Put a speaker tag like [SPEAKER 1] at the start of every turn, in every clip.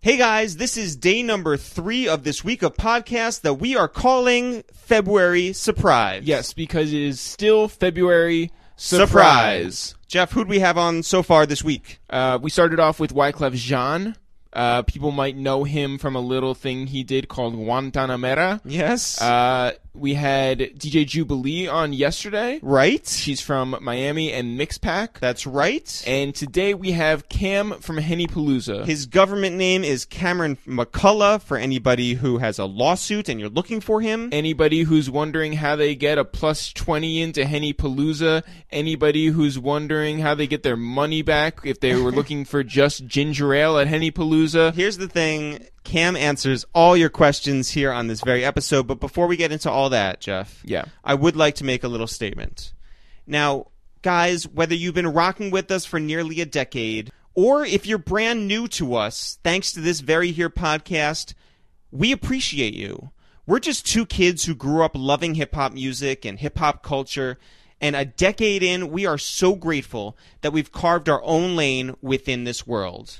[SPEAKER 1] Hey guys, this is day number three of this week of podcast that we are calling February Surprise.
[SPEAKER 2] Yes, because it is still February
[SPEAKER 1] Surprise.
[SPEAKER 2] surprise.
[SPEAKER 1] Jeff, who'd we have on so far this week?
[SPEAKER 2] Uh, we started off with Wyclef Jean. Uh, people might know him from a little thing he did called Guantanamera.
[SPEAKER 1] Yes.
[SPEAKER 2] Uh, we had DJ Jubilee on yesterday.
[SPEAKER 1] right?
[SPEAKER 2] She's from Miami and Mixpack.
[SPEAKER 1] That's right.
[SPEAKER 2] And today we have Cam from Henny Palooza.
[SPEAKER 1] His government name is Cameron McCullough for anybody who has a lawsuit and you're looking for him.
[SPEAKER 2] Anybody who's wondering how they get a plus 20 into Henny Palooza, anybody who's wondering how they get their money back if they were looking for just ginger ale at Henny Palooza,
[SPEAKER 1] Here's the thing Cam answers all your questions here on this very episode, but before we get into all that, Jeff,
[SPEAKER 2] Yeah.
[SPEAKER 1] I would like to make a little statement. Now, guys, whether you've been rocking with us for nearly a decade, or if you're brand new to us, thanks to this very here podcast, we appreciate you. We're just two kids who grew up loving hip hop music and hip hop culture. And a decade in, we are so grateful that we've carved our own lane within this world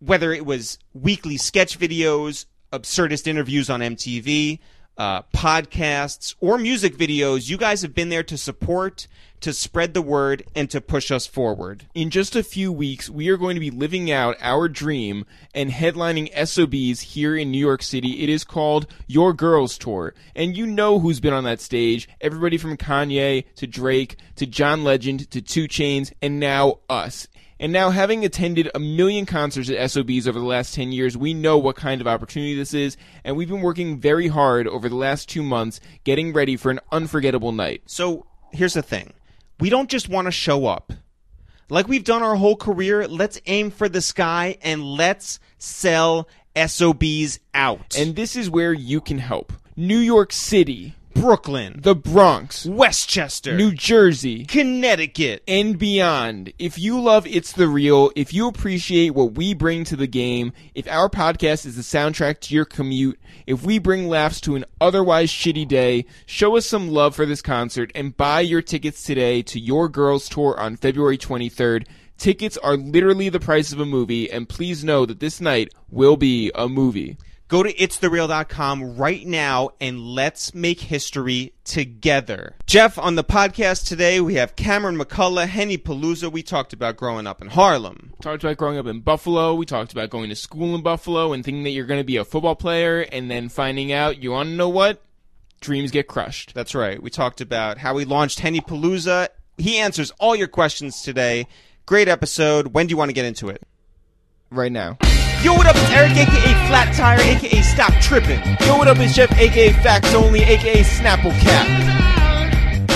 [SPEAKER 1] whether it was weekly sketch videos, absurdist interviews on MTV, uh, podcasts, or music videos, you guys have been there to support, to spread the word, and to push us forward.
[SPEAKER 2] in just a few weeks, we are going to be living out our dream and headlining SOBs here in New York City. It is called Your Girls Tour. And you know who's been on that stage. Everybody from Kanye to Drake to John Legend to Two Chains and now us. And now, having attended a million concerts at SOBs over the last 10 years, we know what kind of opportunity this is, and we've been working very hard over the last two months getting ready for an unforgettable night.
[SPEAKER 1] So here's the thing we don't just want to show up. Like we've done our whole career, let's aim for the sky and let's sell SOBs out.
[SPEAKER 2] And this is where you can help. New York City,
[SPEAKER 1] Brooklyn,
[SPEAKER 2] the Bronx,
[SPEAKER 1] Westchester,
[SPEAKER 2] New Jersey,
[SPEAKER 1] Connecticut.
[SPEAKER 2] and beyond. If you love It's the Real, if you appreciate what we bring to the game, if our podcast is the soundtrack to your commute, if we bring laughs to an otherwise shitty day, show us some love for this concert and buy your tickets today to Your Girls Tour on February 23rd. Tickets are literally the price of a movie, and please know that this night will be a movie.
[SPEAKER 1] Go to itsthereal.com right now and let's make history together. Jeff, on the podcast today, we have Cameron McCullough, Henny Palooza. We talked about growing up in Harlem.
[SPEAKER 2] talked about growing up in Buffalo. We talked about going to school in Buffalo and thinking that you're going to be a football player and then finding out you want to know what? Dreams get crushed.
[SPEAKER 1] That's right. We talked about how we launched Henny Palooza. He answers all your questions today. Great episode. When do you want to get into it?
[SPEAKER 2] Right now.
[SPEAKER 1] Yo, what up? It's Eric, aka Flat Tire, aka Stop Tripping.
[SPEAKER 2] Yo, what up? It's Jeff, aka Facts Only, aka Snapple Cap.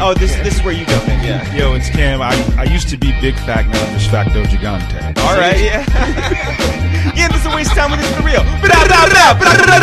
[SPEAKER 1] Oh, this this is where you go, man. Yeah.
[SPEAKER 3] Yo, it's Cam. I, I used to be big fact, now I'm just facto gigante.
[SPEAKER 1] All right. Yeah. yeah, this is a waste of time when it's the real.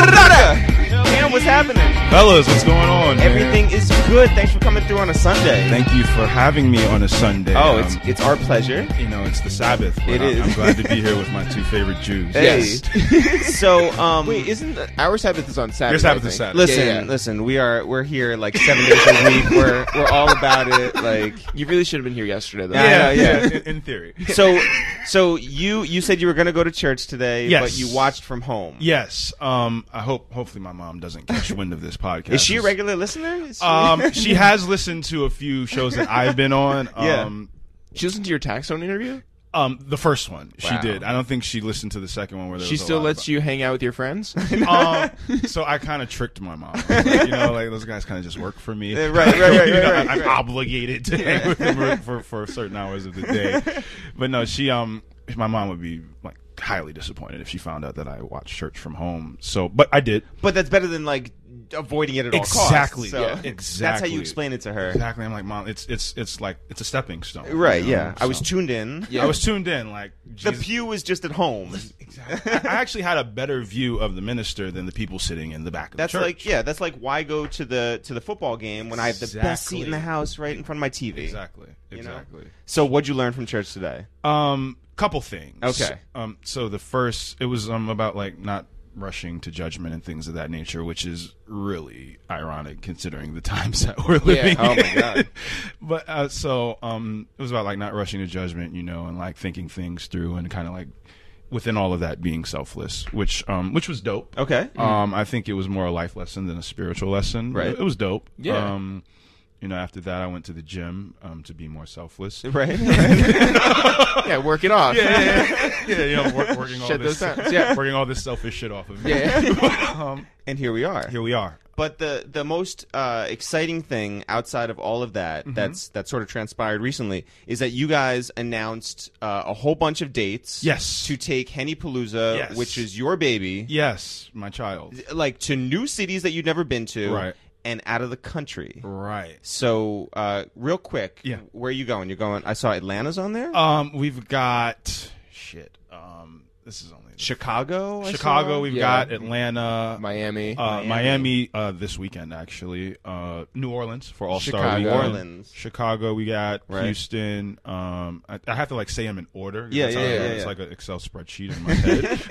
[SPEAKER 1] Damn, what's happening?
[SPEAKER 3] Fellas, what's going on? man?
[SPEAKER 1] Everything is good. Thanks for coming through on a Sunday.
[SPEAKER 3] Thank you for having me on a Sunday.
[SPEAKER 1] oh,
[SPEAKER 3] Um,
[SPEAKER 1] it's it's our pleasure.
[SPEAKER 3] you know it's the Sabbath. but
[SPEAKER 1] It
[SPEAKER 3] I'm,
[SPEAKER 1] is.
[SPEAKER 3] I'm glad to be here with my two favorite Jews.
[SPEAKER 2] Yes.
[SPEAKER 1] so, um,
[SPEAKER 2] Wait, isn't the, our Sabbath is on Saturday?
[SPEAKER 3] Your Sabbath
[SPEAKER 2] I
[SPEAKER 3] is
[SPEAKER 2] think.
[SPEAKER 3] Saturday.
[SPEAKER 1] listen,
[SPEAKER 2] Yeah, yeah.
[SPEAKER 1] listen. We are we're here like seven days a week. We're we're all about it. Like
[SPEAKER 2] You really should have been here yesterday, though.
[SPEAKER 1] Yeah,
[SPEAKER 3] Yeah,
[SPEAKER 1] yeah.
[SPEAKER 3] yeah. in, in theory.
[SPEAKER 1] so, so you you said you were going to go to church today,
[SPEAKER 3] Yes.
[SPEAKER 1] but you watched from home.
[SPEAKER 3] Yes. Um. I hope. Hopefully, my mom doesn't catch wind of this podcast.
[SPEAKER 1] Is she a
[SPEAKER 3] It's-
[SPEAKER 1] regular listener? Is she-
[SPEAKER 3] Um. She has listened to a few shows that I've been on.
[SPEAKER 1] Yeah.
[SPEAKER 3] Um,
[SPEAKER 2] She listened to your taxon interview.
[SPEAKER 3] Um. The first one she
[SPEAKER 2] Wow.
[SPEAKER 3] did. I don't think she listened to the second one where there
[SPEAKER 2] She
[SPEAKER 3] was a
[SPEAKER 2] still
[SPEAKER 3] lot
[SPEAKER 2] lets
[SPEAKER 3] about-
[SPEAKER 2] you hang out with your friends.
[SPEAKER 3] um, so I kind of tricked my mom. Like, you know, like those guys kind of just work for me.
[SPEAKER 1] Yeah, right, right, right,
[SPEAKER 3] You
[SPEAKER 1] right,
[SPEAKER 3] know,
[SPEAKER 1] right,
[SPEAKER 3] I, am
[SPEAKER 1] right.
[SPEAKER 3] obligated to hang with them for, for certain hours of the day. But no, she um, my mom would be like highly disappointed if she found out that I watched church from home. So, but I did
[SPEAKER 1] but that's better than like avoiding it at all costs.
[SPEAKER 3] Exactly,
[SPEAKER 1] So
[SPEAKER 3] yeah,
[SPEAKER 1] That's how you
[SPEAKER 3] exactly.
[SPEAKER 1] explain it to her.
[SPEAKER 3] exactly. I'm like, mom, it's it's it's like it's a stepping stone, you
[SPEAKER 1] Right.
[SPEAKER 3] know?
[SPEAKER 1] Yeah. I was
[SPEAKER 3] So-
[SPEAKER 1] tuned in.
[SPEAKER 2] Yeah.
[SPEAKER 3] I was tuned in. Like
[SPEAKER 1] The
[SPEAKER 3] Jesus-
[SPEAKER 1] pew was just at home.
[SPEAKER 3] Exactly. I I actually had a better view of the minister than the people sitting in the back of
[SPEAKER 1] That's
[SPEAKER 3] the church.
[SPEAKER 1] like yeah, that's like why go to the to the football game when I have the best seat in the
[SPEAKER 3] Exactly.
[SPEAKER 1] house right in front of my TV.
[SPEAKER 3] exactly,
[SPEAKER 1] You know?
[SPEAKER 3] exactly.
[SPEAKER 1] So what'd you learn from church today?
[SPEAKER 3] Um, couple things.
[SPEAKER 1] Okay.
[SPEAKER 3] Um, so the first, it was um about like not rushing to judgment and things of that nature, which is really ironic considering the times that we're living.
[SPEAKER 2] Oh my
[SPEAKER 3] in.
[SPEAKER 2] God.
[SPEAKER 3] but uh, so um, it was about like not rushing to judgment, you know, and like thinking things through and kind of like within all of that being selfless, which um, which was dope.
[SPEAKER 1] Okay.
[SPEAKER 3] Um, I think it was more a life lesson than a spiritual lesson.
[SPEAKER 1] Right.
[SPEAKER 3] It, it was dope.
[SPEAKER 2] Yeah.
[SPEAKER 3] Um, you know, after that, I went to the gym um, to be more selfless.
[SPEAKER 1] Right.
[SPEAKER 2] yeah, work it off.
[SPEAKER 3] yeah, you know, wor- working all
[SPEAKER 2] Shed those
[SPEAKER 3] this,
[SPEAKER 2] times, yeah.
[SPEAKER 3] working all this selfish shit off of me.
[SPEAKER 2] yeah.
[SPEAKER 3] Um,
[SPEAKER 1] and here we are.
[SPEAKER 3] here we are.
[SPEAKER 1] But the the most uh, exciting thing outside of all of that that's that sort of transpired recently is that you guys announced uh, a whole bunch of dates.
[SPEAKER 3] Yes.
[SPEAKER 1] To take Henny Palooza,
[SPEAKER 3] Yes.
[SPEAKER 1] which is your baby,
[SPEAKER 3] Yes, my child.
[SPEAKER 1] like to new cities that you've never been to,
[SPEAKER 3] Right.
[SPEAKER 1] and out of the country.
[SPEAKER 3] Right.
[SPEAKER 1] So, uh, real quick,
[SPEAKER 3] Yeah.
[SPEAKER 1] where are you going? You're going. I saw Atlanta's on there.
[SPEAKER 3] Um, we've got shit. Um, this is only
[SPEAKER 1] Chicago. I
[SPEAKER 3] Chicago.
[SPEAKER 1] saw?
[SPEAKER 3] We've
[SPEAKER 2] Yeah.
[SPEAKER 3] got Atlanta,
[SPEAKER 2] Miami.
[SPEAKER 3] uh, Miami uh, this weekend actually. Uh, New Orleans for All Star
[SPEAKER 2] Chicago.
[SPEAKER 1] New
[SPEAKER 3] Weekend.
[SPEAKER 1] Orleans.
[SPEAKER 3] Chicago, we got
[SPEAKER 1] Right.
[SPEAKER 3] Houston. Um, I, I have to like say them in order. 'cause
[SPEAKER 1] Yeah,
[SPEAKER 3] that's
[SPEAKER 1] yeah,
[SPEAKER 3] how I-
[SPEAKER 1] yeah,
[SPEAKER 3] It's
[SPEAKER 1] yeah.
[SPEAKER 3] like an Excel spreadsheet in my head.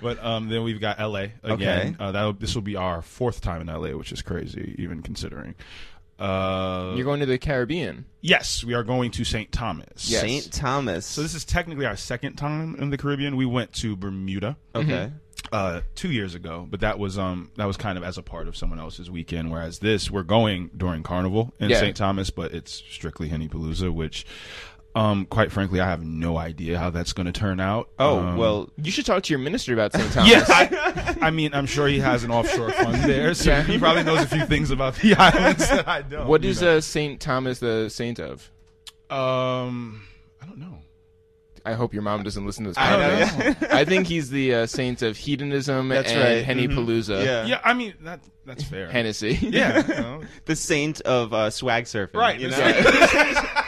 [SPEAKER 3] but um, then we've got LA again. Uh, that'll this will be our fourth time in LA, which is crazy, even considering. Uh,
[SPEAKER 2] You're going to the Caribbean.
[SPEAKER 3] yes, we are going to St. Thomas.
[SPEAKER 2] Yes.
[SPEAKER 1] St. Thomas.
[SPEAKER 3] So this is technically our second time in the Caribbean. We went to Bermuda
[SPEAKER 1] okay.
[SPEAKER 3] uh, two years ago, but that was um that was kind of as a part of someone else's weekend. Whereas this, we're going during Carnival in
[SPEAKER 2] Yeah.
[SPEAKER 3] St. Thomas, but it's strictly Henny Palooza, which, um, quite frankly, I have no idea how that's going to turn out.
[SPEAKER 1] Oh
[SPEAKER 3] Um,
[SPEAKER 1] well.
[SPEAKER 2] You should talk to your minister about St. Thomas.
[SPEAKER 3] Yeah, I, I mean, I'm sure he has an offshore fund there, so
[SPEAKER 2] Yeah.
[SPEAKER 3] he probably knows a few things about the islands that I don't.
[SPEAKER 2] What
[SPEAKER 3] you
[SPEAKER 2] is
[SPEAKER 3] know.
[SPEAKER 2] uh, St. Thomas the saint of?
[SPEAKER 3] Um, I don't know.
[SPEAKER 2] I hope your mom doesn't listen to this.
[SPEAKER 3] I don't
[SPEAKER 2] podcast.
[SPEAKER 3] know.
[SPEAKER 2] I think he's the uh, saint of hedonism
[SPEAKER 1] That's
[SPEAKER 2] and
[SPEAKER 1] right.
[SPEAKER 2] Henny
[SPEAKER 1] Mhm.
[SPEAKER 2] Palooza.
[SPEAKER 1] Yeah.
[SPEAKER 3] Yeah, I mean that that's fair.
[SPEAKER 2] Hennessy.
[SPEAKER 3] Yeah. you know.
[SPEAKER 1] The saint of uh, swag surfing.
[SPEAKER 3] Right,
[SPEAKER 1] You
[SPEAKER 3] the
[SPEAKER 1] know?
[SPEAKER 3] saint-
[SPEAKER 2] Yeah.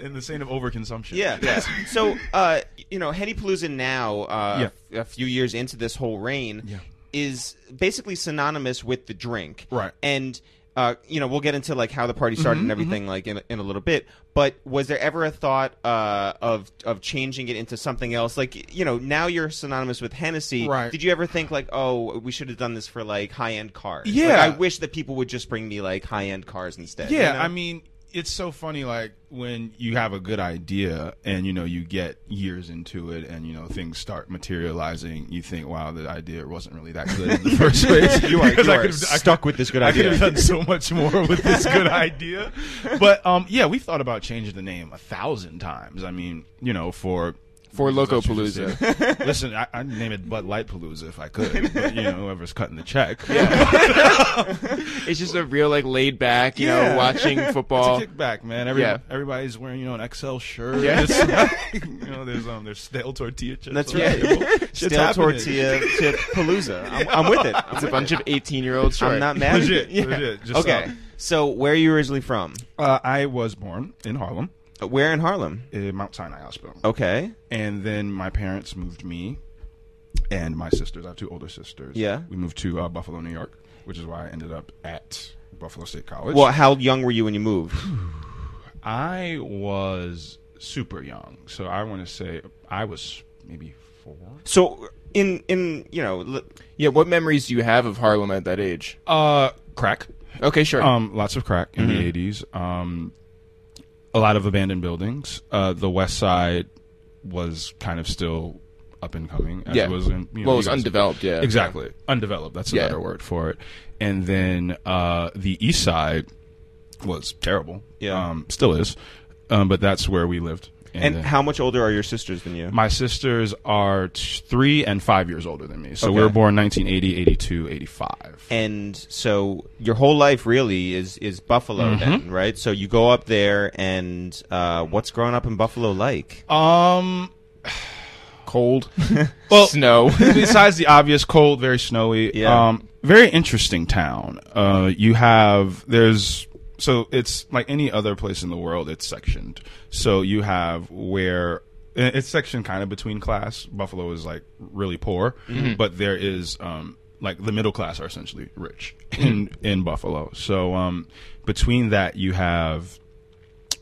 [SPEAKER 3] and the saint of overconsumption.
[SPEAKER 1] Yeah. so, uh, you know, Henny Palooza now, uh, a a few years into this whole reign,
[SPEAKER 3] Yeah.
[SPEAKER 1] is basically synonymous with the drink.
[SPEAKER 3] Right. Mm-hmm,
[SPEAKER 1] And, uh, you know, we'll get into like how the party started and everything like in, a- in a little bit. But was there ever a thought uh, of of changing it into something else? Like, you know, now you're synonymous with Hennessy.
[SPEAKER 3] Right.
[SPEAKER 1] Did you ever think like, oh, we should have done this for like high end cars? Like,
[SPEAKER 3] Yeah.
[SPEAKER 1] I wish that people would just bring me like high end cars instead. you
[SPEAKER 3] Yeah,
[SPEAKER 1] know?
[SPEAKER 3] I mean, it's so funny like when you have a good idea and you know you get years into it and you know things start materializing, you think, wow, the idea wasn't really that good in the first place.
[SPEAKER 1] You are-
[SPEAKER 3] Because
[SPEAKER 1] you
[SPEAKER 3] I
[SPEAKER 1] are
[SPEAKER 3] could've- I could've-
[SPEAKER 1] stuck with this good
[SPEAKER 3] I could
[SPEAKER 1] idea.
[SPEAKER 3] have done so much more with this good idea. But um, yeah, we've thought about changing the name a thousand times. I mean, you know, for
[SPEAKER 2] For Locopalooza.
[SPEAKER 3] Palooza. Listen, I, I'd name it Bud Light Palooza if I could. But, you know, whoever's cutting the check.
[SPEAKER 2] It's just a real like laid back, you know,
[SPEAKER 3] Yeah.
[SPEAKER 2] watching football.
[SPEAKER 3] It's a kickback, man. Every,
[SPEAKER 2] Yeah.
[SPEAKER 3] Everybody's wearing, you know, an XL shirt.
[SPEAKER 2] Yeah.
[SPEAKER 3] It's like, you know, there's um, there's stale tortilla chips.
[SPEAKER 1] That's
[SPEAKER 3] on the
[SPEAKER 1] right.
[SPEAKER 3] table. Shit's
[SPEAKER 1] Stale
[SPEAKER 3] happening.
[SPEAKER 1] tortilla chip palooza. I'm, I'm with it. I'm
[SPEAKER 2] It's a
[SPEAKER 1] with
[SPEAKER 2] bunch
[SPEAKER 1] it.
[SPEAKER 2] of 18 year olds.
[SPEAKER 1] I'm not mad.
[SPEAKER 3] Legit,
[SPEAKER 1] Yeah.
[SPEAKER 3] legit. Just
[SPEAKER 1] Okay. So, where are you originally from?
[SPEAKER 3] Uh, I was born in Harlem,
[SPEAKER 1] Uh, Where in Harlem?
[SPEAKER 3] in Mount Sinai Hospital,
[SPEAKER 1] Okay.
[SPEAKER 3] and then my parents moved me and my sisters. I have two older sisters.
[SPEAKER 1] Yeah.
[SPEAKER 3] we moved to uh, Buffalo, New York, which is why I ended up at Buffalo State College.
[SPEAKER 1] Well, how young were you when you moved?
[SPEAKER 3] I was super young, so I want to say I was maybe four.
[SPEAKER 1] So, in in you know, l-
[SPEAKER 2] Yeah, what memories do you have of Harlem at that age?
[SPEAKER 3] Uh, crack.
[SPEAKER 2] Okay, sure.
[SPEAKER 3] Um, lots of crack in the eighties. Um, a lot of abandoned buildings. Uh, the West Side was kind of still up and coming. As
[SPEAKER 2] yeah.
[SPEAKER 3] it was in, you know,
[SPEAKER 2] well,
[SPEAKER 3] you
[SPEAKER 2] it's
[SPEAKER 3] guys-
[SPEAKER 2] undeveloped, yeah.
[SPEAKER 3] Exactly, undeveloped. That's a
[SPEAKER 2] Yeah.
[SPEAKER 3] better word for it. And then uh, the East Side was terrible.
[SPEAKER 1] Yeah.
[SPEAKER 3] um, still is. Um, but that's where we lived.
[SPEAKER 1] and
[SPEAKER 3] then-
[SPEAKER 1] how much older are your sisters than you?
[SPEAKER 3] my sisters are t- three and five years older than me. So we
[SPEAKER 1] Okay.
[SPEAKER 3] were born 1980, 82, 85.
[SPEAKER 1] and so your whole life really is is Buffalo,
[SPEAKER 3] Mm-hmm.
[SPEAKER 1] then, right? So you go up there, and uh, what's growing up in Buffalo like?
[SPEAKER 3] Um,
[SPEAKER 2] Cold.
[SPEAKER 3] well,
[SPEAKER 2] Snow.
[SPEAKER 3] besides the obvious cold, very snowy.
[SPEAKER 1] Yeah.
[SPEAKER 3] Um, very interesting town. Uh, you have there's so it's like any other place in the world. It's sectioned. So you have where and it's sectioned kind of between class. Buffalo is like really poor,
[SPEAKER 2] Mm-hmm.
[SPEAKER 3] but there is um like the middle class are essentially rich
[SPEAKER 2] Mm-hmm.
[SPEAKER 3] in in Buffalo. So um between that you have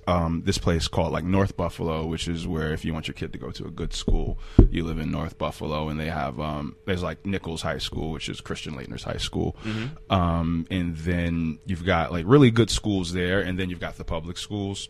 [SPEAKER 3] um, this place called like North Buffalo, which is where if you want your kid to go to a good school, you live in North Buffalo, and they have um, there's like Nichols High School, which is Christian Leitner's high school, um, and then you've got like really good schools there, and then you've got the public schools.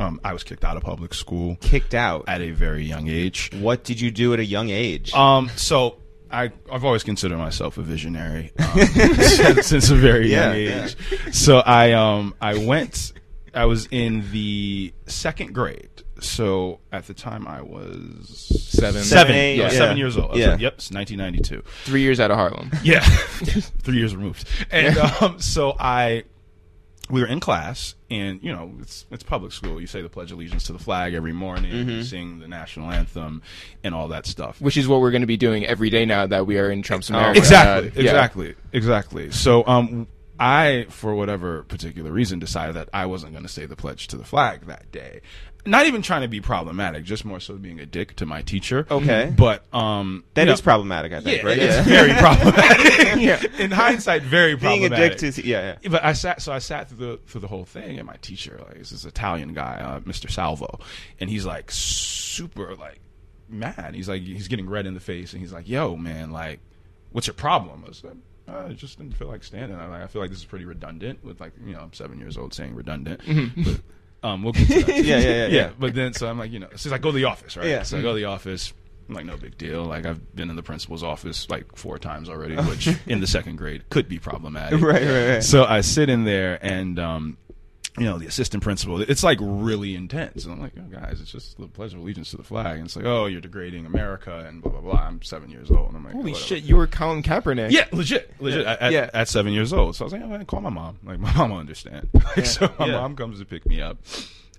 [SPEAKER 3] Um, I was kicked out of public school
[SPEAKER 4] Kicked out.
[SPEAKER 3] at a very young age.
[SPEAKER 4] What did you do at a young age?
[SPEAKER 3] Um, so I, I've always considered myself a visionary um, since, since a very
[SPEAKER 4] Yeah,
[SPEAKER 3] young age. So I, um, I went. I was in the second grade. So at the time I was
[SPEAKER 2] Seven.
[SPEAKER 3] seven,
[SPEAKER 1] eight,
[SPEAKER 3] yeah,
[SPEAKER 1] yeah.
[SPEAKER 3] seven years old. I was
[SPEAKER 4] Yeah.
[SPEAKER 3] like, yep, it's 1992.
[SPEAKER 2] Three years out of Harlem.
[SPEAKER 3] Yeah, three years removed. And um, so I, we were in class, and you know, it's it's public school. You say the Pledge of Allegiance to the flag every morning, you sing the national anthem, and all that stuff.
[SPEAKER 2] which is what we're going to be doing every day now that we are in Trump's America.
[SPEAKER 3] Exactly,
[SPEAKER 2] Uh, yeah.
[SPEAKER 3] exactly, exactly. So, um, I, for whatever particular reason, decided that I wasn't going to say the pledge to the flag that day. Not even trying to be problematic, just more so being a dick to my teacher.
[SPEAKER 4] Okay.
[SPEAKER 3] but um,
[SPEAKER 4] That is
[SPEAKER 3] you know,
[SPEAKER 4] problematic, I think,
[SPEAKER 3] yeah,
[SPEAKER 4] right?
[SPEAKER 3] it's very problematic. in hindsight, very
[SPEAKER 4] Being
[SPEAKER 3] problematic.
[SPEAKER 4] addicted to, yeah, yeah.
[SPEAKER 3] But I sat, so I sat through the through the whole thing, and my teacher, like this is this Italian guy, uh, Mr. Salvo, and he's like super like mad. He's like he's getting red in the face, and he's like, "Yo, man, like, what's your problem?" I said, "Uh, I just didn't feel like standing. I, I feel like this is pretty redundant with like you know I'm seven years old saying redundant, but um, we'll get to that
[SPEAKER 4] Mm-hmm. Yeah, yeah, yeah, yeah.
[SPEAKER 3] But then so I'm like, you know, she's like, go to the office, right?
[SPEAKER 4] Yeah.
[SPEAKER 3] So I go to the office. I'm like, no big deal. Like I've been in the principal's office like four times already, which in the second grade could be problematic.
[SPEAKER 4] Right, right, right.
[SPEAKER 3] So I sit in there and um you know, the assistant principal, it's like really intense. And I'm like, oh, guys, it's just the Pledge of Allegiance to the flag. And it's like, oh, you're degrading America and blah, blah, blah. I'm seven years old. And I'm like,
[SPEAKER 2] Holy
[SPEAKER 3] whatever.
[SPEAKER 2] shit, you were Colin Kaepernick.
[SPEAKER 3] Yeah, legit, legit. At, at-
[SPEAKER 2] Yeah.
[SPEAKER 3] at seven years old, so I was like, I'm gonna call my mom. Like my mom will understand. Like, So my mom comes to pick me up.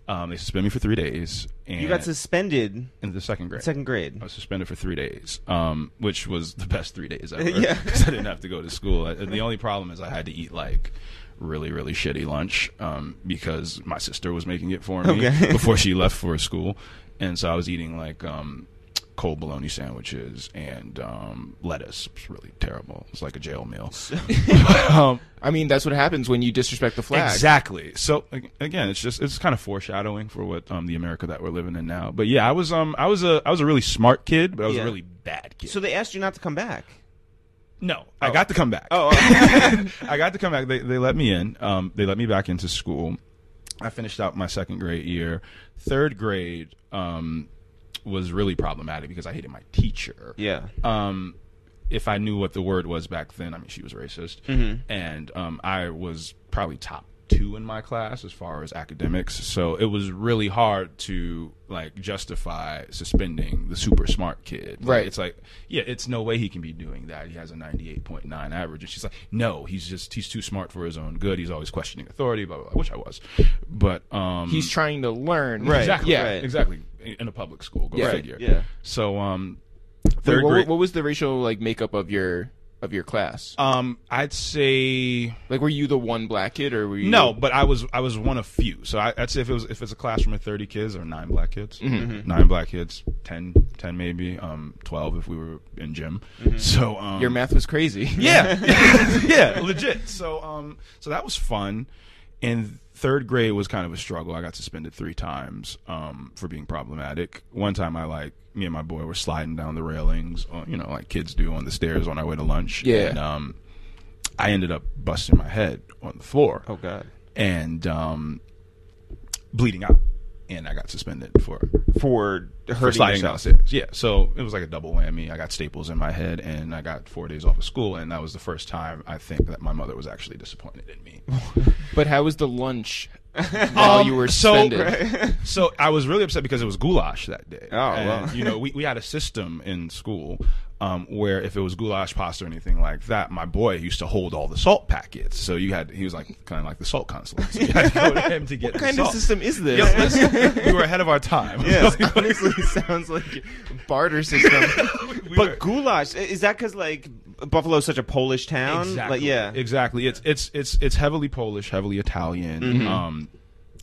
[SPEAKER 3] Um, they suspend me for three days. And
[SPEAKER 1] You got suspended
[SPEAKER 3] in the second grade.
[SPEAKER 1] second grade.
[SPEAKER 3] I was suspended for three days, um, which was the best three days ever.
[SPEAKER 1] Yeah.
[SPEAKER 3] 'cause I didn't have to go to school. I, the only problem is I had to eat like really, really shitty lunch um, because my sister was making it for me
[SPEAKER 1] Okay.
[SPEAKER 3] before she left for school, and so I was eating like um, cold bologna sandwiches and um, lettuce. It was really terrible. It was like a jail meal. um,
[SPEAKER 2] I mean, that's what happens when you disrespect the flag.
[SPEAKER 3] Exactly. So ag- again, it's just it's kind of foreshadowing for what um the America that we're living in now. But yeah, I was um I was a I was a really smart kid, but I was
[SPEAKER 1] Yeah.
[SPEAKER 3] a really bad kid.
[SPEAKER 1] So they asked you not to come back.
[SPEAKER 3] no, I got to come back.
[SPEAKER 1] Oh,
[SPEAKER 3] I got to come back. They they let me in. Um, they let me back into school. I finished out my second grade year. Third grade um was really problematic because I hated my teacher
[SPEAKER 1] yeah.
[SPEAKER 3] um, if I knew what the word was back then, I mean, she was racist,
[SPEAKER 2] Mm-hmm.
[SPEAKER 3] and um, I was probably top two in my class as far as academics. So it was really hard to like justify suspending the super smart kid. Like,
[SPEAKER 2] Right.
[SPEAKER 3] It's like, yeah, it's no way he can be doing that. He has a ninety-eight point nine average, and she's like, no, he's just he's too smart for his own good. He's always questioning authority. Blah blah. blah which I was, but um,
[SPEAKER 2] He's trying to learn.
[SPEAKER 3] exactly
[SPEAKER 2] Yeah.
[SPEAKER 1] right.
[SPEAKER 3] exactly in a public school. Go
[SPEAKER 2] Yeah.
[SPEAKER 3] figure.
[SPEAKER 1] Yeah.
[SPEAKER 3] So um.
[SPEAKER 2] Wait,
[SPEAKER 3] Third
[SPEAKER 2] what,
[SPEAKER 3] grade.
[SPEAKER 2] what was the racial like makeup of your of your class?
[SPEAKER 3] Um, I'd say
[SPEAKER 2] Like, were you the one black kid, or were you
[SPEAKER 3] no, but I was I was one of few. So I, I'd say if it was if it's a classroom of thirty kids or nine black kids, nine black kids, 10, 10 maybe, um, twelve if we were in gym. So um,
[SPEAKER 2] Your math was crazy.
[SPEAKER 3] yeah, yeah, legit. So um, so that was fun. And third grade was kind of a struggle. I got suspended three times um for being problematic. One time, I like me and my boy were sliding down the railings, on, you know, like kids do on the stairs on our way to lunch.
[SPEAKER 2] Yeah.
[SPEAKER 3] And, um, I ended up busting my head on the floor
[SPEAKER 1] Oh God.
[SPEAKER 3] and um, bleeding out, and I got suspended for
[SPEAKER 1] For
[SPEAKER 3] for
[SPEAKER 1] hurting
[SPEAKER 3] sliding
[SPEAKER 1] yourself.
[SPEAKER 3] downstairs. Yeah, so it was like a double whammy. I got staples in my head, and I got four days off of school, and that was the first time I think that my mother was actually disappointed in me. Um,
[SPEAKER 2] But how was the lunch while you were suspended?
[SPEAKER 3] so I was really upset because it was goulash that day.
[SPEAKER 1] Oh,
[SPEAKER 3] And,
[SPEAKER 1] wow.
[SPEAKER 3] you know, we, we had a system in school um, where if it was goulash pasta or anything like that, my boy used to hold all the salt packets. So you had he was like kind of like the salt consulate. So you had to go to him to get
[SPEAKER 2] What
[SPEAKER 3] the
[SPEAKER 2] kind
[SPEAKER 3] salt.
[SPEAKER 2] of system is this?
[SPEAKER 3] Yo, listen, we were ahead of our time.
[SPEAKER 1] Yes.
[SPEAKER 2] Honestly, it sounds like barter system.
[SPEAKER 1] But goulash i- is that because like Buffalo's such a Polish town?
[SPEAKER 3] Exactly.
[SPEAKER 1] Like, yeah.
[SPEAKER 3] Exactly. It's it's it's it's heavily Polish, heavily Italian,
[SPEAKER 1] Mm-hmm.
[SPEAKER 3] um,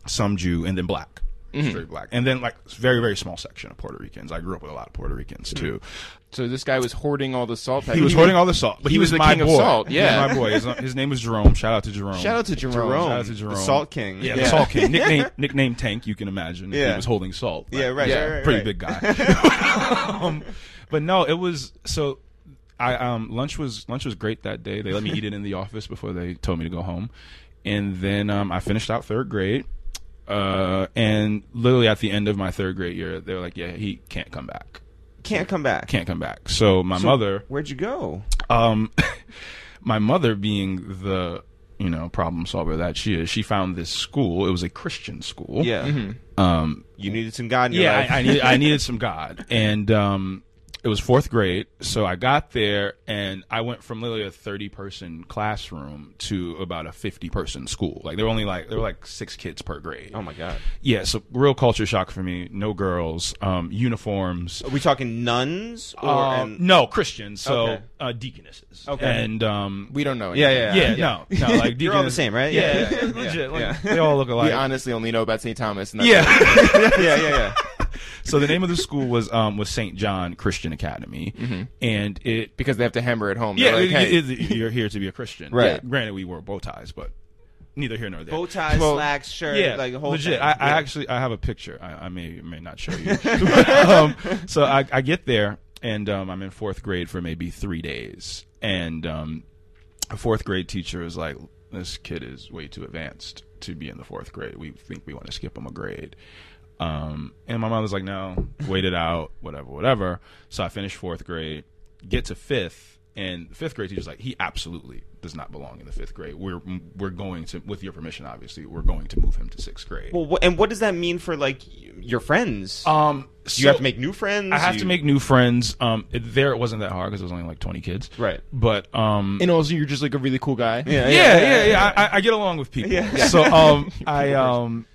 [SPEAKER 3] some Jew, and then black. Straight black. And then like very, very small section of Puerto Ricans. I grew up with a lot of Puerto Ricans
[SPEAKER 1] Mm-hmm.
[SPEAKER 3] too.
[SPEAKER 2] so this guy was hoarding all the salt.
[SPEAKER 3] He was holding all the salt. But
[SPEAKER 2] he
[SPEAKER 3] he,
[SPEAKER 2] was the
[SPEAKER 3] was, my
[SPEAKER 2] king of
[SPEAKER 3] boy.
[SPEAKER 2] salt,
[SPEAKER 3] He was
[SPEAKER 2] yeah.
[SPEAKER 3] my boy. His, his name was Jerome. Shout out to Jerome.
[SPEAKER 2] Shout out to Jerome.
[SPEAKER 1] Jerome.
[SPEAKER 3] Shout out to Jerome.
[SPEAKER 1] The Salt King.
[SPEAKER 3] Yeah,
[SPEAKER 2] Yeah.
[SPEAKER 3] the Salt King. Nickname nickname Tank, you can imagine. if
[SPEAKER 1] Yeah.
[SPEAKER 3] He was holding salt.
[SPEAKER 1] Yeah, right,
[SPEAKER 2] Yeah,
[SPEAKER 1] right, right,
[SPEAKER 3] pretty
[SPEAKER 1] right.
[SPEAKER 3] big guy. um, but no, it was so. I um, lunch was lunch was great that day. They let me eat it in the office before they told me to go home, and then um, I finished out third grade. Uh, and literally at the end of my third grade year, they were like, "Yeah, he can't come back.
[SPEAKER 1] Can't come back.
[SPEAKER 3] Can't come back." So my
[SPEAKER 1] So
[SPEAKER 3] mother,
[SPEAKER 1] Where'd you go?
[SPEAKER 3] um, my mother being the you know problem solver that she is, she found this school. It was a Christian school.
[SPEAKER 1] Yeah.
[SPEAKER 3] Um,
[SPEAKER 1] You needed some God in your
[SPEAKER 3] yeah,
[SPEAKER 1] life.
[SPEAKER 3] I, I needed I needed some God, and um, it was fourth grade. So I got there, and I went from literally a thirty person classroom to about a fifty person school. Like there were only like there were like six kids per grade.
[SPEAKER 1] oh my God.
[SPEAKER 3] Yeah, so real culture shock for me. No girls, um, uniforms.
[SPEAKER 1] Are we talking nuns or
[SPEAKER 3] Uh,
[SPEAKER 1] and-
[SPEAKER 3] no Christians, so
[SPEAKER 1] Okay.
[SPEAKER 3] uh, deaconesses.
[SPEAKER 1] Okay.
[SPEAKER 3] and um,
[SPEAKER 2] We don't know.
[SPEAKER 4] Yeah,
[SPEAKER 2] anything.
[SPEAKER 4] yeah,
[SPEAKER 3] yeah, no, no, like
[SPEAKER 1] You're all the
[SPEAKER 3] deaconess-
[SPEAKER 1] same, right?
[SPEAKER 3] Yeah,
[SPEAKER 1] Yeah.
[SPEAKER 3] legit. like,
[SPEAKER 1] yeah.
[SPEAKER 3] They all look alike.
[SPEAKER 2] We honestly only know about St. Thomas. And that's
[SPEAKER 3] yeah.
[SPEAKER 1] Yeah. Yeah. Yeah.
[SPEAKER 3] so the name of the school was um was St. John Christian Academy, and it
[SPEAKER 2] because they have to hammer it home.
[SPEAKER 3] yeah
[SPEAKER 2] They're like,
[SPEAKER 3] it-
[SPEAKER 2] hey,
[SPEAKER 3] it- it- you're here to be a Christian
[SPEAKER 4] Right.
[SPEAKER 3] Yeah. Granted, we wore bow ties, but neither here nor there.
[SPEAKER 1] Bow tie,
[SPEAKER 3] Well,
[SPEAKER 1] slacks, shirt,
[SPEAKER 3] yeah,
[SPEAKER 1] like the whole
[SPEAKER 3] legit.
[SPEAKER 1] thing.
[SPEAKER 3] I, I actually I have a picture. I, I may may not show you. um, so I, I get there and um, I'm in fourth grade for maybe three days, and um, a fourth grade teacher is like, "This kid is way too advanced to be in the fourth grade. We think we want to skip him a grade." Um, and my mom was like, "No, wait it out, whatever, whatever." So I finished fourth grade, get to fifth, and the fifth grade teacher's like, "He absolutely does not belong in the fifth grade. We're we're going to, with your permission, obviously, we're going to move him to sixth grade."
[SPEAKER 1] well, wh- and what does that mean for like y- your friends?
[SPEAKER 3] um,
[SPEAKER 1] Do
[SPEAKER 3] so-
[SPEAKER 1] you have to make new friends?
[SPEAKER 3] I have
[SPEAKER 1] You-
[SPEAKER 3] to make new friends. Um, it, there it wasn't that hard because it was only like twenty kids,
[SPEAKER 1] Right.
[SPEAKER 3] But um,
[SPEAKER 2] and also you're just like a really cool guy.
[SPEAKER 1] Yeah.
[SPEAKER 3] yeah, yeah, yeah. I, I get along with people. So um, I um,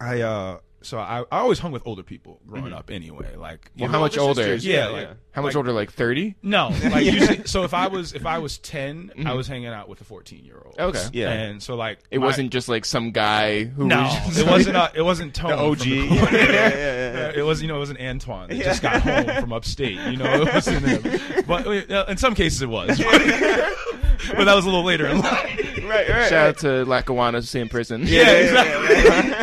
[SPEAKER 3] I uh, so I, I always hung with older people growing
[SPEAKER 1] Mm-hmm.
[SPEAKER 3] up. Anyway, like
[SPEAKER 2] Well, how much older?
[SPEAKER 1] sisters,
[SPEAKER 3] Yeah, like-
[SPEAKER 2] How much older? Like thirty.
[SPEAKER 3] no, like usually. So if I was if I was 10 I was hanging out with a fourteen year old.
[SPEAKER 2] Okay.
[SPEAKER 1] Mm-hmm. Yeah.
[SPEAKER 3] and so like
[SPEAKER 2] It
[SPEAKER 3] my-
[SPEAKER 2] wasn't just like some guy who
[SPEAKER 3] No,
[SPEAKER 2] was just
[SPEAKER 3] it wasn't. Uh, it wasn't Tone. from
[SPEAKER 1] OG.
[SPEAKER 3] the
[SPEAKER 1] Yeah,
[SPEAKER 3] corner.
[SPEAKER 1] yeah, yeah, yeah, yeah.
[SPEAKER 3] Uh, it was you know it was an Antoine that just got home from upstate. You know, it wasn't him. But uh, in some cases it was. but that was a little later in life.
[SPEAKER 1] Right. Right.
[SPEAKER 2] Shout out to Lackawanna, same prison.
[SPEAKER 3] Yeah,
[SPEAKER 1] exactly.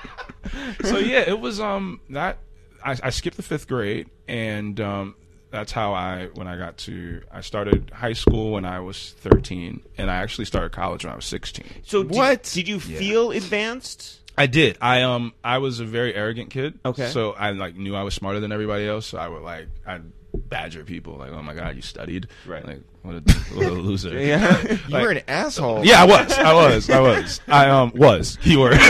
[SPEAKER 3] so yeah, it was um that I, I skipped the fifth grade, and um, that's how I when I got to I started high school when I was thirteen, and I actually started college when I was sixteen.
[SPEAKER 1] So did-
[SPEAKER 2] What?
[SPEAKER 1] did you feel advanced?
[SPEAKER 3] I did. I um I was a very arrogant kid.
[SPEAKER 1] Okay.
[SPEAKER 3] So I like knew I was smarter than everybody else. So I would like I'd badger people like, oh my god, you studied.
[SPEAKER 1] Right.
[SPEAKER 3] Like what a, what a loser.
[SPEAKER 1] Yeah.
[SPEAKER 2] you were an asshole.
[SPEAKER 3] Yeah, I was. I was. I was. I um was. You were.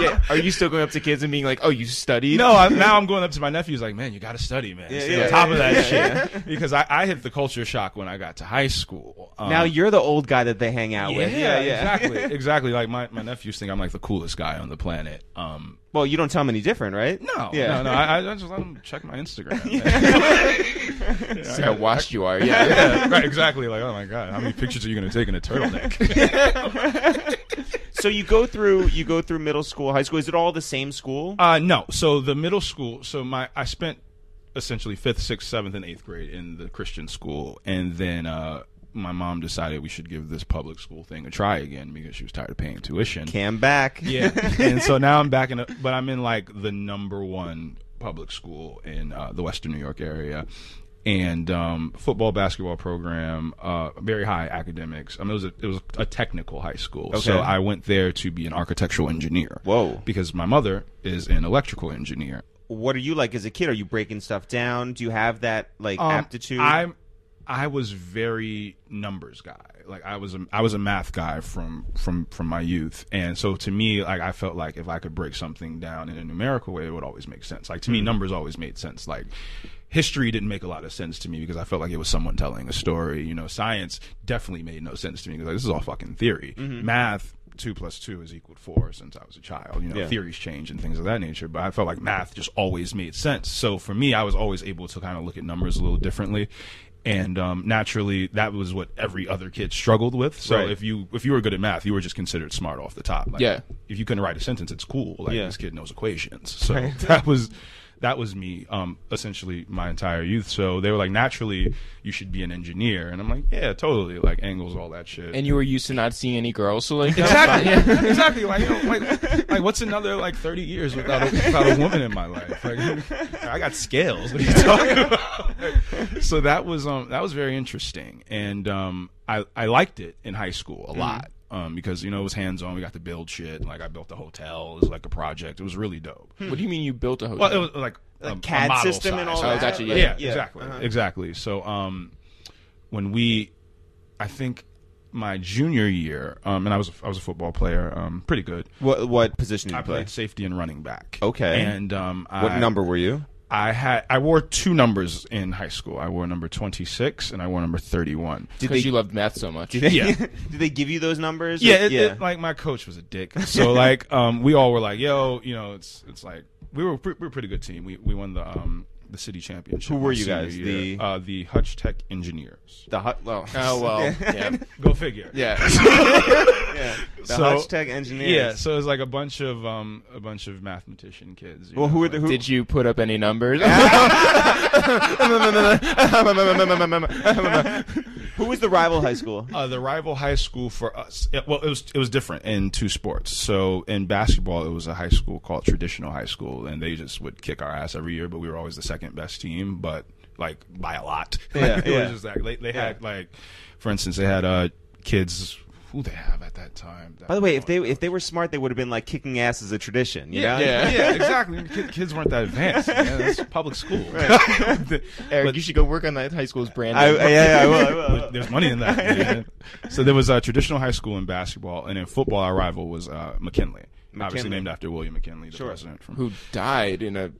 [SPEAKER 2] Yeah. Are you still going up to kids and being like, "Oh, you studied"?
[SPEAKER 3] no, I, now I'm going up to my nephews like, man, you got to study, man.
[SPEAKER 1] Yeah,
[SPEAKER 3] Stay
[SPEAKER 1] yeah,
[SPEAKER 3] on top
[SPEAKER 1] yeah,
[SPEAKER 3] of that
[SPEAKER 1] yeah,
[SPEAKER 3] shit. Because I, I hit the culture shock when I got to high school. Um,
[SPEAKER 1] now you're the old guy that they hang out
[SPEAKER 3] yeah,
[SPEAKER 1] with.
[SPEAKER 3] yeah, exactly, exactly. Like my, my nephews think I'm like the coolest guy on the planet. Um,
[SPEAKER 1] Well, you don't tell them any different, right?
[SPEAKER 3] no,
[SPEAKER 1] Yeah.
[SPEAKER 3] no, no. I, I just let them check my Instagram. man.
[SPEAKER 2] See how washed you are. Yeah.
[SPEAKER 3] yeah, right, exactly. Like, oh my god, how many pictures are you gonna take in a turtleneck?
[SPEAKER 1] So you go through you go through middle school, high school. Is it all the same school?
[SPEAKER 3] uh, no. So the middle school. So my I spent essentially fifth, sixth, seventh, and eighth grade in the Christian school, and then uh, my mom decided we should give this public school thing a try again because she was tired of paying tuition.
[SPEAKER 1] Cam back.
[SPEAKER 3] Yeah, and so now I'm back in, a, but I'm in like the number one public school in uh, the Western New York area, and um, football, basketball program, uh, very high academics. I mean, it was a, it was a technical high school, so I went there to be an architectural engineer.
[SPEAKER 1] Whoa.
[SPEAKER 3] Because my mother is an electrical engineer.
[SPEAKER 1] What are you like as a kid? Are you breaking stuff down? Do you have that like
[SPEAKER 3] Um,
[SPEAKER 1] aptitude?
[SPEAKER 3] I'm I was very numbers guy. Like I was a I was a math guy from from from my youth, and so to me, like I felt like if I could break something down in a numerical way, it would always make sense. Like to
[SPEAKER 1] Hmm.
[SPEAKER 3] me, numbers always made sense. Like history didn't make a lot of sense to me because I felt like it was someone telling a story. You know, science definitely made no sense to me because like, this is all fucking theory.
[SPEAKER 1] Mm-hmm.
[SPEAKER 3] Math. Two plus two is equal to four since I was a child. You know, theories change and things of that nature, but I felt like math just always made sense. So for me, I was always able to kind of look at numbers a little differently and um, naturally that was what every other kid struggled with so
[SPEAKER 1] Right.
[SPEAKER 3] if you if you were good at math you were just considered smart off the top like,
[SPEAKER 2] Yeah.
[SPEAKER 3] if you couldn't write a sentence it's cool like
[SPEAKER 1] Yeah.
[SPEAKER 3] this kid knows equations so that was that was me um essentially my entire youth so they were like naturally you should be an engineer and i'm like yeah totally like angles all that shit
[SPEAKER 2] And you were used to not seeing any girls, so like
[SPEAKER 3] Exactly. exactly. Like, you know, like, like, what's another like thirty years without a, without a woman in my life? Like, I got scales. What are you talking about?
[SPEAKER 1] Mm-hmm.
[SPEAKER 3] so that was um that was very interesting, and um I I liked it in high school a lot. um, because you know it was hands on. We got to build shit. Like I built the hotel. It was like a project. It was really dope.
[SPEAKER 2] What do you mean you built a hotel?
[SPEAKER 3] Well, it was like a,
[SPEAKER 1] Like Hmm. CAD
[SPEAKER 3] a model
[SPEAKER 1] system and
[SPEAKER 3] size.
[SPEAKER 1] all
[SPEAKER 2] Oh,
[SPEAKER 1] that. Uh-huh.
[SPEAKER 2] gotcha, yeah,
[SPEAKER 1] Like,
[SPEAKER 3] yeah, exactly,
[SPEAKER 4] uh-huh.
[SPEAKER 3] exactly. So um, when we, I think my junior year, um, and I was a, I was a football player, um, pretty good.
[SPEAKER 4] What what position did
[SPEAKER 3] I
[SPEAKER 4] you play?
[SPEAKER 3] played safety and running back.
[SPEAKER 4] Okay.
[SPEAKER 3] and um,
[SPEAKER 4] What
[SPEAKER 3] I,
[SPEAKER 4] number were you?
[SPEAKER 3] I had I wore two numbers in high school. I wore number twenty six and I wore number thirty one.
[SPEAKER 2] because you loved math so much.
[SPEAKER 3] Yeah.
[SPEAKER 1] Did they give you those numbers?
[SPEAKER 3] Yeah, it,
[SPEAKER 1] yeah.
[SPEAKER 3] it- like my coach was a dick. So like, um, we all were like, "Yo, you know, it's it's like we were pre- we were a pretty good team. We we won the um the city championship.
[SPEAKER 4] Who were
[SPEAKER 3] my
[SPEAKER 4] you guys?
[SPEAKER 3] senior year.
[SPEAKER 4] The-
[SPEAKER 3] uh, the Hutch Tech Engineers.
[SPEAKER 4] The hut. Well,
[SPEAKER 2] Oh well. Yeah.
[SPEAKER 3] Go figure.
[SPEAKER 2] Yeah.
[SPEAKER 1] the
[SPEAKER 3] so-
[SPEAKER 1] hashtag
[SPEAKER 3] yeah.
[SPEAKER 1] engineers.
[SPEAKER 3] So it was like a bunch of um a bunch of mathematician kids. you
[SPEAKER 1] Well,
[SPEAKER 3] know,
[SPEAKER 1] who are
[SPEAKER 3] like-
[SPEAKER 1] the who?
[SPEAKER 2] Did you put up any numbers?
[SPEAKER 1] Who was the rival high school?
[SPEAKER 3] Uh, the rival high school for us, it- well, it was it was different in two sports. So in basketball, it was a high school called traditional high school, and they just would kick our ass every year. But we were always the second best team, but like by a lot.
[SPEAKER 1] Yeah,
[SPEAKER 3] Like, it
[SPEAKER 1] yeah.
[SPEAKER 3] was just like they, they had like, for instance, they had uh kids who they have at that time.
[SPEAKER 1] By the way, if they if they were smart, they would have been like kicking ass as a tradition. You
[SPEAKER 3] yeah,
[SPEAKER 1] know?
[SPEAKER 3] yeah,
[SPEAKER 2] Yeah.
[SPEAKER 3] exactly. Kid- Kids weren't that advanced. Man. It's public school.
[SPEAKER 2] Eric,
[SPEAKER 3] But-
[SPEAKER 2] you should go work on that high school's brand.
[SPEAKER 1] I,
[SPEAKER 2] name.
[SPEAKER 1] I- yeah, I will. I will.
[SPEAKER 3] But there's money in that. man. So there was a traditional high school in basketball, and in football, our rival was uh, McKinley,
[SPEAKER 1] McKinley.
[SPEAKER 3] obviously named after William McKinley, the president. From
[SPEAKER 2] Who died in a?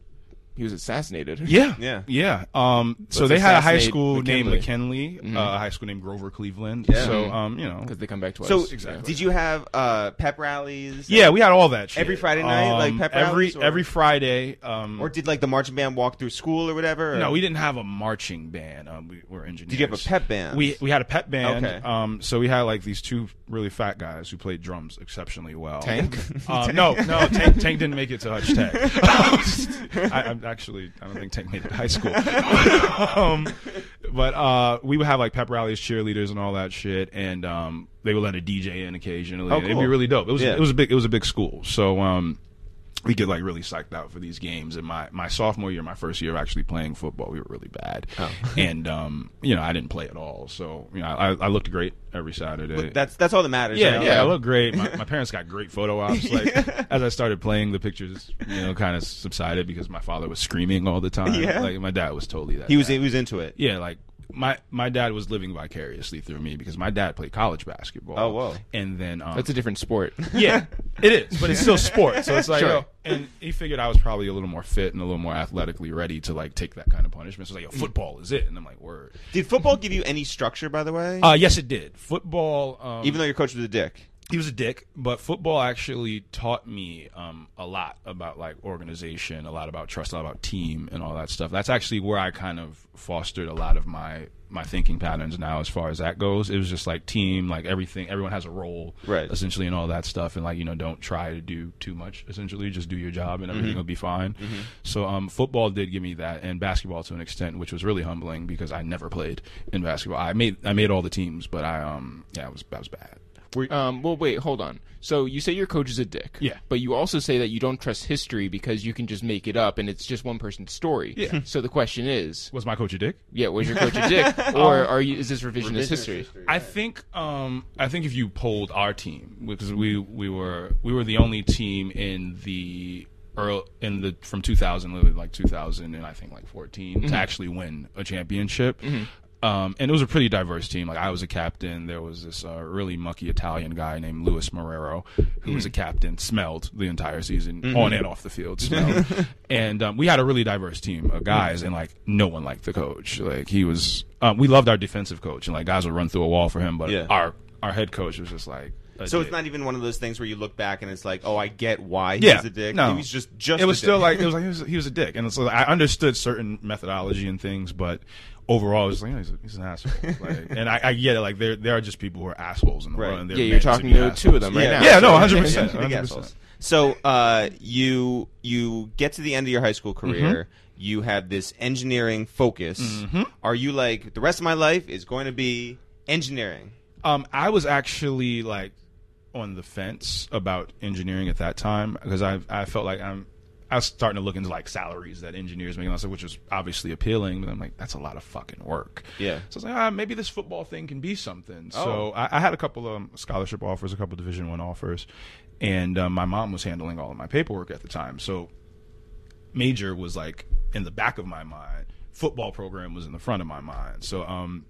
[SPEAKER 2] He was assassinated.
[SPEAKER 3] Yeah,
[SPEAKER 1] Yeah.
[SPEAKER 3] yeah. Um, so
[SPEAKER 2] it's
[SPEAKER 3] they had a high
[SPEAKER 2] assassinate
[SPEAKER 3] school named
[SPEAKER 2] McKinley.
[SPEAKER 3] McKinley, uh, a high school named Grover Cleveland.
[SPEAKER 1] Mm-hmm. Yeah. Mm-hmm.
[SPEAKER 3] So um, you know,
[SPEAKER 2] Because they come back twice.
[SPEAKER 1] So
[SPEAKER 3] Exactly.
[SPEAKER 1] did you have uh, pep rallies?
[SPEAKER 3] yeah, we had all that shit. Um,
[SPEAKER 1] Every Friday night, like pep
[SPEAKER 3] every
[SPEAKER 1] rallies or-
[SPEAKER 3] every Friday. Um,
[SPEAKER 1] Or did like the marching band walk through school or whatever? or-
[SPEAKER 3] no, we didn't have a marching band. Um, we were engineers.
[SPEAKER 1] Did you have a pep band?
[SPEAKER 3] We we had a pep band.
[SPEAKER 1] Okay.
[SPEAKER 3] Um, so we had like these two really fat guys who played drums exceptionally well.
[SPEAKER 2] Tank?
[SPEAKER 3] Um, no, no, Tank, Tank didn't make it to Hutch Tech. I, I'm actually, I don't think Tank made it to high school. um, but uh, we would have like pep rallies, cheerleaders, and all that shit, and um, they would let a DJ in occasionally.
[SPEAKER 1] Oh,
[SPEAKER 3] It'd
[SPEAKER 1] cool.
[SPEAKER 3] be really dope. It was
[SPEAKER 1] Yeah.
[SPEAKER 3] it was a big it was a big school. So um, we get like really psyched out for these games. And my, my sophomore year, my first year of actually playing football, we were really bad.
[SPEAKER 1] Oh.
[SPEAKER 3] and um, you know, I didn't play at all. So you know, I, I looked great every Saturday.
[SPEAKER 1] That's that's all that matters.
[SPEAKER 3] yeah,
[SPEAKER 1] right?
[SPEAKER 3] yeah, I looked great. My, my parents got great photo ops. Like as I started playing, the pictures you know kind of subsided because my father was screaming all the time.
[SPEAKER 1] Yeah.
[SPEAKER 3] like my dad was totally that.
[SPEAKER 1] He was
[SPEAKER 3] guy.
[SPEAKER 1] he was into it.
[SPEAKER 3] yeah, like. My my dad was living vicariously through me because my dad played college basketball.
[SPEAKER 1] Oh, whoa.
[SPEAKER 3] And then um,
[SPEAKER 2] That's a different sport.
[SPEAKER 3] yeah, it is, but it's still sport. So it's like,
[SPEAKER 2] Sure.
[SPEAKER 3] yo, and he figured I was probably a little more fit and a little more athletically ready to like take that kind of punishment. So it's like, yo, football is it? And I'm like, word.
[SPEAKER 1] Did football give you any structure, by the way?
[SPEAKER 3] Uh, yes, it did. Football. Um,
[SPEAKER 1] Even though your coach was a dick.
[SPEAKER 3] he was a dick, but football actually taught me um, a lot about like organization, a lot about trust, a lot about team, and all that stuff. That's actually where I kind of fostered a lot of my my thinking patterns now, as far as that goes. It was just like team, like everything, everyone has a role,
[SPEAKER 1] Right.
[SPEAKER 3] Essentially, and all that stuff, and like you know, don't try to do too much. Essentially, just do your job, and everything will be fine. So, um, football did give me that, and basketball to an extent, which was really humbling because I never played in basketball. I made I made all the teams, but I um yeah, I was I was bad.
[SPEAKER 2] Um, well, wait, hold on. So you say your coach is a dick.
[SPEAKER 3] Yeah.
[SPEAKER 2] But you also say that you don't trust history because you can just make it up and it's just one person's story.
[SPEAKER 3] Yeah.
[SPEAKER 2] So the question is,
[SPEAKER 3] Was my coach a dick?
[SPEAKER 2] yeah, was your coach a dick, or are you? Is this revisionist, history?
[SPEAKER 3] I think um, I think if you polled our team because we we were we were the only team in the earl in the from 2000 literally like 2000 and I think like 14 to actually win a championship. Um, and it was a pretty diverse team. Like I was a captain. There was this uh, really mucky Italian guy named Luis Marrero, who was a captain. Smelled the entire season on and off the field. Smelled. and um, we had a really diverse team of guys, and like no one liked the coach. Like he was. Um, we loved our defensive coach, and like guys would run through a wall for him. But
[SPEAKER 1] Yeah.
[SPEAKER 3] our our head coach was just like. a
[SPEAKER 1] So it's
[SPEAKER 3] dick.
[SPEAKER 1] not even one of those things where you look back and it's like, oh, I get why he
[SPEAKER 3] Yeah,
[SPEAKER 1] was a dick.
[SPEAKER 3] no.
[SPEAKER 1] He was just just.
[SPEAKER 3] it was
[SPEAKER 1] a
[SPEAKER 3] still
[SPEAKER 1] dick.
[SPEAKER 3] like it was like he was, he was a dick, and so I understood certain methodology and things, but overall, it was like oh, he's, a, he's an asshole. Like, and I, I get it. Like there there are just people who are assholes in the
[SPEAKER 1] Right.
[SPEAKER 3] world. And they're
[SPEAKER 2] Yeah, you're
[SPEAKER 3] meant to
[SPEAKER 2] talking
[SPEAKER 3] be
[SPEAKER 2] to two of them right
[SPEAKER 1] Yeah.
[SPEAKER 2] now.
[SPEAKER 3] Yeah,
[SPEAKER 2] So-
[SPEAKER 3] no, hundred percent,
[SPEAKER 1] Big
[SPEAKER 3] hundred
[SPEAKER 1] assholes.
[SPEAKER 3] percent.
[SPEAKER 1] So uh, you you get to the end of your high school career. You have this engineering focus. Are you like the rest of my life is going to be engineering?
[SPEAKER 3] Um, I was actually like on the fence about engineering at that time because I I felt like I'm I was starting to look into like salaries that engineers make and all that stuff, which was obviously appealing. But I'm like, that's a lot of fucking work.
[SPEAKER 4] Yeah.
[SPEAKER 3] So I was like, ah, maybe this football thing can be something.
[SPEAKER 4] Oh.
[SPEAKER 3] So I, I had a couple of um, scholarship offers, a couple of Division One offers, and um, my mom was handling all of my paperwork at the time. So major was like in the back of my mind. Football program was in the front of my mind. So um,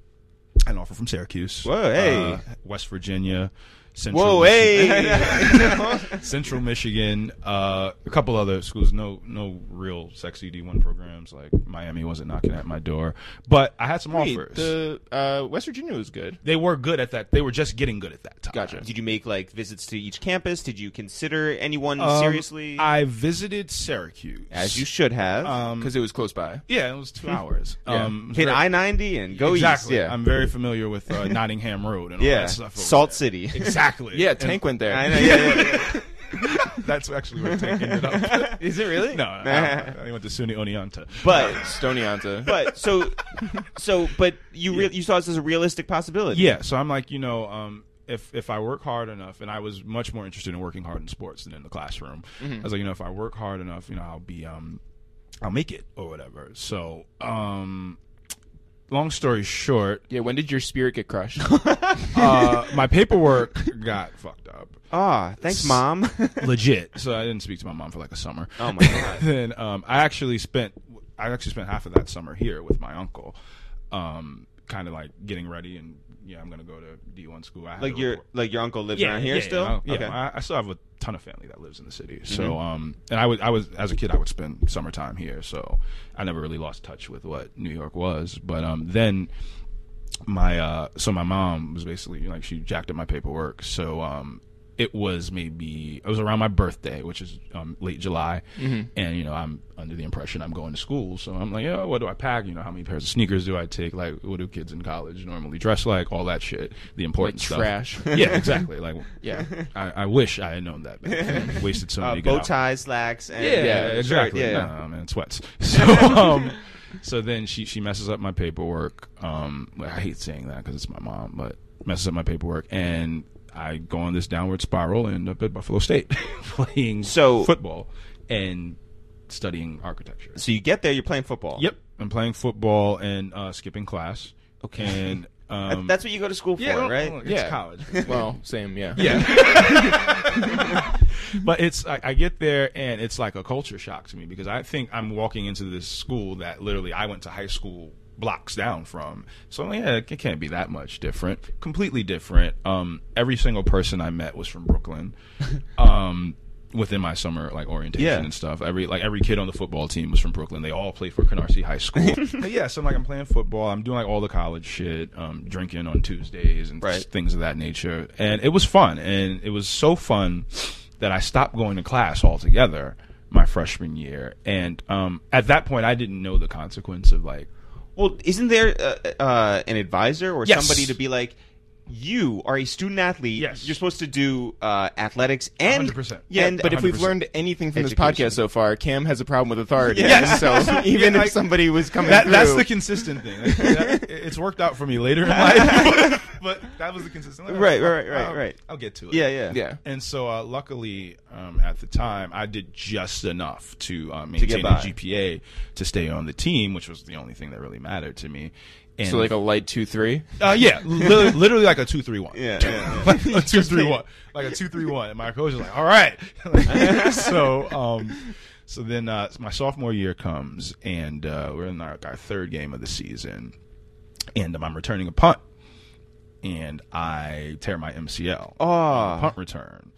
[SPEAKER 3] an offer from Syracuse.
[SPEAKER 4] Whoa, hey.
[SPEAKER 3] uh, West Virginia. Central
[SPEAKER 4] Whoa,
[SPEAKER 3] Michigan.
[SPEAKER 4] hey!
[SPEAKER 3] Central Michigan, uh, a couple other schools. No, no real sexy D one programs. Like Miami wasn't knocking at my door, but I had some offers.
[SPEAKER 2] the uh, West Virginia was good.
[SPEAKER 3] they were good at that. They were just getting good at that time.
[SPEAKER 2] Gotcha.
[SPEAKER 1] Did you make like visits to each campus? Did you consider anyone
[SPEAKER 3] Um,
[SPEAKER 1] seriously?
[SPEAKER 3] I visited Syracuse. Hmm.
[SPEAKER 4] As you should have.
[SPEAKER 3] Um,
[SPEAKER 2] Because it was close by.
[SPEAKER 3] yeah, it was two hours.
[SPEAKER 2] Yeah.
[SPEAKER 3] Um,
[SPEAKER 4] Hit
[SPEAKER 3] very-
[SPEAKER 4] I ninety and go
[SPEAKER 3] exactly.
[SPEAKER 4] east. Yeah,
[SPEAKER 3] I'm very familiar with uh, Nottingham Road and all
[SPEAKER 4] yeah.
[SPEAKER 3] that stuff. over
[SPEAKER 4] Salt
[SPEAKER 3] there.
[SPEAKER 4] City.
[SPEAKER 3] Exactly.
[SPEAKER 2] Yeah,
[SPEAKER 3] And
[SPEAKER 2] Tank went there.
[SPEAKER 4] I know, yeah, yeah, yeah.
[SPEAKER 3] That's actually where Tank ended up.
[SPEAKER 4] Is it really?
[SPEAKER 3] no, I, I, I went to SUNY Oneonta.
[SPEAKER 1] but
[SPEAKER 2] Stony Anta.
[SPEAKER 1] but so so but you re- you saw this as a realistic possibility.
[SPEAKER 3] Yeah, so I'm like, you know, um, if if I work hard enough, and I was much more interested in working hard in sports than in the classroom.
[SPEAKER 1] Mm-hmm.
[SPEAKER 3] I was like, you know, if I work hard enough, you know, I'll be um, I'll make it or whatever. So, um, long story short,
[SPEAKER 2] yeah, when did your spirit get crushed?
[SPEAKER 3] uh, my paperwork got fucked up,
[SPEAKER 1] Ah, thanks, mom.
[SPEAKER 3] legit. So I didn't speak to my mom for like a summer.
[SPEAKER 1] oh my god.
[SPEAKER 3] then um, I actually spent I actually spent half of that summer here with my uncle, um, kind of like getting ready and yeah, I'm gonna go to D1 school. I had
[SPEAKER 1] Like
[SPEAKER 3] to
[SPEAKER 1] your
[SPEAKER 3] report-
[SPEAKER 1] like your uncle lives around here still.
[SPEAKER 2] Oh,
[SPEAKER 3] Yeah, Oh, yeah.
[SPEAKER 1] okay.
[SPEAKER 3] I, I still have a ton of family that lives in the city.
[SPEAKER 2] Mm-hmm.
[SPEAKER 3] So, um, and I would, I was as a kid, I would spend summertime here. So, I never really lost touch with what New York was. But um, then my, uh, so my mom was basically like she jacked up my paperwork. So, um, it was maybe it was around my birthday, which is um, late July,
[SPEAKER 2] Mm-hmm.
[SPEAKER 3] and you know I'm under the impression I'm going to school, so I'm like, oh, what do I pack? You know, how many pairs of sneakers do I take? Like, what do kids in college normally dress like? All that shit, the important
[SPEAKER 2] like
[SPEAKER 3] stuff
[SPEAKER 2] trash.
[SPEAKER 3] yeah, exactly. Like,
[SPEAKER 2] Yeah.
[SPEAKER 3] I, I wish I had known that. Back then. Wasted so
[SPEAKER 1] Uh,
[SPEAKER 3] many good
[SPEAKER 1] bow
[SPEAKER 3] hours.
[SPEAKER 1] tie, slacks, and
[SPEAKER 3] Yeah,
[SPEAKER 2] yeah,
[SPEAKER 3] exactly.
[SPEAKER 1] shirt, yeah.
[SPEAKER 3] Nah, man, sweats. So, um, so then she she messes up my paperwork. Um, I hate saying that because it's my mom, but messes up my paperwork, and I go on this downward spiral and end up at Buffalo State playing
[SPEAKER 1] So-
[SPEAKER 3] football and studying architecture.
[SPEAKER 1] So you get there, you're playing football.
[SPEAKER 3] Yep, I'm playing football and uh, skipping class.
[SPEAKER 1] Okay.
[SPEAKER 3] and
[SPEAKER 1] That-
[SPEAKER 3] um,
[SPEAKER 1] That's what you go to school for,
[SPEAKER 3] yeah, well,
[SPEAKER 1] right?
[SPEAKER 3] well, it's
[SPEAKER 2] Yeah.
[SPEAKER 3] college.
[SPEAKER 2] well, same, yeah.
[SPEAKER 3] Yeah. but it's I, I get there and it's like a culture shock to me because I think I'm walking into this school that literally I went to high school blocks down from. So yeah, it can't be that much different. Completely different. Um, every single person I met was from Brooklyn. Um, within my summer like orientation
[SPEAKER 4] Yeah.
[SPEAKER 3] and stuff. Every like every kid on the football team was from Brooklyn. They all played for Canarsie High School. But yeah, so I'm like I'm playing football. I'm doing like all the college shit, um, drinking on Tuesdays and
[SPEAKER 4] Right.
[SPEAKER 3] things of that nature. And it was fun, and it was so fun that I stopped going to class altogether my freshman year. And um, at that point, I didn't know the consequence of like
[SPEAKER 1] Well, isn't there uh, uh, an advisor or
[SPEAKER 3] Yes.
[SPEAKER 1] somebody to be like, you are a student athlete.
[SPEAKER 3] Yes.
[SPEAKER 1] You're supposed to do uh, athletics and
[SPEAKER 3] 100%.
[SPEAKER 1] Yeah,
[SPEAKER 2] Yeah,
[SPEAKER 1] and
[SPEAKER 2] but if we've
[SPEAKER 3] 100%.
[SPEAKER 2] learned anything from
[SPEAKER 1] Education.
[SPEAKER 2] this podcast so far, Cam has a problem with authority.
[SPEAKER 3] Yeah.
[SPEAKER 2] So even
[SPEAKER 3] Yeah,
[SPEAKER 2] if
[SPEAKER 3] like-
[SPEAKER 2] somebody was coming
[SPEAKER 3] that,
[SPEAKER 2] through,
[SPEAKER 3] that's the consistent thing. Like, that- it's worked out for me later in life, but that was the consistent.
[SPEAKER 1] Right, right, right,
[SPEAKER 3] I'll-
[SPEAKER 1] right.
[SPEAKER 3] I'll get to it.
[SPEAKER 1] yeah, yeah,
[SPEAKER 2] yeah.
[SPEAKER 3] And so, uh, luckily, um, at the time, I did just enough to uh, maintain a
[SPEAKER 1] by.
[SPEAKER 3] GPA to stay on the team, which was the only thing that really mattered to me. And,
[SPEAKER 2] So like a light two three.
[SPEAKER 3] uh, yeah, li- literally like a two three one.
[SPEAKER 1] Yeah, yeah.
[SPEAKER 3] like a two three one, like a two three one. And my coach is like, "All right." so, um, so then uh, my sophomore year comes, and uh, we're in our, our third game of the season, and um, I'm returning a punt, and I tear my MCL
[SPEAKER 1] Ah.
[SPEAKER 3] punt return,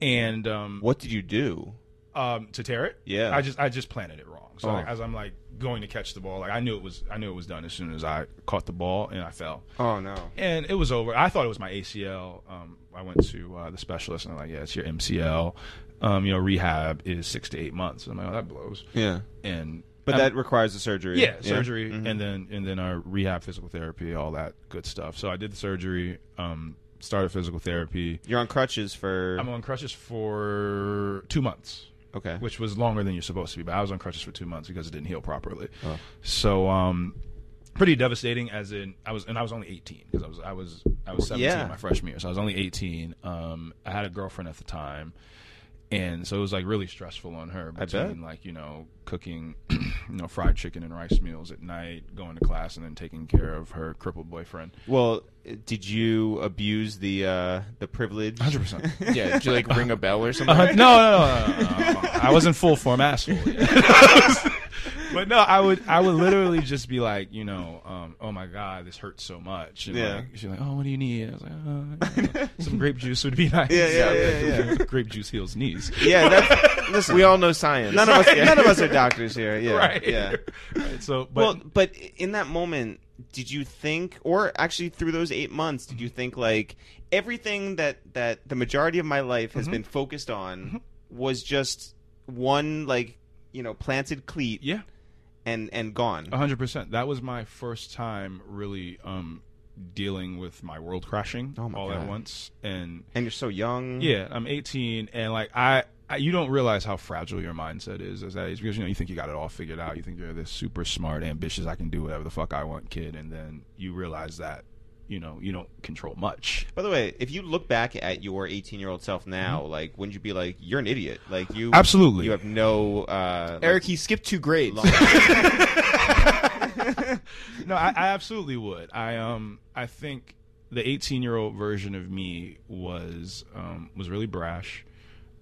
[SPEAKER 3] and um,
[SPEAKER 1] What did you do?
[SPEAKER 3] um, to tear it.
[SPEAKER 1] Yeah.
[SPEAKER 3] I just I just planted it wrong. So
[SPEAKER 1] Oh.
[SPEAKER 3] like, as I'm like going to catch the ball, like I knew it was I knew it was done as soon as I caught the ball and I fell
[SPEAKER 1] Oh no.
[SPEAKER 3] and it was over. I thought it was my ACL. Um, I went to uh, the specialist and they're like, yeah, it's your MCL. Um, you know, rehab is six to eight months. I'm like, oh, that blows.
[SPEAKER 1] Yeah,
[SPEAKER 3] And
[SPEAKER 1] but
[SPEAKER 3] I'm-
[SPEAKER 1] that requires a surgery.
[SPEAKER 3] Um,
[SPEAKER 1] Mm-hmm.
[SPEAKER 3] yeah, surgery, and then and then our rehab, physical therapy, all that good stuff. So I did the surgery, um, started physical therapy.
[SPEAKER 1] You're on crutches for
[SPEAKER 3] I'm on crutches for two months
[SPEAKER 1] okay.
[SPEAKER 3] which was longer than you're supposed to be. But I was on crutches for two months because it didn't heal properly.
[SPEAKER 1] Oh.
[SPEAKER 3] So, um, pretty devastating. As in, I was and I was only 18 because I was I was I was 17
[SPEAKER 1] Yeah.
[SPEAKER 3] my freshman year, so I was only 18. Um, I had a girlfriend at the time, and so it was like really stressful on her
[SPEAKER 1] bet.
[SPEAKER 3] between like you know cooking you know fried chicken and rice meals at night going to class and then taking care of her crippled boyfriend
[SPEAKER 1] Well, did you abuse the uh, the privilege?
[SPEAKER 3] 100%
[SPEAKER 2] Yeah, did you like ring a bell or
[SPEAKER 1] Uh-huh.
[SPEAKER 2] something?
[SPEAKER 3] Uh, no, no, no, no, no, no. I wasn't full form asshole. yet. but no, I would, I would literally just be like, you know, um, oh my god, this hurts so much. And
[SPEAKER 1] Yeah.
[SPEAKER 3] Like, she's like, oh, what do you need? I was like, uh, you know, some grape juice would be nice.
[SPEAKER 1] Yeah, yeah, yeah, yeah.
[SPEAKER 3] grape juice heals knees.
[SPEAKER 1] Yeah, that's, listen,
[SPEAKER 2] We all know science.
[SPEAKER 1] none of us none of us are doctors here. Yeah,
[SPEAKER 3] right.
[SPEAKER 1] yeah.
[SPEAKER 3] Right, so, but
[SPEAKER 5] Well,
[SPEAKER 1] But in that moment, did you think, or actually through those eight months, did you think like everything that that the majority of my life has been focused on was just one like you know planted cleat
[SPEAKER 3] yeah,
[SPEAKER 1] and and gone?
[SPEAKER 3] A hundred percent. That was my first time really um, dealing with my world crashing
[SPEAKER 1] Oh my
[SPEAKER 3] all
[SPEAKER 1] God.
[SPEAKER 3] at once, and
[SPEAKER 1] and you're so young.
[SPEAKER 3] Yeah, I'm 18, and like I, I, you don't realize how fragile your mindset is as that age because you know you think you got it all figured out. You think you're this super smart, ambitious, I can do whatever the fuck I want, kid, and then you realize that you know you don't control much.
[SPEAKER 1] By the way, if you look back at your 18 year old self now, like, wouldn't you be like, you're an idiot? Like, you
[SPEAKER 3] Mm-hmm. Absolutely.
[SPEAKER 1] you have no uh,
[SPEAKER 2] Eric, he skipped two grades.
[SPEAKER 3] no, I, I absolutely would. I um, I think the 18 year old version of me was um was really brash,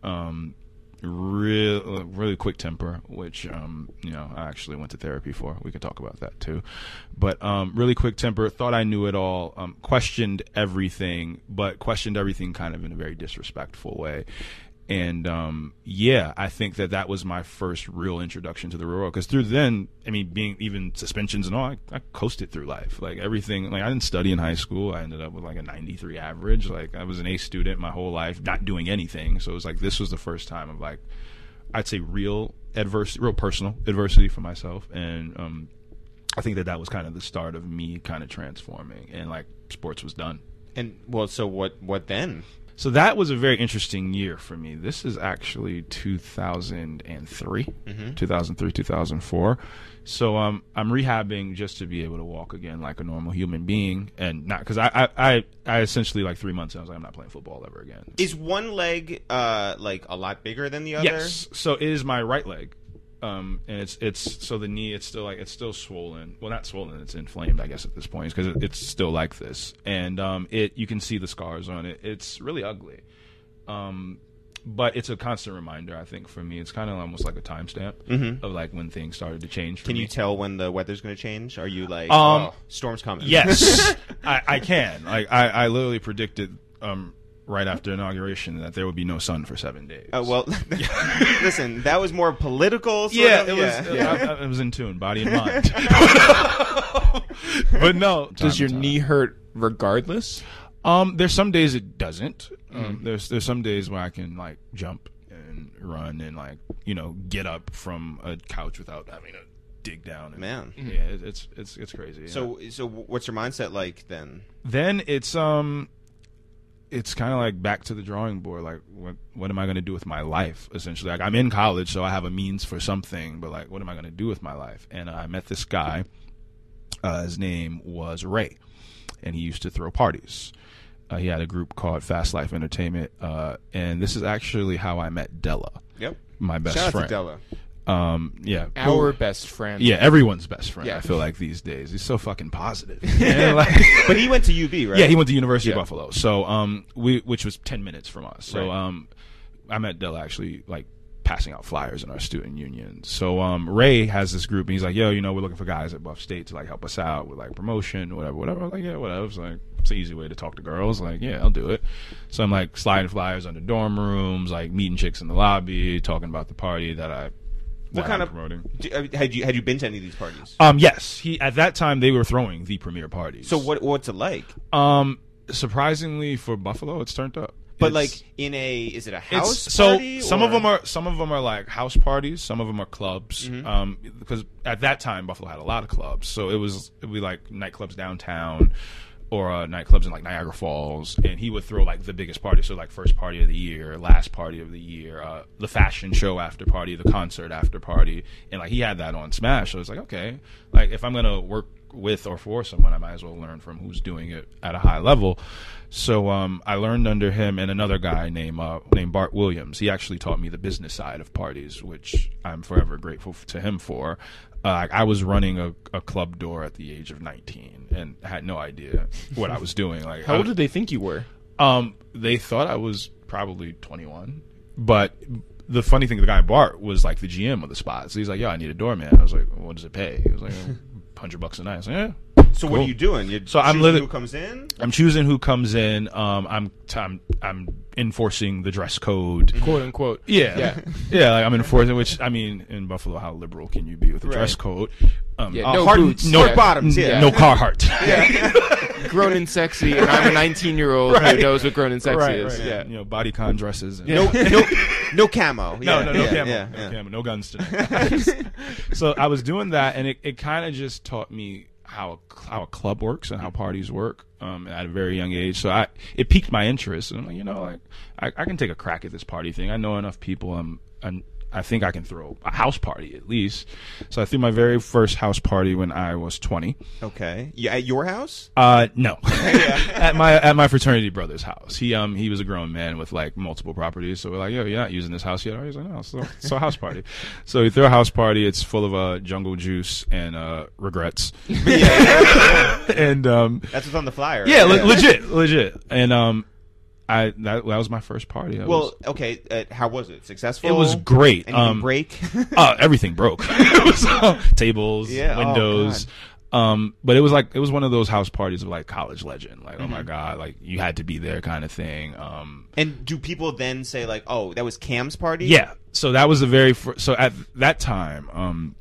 [SPEAKER 3] um. Real, really quick temper, which um, you know, I actually went to therapy for. We can talk about that too, but um, really quick temper. Thought I knew it all. Um, questioned everything, but questioned everything kind of in a very disrespectful way. And um, yeah, I think that that was my first real introduction to the real world. Because through then, I mean, being even suspensions and all, I, I coasted through life. Like everything, like I didn't study in high school. I ended up with like a 93 average. Like I was an A student my whole life, not doing anything. So it was like this was the first time of like, I'd say real adversity, real personal adversity for myself. And um, I think that that was kind of the start of me kind of transforming. And like sports was done.
[SPEAKER 1] And, well, so what What then?
[SPEAKER 3] So that was a very interesting year for me. This is actually 2003, 2003, 2004. So um, I'm rehabbing just to be able to walk again like a normal human being, and not because I, I, I, I essentially like three months. in, I was like, I'm not playing football ever again.
[SPEAKER 1] Is one leg, uh, like, a lot bigger than the other?
[SPEAKER 3] Yes. So it is my right leg. Um, and it's it's so the knee it's still like it's still swollen. Well, not swollen. It's inflamed, I guess, at this point because it, it's still like this. And um, it you can see the scars on it. It's really ugly. Um, but it's a constant reminder, I think, for me. It's kind of almost like a timestamp of like when things started to change. For
[SPEAKER 1] Mm-hmm. Can
[SPEAKER 3] me.
[SPEAKER 1] you tell when the weather's going to change? Are you like,
[SPEAKER 3] Um,
[SPEAKER 1] oh, storm's coming?
[SPEAKER 3] Yes, I, I can. Like I, I literally predicted um, right after inauguration that there would be no sun for seven days.
[SPEAKER 1] Uh, well, listen, that was more political. Sort
[SPEAKER 3] yeah,
[SPEAKER 1] of,
[SPEAKER 3] it
[SPEAKER 1] yeah.
[SPEAKER 3] was. uh, I, I- I was in tune, body and mind. but no,
[SPEAKER 2] Does
[SPEAKER 3] time
[SPEAKER 2] your
[SPEAKER 3] to time.
[SPEAKER 2] knee hurt regardless?
[SPEAKER 3] Um, there's some days it doesn't. Um, there's there's some days where I can like jump and run and like you know get up from a couch without having to dig down. And,
[SPEAKER 1] Man.
[SPEAKER 3] yeah, it, it's it's it's crazy. yeah.
[SPEAKER 1] So, so what's your mindset like then?
[SPEAKER 3] then it's um it's kind of like back to the drawing board like what what am i going to do with my life essentially like i'm in college so i have a means for something but like what am i going to do with my life and i met this guy uh, his name was ray and he used to throw parties uh, he had a group called fast life entertainment uh, and this is actually how i met della
[SPEAKER 1] Yep.
[SPEAKER 3] my best
[SPEAKER 1] Shout out
[SPEAKER 3] friend
[SPEAKER 1] to Della.
[SPEAKER 3] um yeah
[SPEAKER 2] Our best friend.
[SPEAKER 3] yeah everyone's best friend
[SPEAKER 2] Yeah.
[SPEAKER 3] i feel like these days he's so fucking positive man. like
[SPEAKER 1] But he went to UB, right?
[SPEAKER 3] yeah, he went to University
[SPEAKER 2] Yeah.
[SPEAKER 3] of Buffalo. So um, we which was ten minutes from us. So
[SPEAKER 1] Right.
[SPEAKER 3] um, I met Dell actually like passing out flyers in our student union. So um, Ray has this group and he's like, yo, you know, we're looking for guys at Buff State to like help us out with like promotion, whatever, whatever. I was like, yeah, whatever. It's like it's an easy way to talk to girls. Like, yeah, I'll do it. So I'm like sliding flyers under dorm rooms, like meeting chicks in the lobby, talking about the party that I
[SPEAKER 1] What
[SPEAKER 3] that
[SPEAKER 1] kind
[SPEAKER 3] I'm
[SPEAKER 1] of-
[SPEAKER 3] promoting.
[SPEAKER 1] Do- uh, had you had you been to any of these parties?
[SPEAKER 3] Um, yes, he at that time they were throwing the premier parties.
[SPEAKER 1] So what what's it like?
[SPEAKER 3] Um, surprisingly for Buffalo, it's turned up.
[SPEAKER 1] But
[SPEAKER 3] It's-
[SPEAKER 1] like in a is it a
[SPEAKER 3] it's-
[SPEAKER 1] house
[SPEAKER 3] so
[SPEAKER 1] party
[SPEAKER 3] some
[SPEAKER 1] or-
[SPEAKER 3] of them are some of them are like house parties, some of them are clubs.
[SPEAKER 1] Mm-hmm.
[SPEAKER 3] Um, because at that time Buffalo had a lot of clubs, so it was it would be like nightclubs downtown. Or uh, nightclubs in like Niagara Falls, and he would throw like the biggest party. So like first party of the year, last party of the year, uh, the fashion show after party, the concert after party, and like he had that on Smash. So it's like okay, like if I'm gonna work with or for someone, I might as well learn from who's doing it at a high level. So um, I learned under him and another guy named uh, named Bart Williams. He actually taught me the business side of parties, which I'm forever grateful f- to him for. Uh, I was running a, a club door at the age of 19 and had no idea what I was doing. Like
[SPEAKER 2] How
[SPEAKER 3] I-
[SPEAKER 2] old did they think you were?
[SPEAKER 3] um, they thought I was probably 21, but the funny thing, the guy Bart was like the GM of the spot. So he's like, "Yo, I need a doorman." I was like, "What does it pay?" He was like, hundred bucks a night." I was like, "Yeah."
[SPEAKER 4] So what are you doing? You're
[SPEAKER 3] So I'm
[SPEAKER 4] choosing
[SPEAKER 3] living-
[SPEAKER 4] Who comes in?
[SPEAKER 3] I'm choosing who comes in. Um, I'm t- I'm I'm enforcing the dress code.
[SPEAKER 2] Quote unquote.
[SPEAKER 3] Yeah,
[SPEAKER 2] Yeah.
[SPEAKER 3] yeah, like I'm enforcing. Which I mean, in Buffalo, how liberal can you be with a dress code? Um,
[SPEAKER 2] Yeah,
[SPEAKER 3] uh,
[SPEAKER 2] no
[SPEAKER 3] hard-
[SPEAKER 2] boots.
[SPEAKER 3] no
[SPEAKER 2] Yeah.
[SPEAKER 4] bottoms,
[SPEAKER 3] n-
[SPEAKER 4] yeah.
[SPEAKER 3] no Carhartt.
[SPEAKER 2] Grown and sexy, and I'm a 19 year old who knows what grown and sexy is. Yeah.
[SPEAKER 3] You know, body con dresses. And,
[SPEAKER 4] No, no, no camo.
[SPEAKER 3] No,
[SPEAKER 4] Yeah,
[SPEAKER 3] no, no
[SPEAKER 4] yeah,
[SPEAKER 3] camo.
[SPEAKER 4] yeah,
[SPEAKER 3] no
[SPEAKER 4] yeah.
[SPEAKER 3] camo. No guns today. so I was doing that, and it, it kind of just taught me how a, cl- how a club works and how parties work um, at a very young age. So I it piqued my interest, and I'm like, you know, like I, I can take a crack at this party thing. I know enough people. I'm, I'm I think I can throw a house party at least. So I threw my very first house party when I was 20.
[SPEAKER 4] Okay. Yeah, at your house?
[SPEAKER 3] Uh, no. at my at my fraternity brother's house. He um he was a grown man with like multiple properties. So we're like, yo, you're not using this house yet. are you?" He's like, no, so so house party. so we threw a house party. It's full of uh jungle juice and uh regrets. and um
[SPEAKER 4] That's what's on the flyer.
[SPEAKER 3] yeah, le- legit, legit. And um I that, that was my first party. That
[SPEAKER 4] Well,
[SPEAKER 3] was-
[SPEAKER 4] okay. Uh, how was it? Successful?
[SPEAKER 3] it was great.
[SPEAKER 4] Anything
[SPEAKER 3] um,
[SPEAKER 4] break?
[SPEAKER 3] uh, everything broke. It was, uh, tables,
[SPEAKER 4] Yeah, oh,
[SPEAKER 3] windows. um, but it was like it was one of those house parties of like college legend, like oh my god, like you had to be there kind of thing. Um,
[SPEAKER 4] and do people then say like, "Oh, that was Cam's party"?
[SPEAKER 3] yeah, so that was the very first. So at that time, um,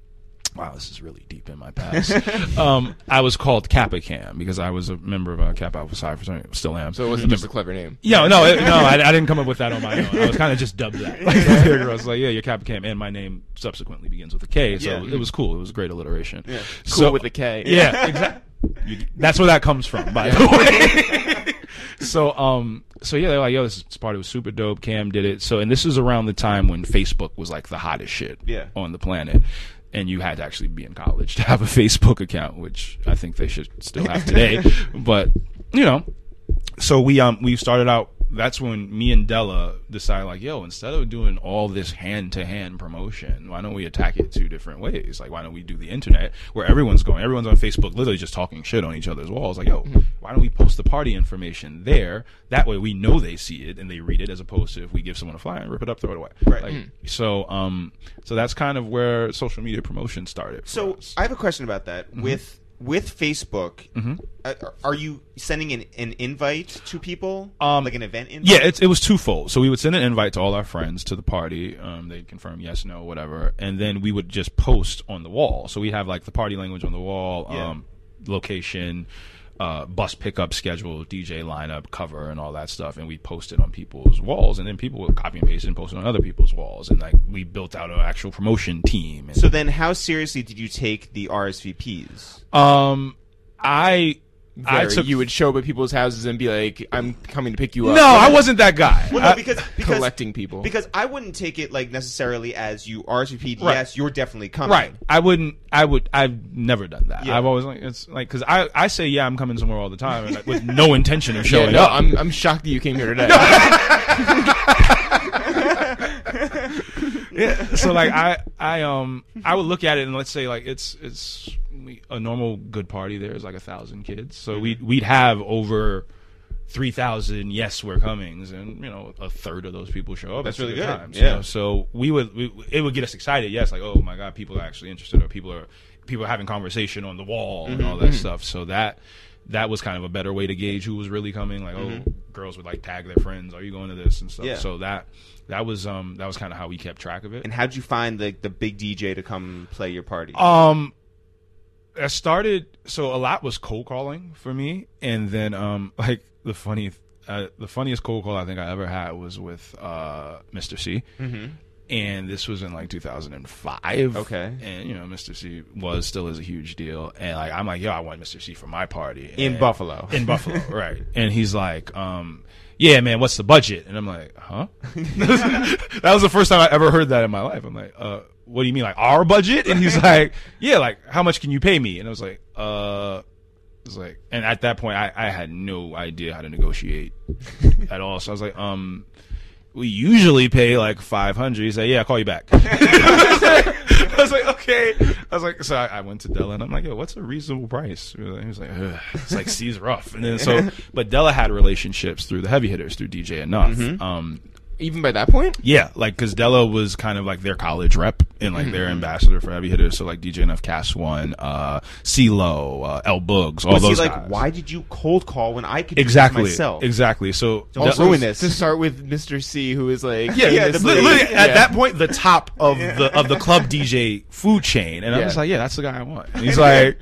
[SPEAKER 3] wow, this is really deep in my past. um, I was called Kappa Cam because I was a member of a Kappa Alpha Psi fraternity, still am.
[SPEAKER 2] So it wasn't just a clever name.
[SPEAKER 3] Yeah, no, it, no, I, I didn't come up with that on my own. I was kind of just dubbed that. Like, I was like, yeah, your Kappa Cam, and my name subsequently begins with a K, so
[SPEAKER 4] Yeah.
[SPEAKER 3] it was cool. It was great alliteration. Yeah,
[SPEAKER 2] Cool with a K.
[SPEAKER 3] Yeah, exactly. That's where that comes from, by the way. so, um, so yeah, they're like, yo, this party was super dope. Cam did it. So, and this is around the time when Facebook was like the hottest shit
[SPEAKER 4] Yeah.
[SPEAKER 3] on the planet. And you had to actually be in college to have a Facebook account, which I think they should still have today. but, you know, so we um we started out that's when me and Della decided like, yo, instead of doing all this hand to hand promotion, why don't we attack it two different ways? Like, why don't we do the internet where everyone's going, everyone's on Facebook, literally just talking shit on each other's walls. Like, yo, why don't we post the party information there? That way we know they see it and they read it as opposed to if we give someone a flyer and rip it up, throw it away. Right. Like, So um so that's kind of where social media promotion started. for
[SPEAKER 4] So
[SPEAKER 3] us.
[SPEAKER 4] I have a question about that. With with Facebook, uh, are- are you sending an, an invite to people,
[SPEAKER 3] Um,
[SPEAKER 4] like an event invite?
[SPEAKER 3] Yeah, it, it was twofold. So we would send an invite to all our friends to the party. Um, they'd confirm yes, no, whatever, and then we would just post on the wall. So we have like the party language on the wall,
[SPEAKER 4] Yeah.
[SPEAKER 3] um, location, uh, bus pickup schedule, DJ lineup, cover, and all that stuff. And we post it on people's walls, and then people would copy and paste it and post it on other people's walls. And like we built out an actual promotion team. And,
[SPEAKER 4] So then, how seriously did you take the RSVPs?
[SPEAKER 3] um, I I
[SPEAKER 2] I
[SPEAKER 3] took
[SPEAKER 2] you would show up at people's houses and be like, "I'm coming to pick you up."
[SPEAKER 3] no, I wasn't that guy.
[SPEAKER 4] Well, no,
[SPEAKER 3] I-
[SPEAKER 4] because because
[SPEAKER 2] collecting people.
[SPEAKER 4] because I wouldn't take it like necessarily as you RSVP'd.
[SPEAKER 3] Right.
[SPEAKER 4] Yes, you're definitely coming.
[SPEAKER 3] Right. I wouldn't. I would. I've never done that.
[SPEAKER 4] Yeah.
[SPEAKER 3] I've always like it's like because I I say yeah I'm coming somewhere all the time and, like, with no intention of
[SPEAKER 2] yeah,
[SPEAKER 3] showing
[SPEAKER 2] no,
[SPEAKER 3] up.
[SPEAKER 2] I'm I'm shocked that you came here today.
[SPEAKER 3] yeah. So like I I um I would look at it and let's say like it's it's we, a normal good party there is like a thousand kids so we
[SPEAKER 4] Mm-hmm.
[SPEAKER 3] we'd have over. Three thousand, yes, we're comings, and you know a third of those people show up. That's
[SPEAKER 4] really good.
[SPEAKER 3] Times,
[SPEAKER 4] Yeah.
[SPEAKER 3] You know? So we would, we, it would get us excited. Yes, like oh my god, people are actually interested, or people are people are having conversation on the wall
[SPEAKER 4] Mm-hmm.
[SPEAKER 3] and all that stuff. So that that was kind of a better way to gauge who was really coming. Like oh, girls would like tag their friends, are you going to this and stuff.
[SPEAKER 4] Mm-hmm. Yeah.
[SPEAKER 3] So that that was um that was kind of how we kept track of it.
[SPEAKER 4] And how'd you find like the big DJ to come play your party?
[SPEAKER 3] Um, I started so a lot was cold calling for me, and then um, like the funny, uh, the funniest cold call I think I ever had was with uh Mr. C.
[SPEAKER 4] Mm-hmm.
[SPEAKER 3] And this was in like 2005.
[SPEAKER 4] Okay.
[SPEAKER 3] and you know Mr. C was still is a huge deal, and like I'm like, yo, I want Mr. C for my party
[SPEAKER 4] in
[SPEAKER 3] And-
[SPEAKER 4] Buffalo.
[SPEAKER 3] in Buffalo, right? And he's like, um, "Yeah, man, what's the budget?" And I'm like, "Huh?" that was the first time I ever heard that in my life. I'm like, "Uh, what do you mean like our budget and he's like yeah like how much can you pay me and i was like uh I was like and at that point i i had no idea how to negotiate at all so i was like um we usually pay like 500 he's like yeah i'll call you back i was like okay i was like so i, I went to della and i'm like yo what's a reasonable price he was like Ugh. it's like c's rough and then so but della had relationships through the heavy hitters through dj enough
[SPEAKER 4] Mm-hmm.
[SPEAKER 3] um
[SPEAKER 2] Even by that point,
[SPEAKER 3] yeah, like because Della was kind of like their college rep and like
[SPEAKER 4] Mm-hmm.
[SPEAKER 3] their ambassador for heavy hitters. So like DJ Enough, Cast One, uh, CeeLo, uh, L Bugs, all
[SPEAKER 4] Was he
[SPEAKER 3] those
[SPEAKER 4] like,
[SPEAKER 3] guys.
[SPEAKER 4] why did you cold call when I could do this
[SPEAKER 3] Exactly,
[SPEAKER 4] myself?
[SPEAKER 3] exactly. So
[SPEAKER 4] Don't
[SPEAKER 3] Della-
[SPEAKER 4] ruin this.
[SPEAKER 2] to start with Mr. C, who is like,
[SPEAKER 3] yeah, yeah,
[SPEAKER 2] the
[SPEAKER 3] li-
[SPEAKER 2] blade.
[SPEAKER 3] literally, at
[SPEAKER 2] Yeah.
[SPEAKER 3] that point, the top of the of the club DJ food chain, and I
[SPEAKER 2] Yeah.
[SPEAKER 3] was like, yeah, that's the guy I want. And he's like,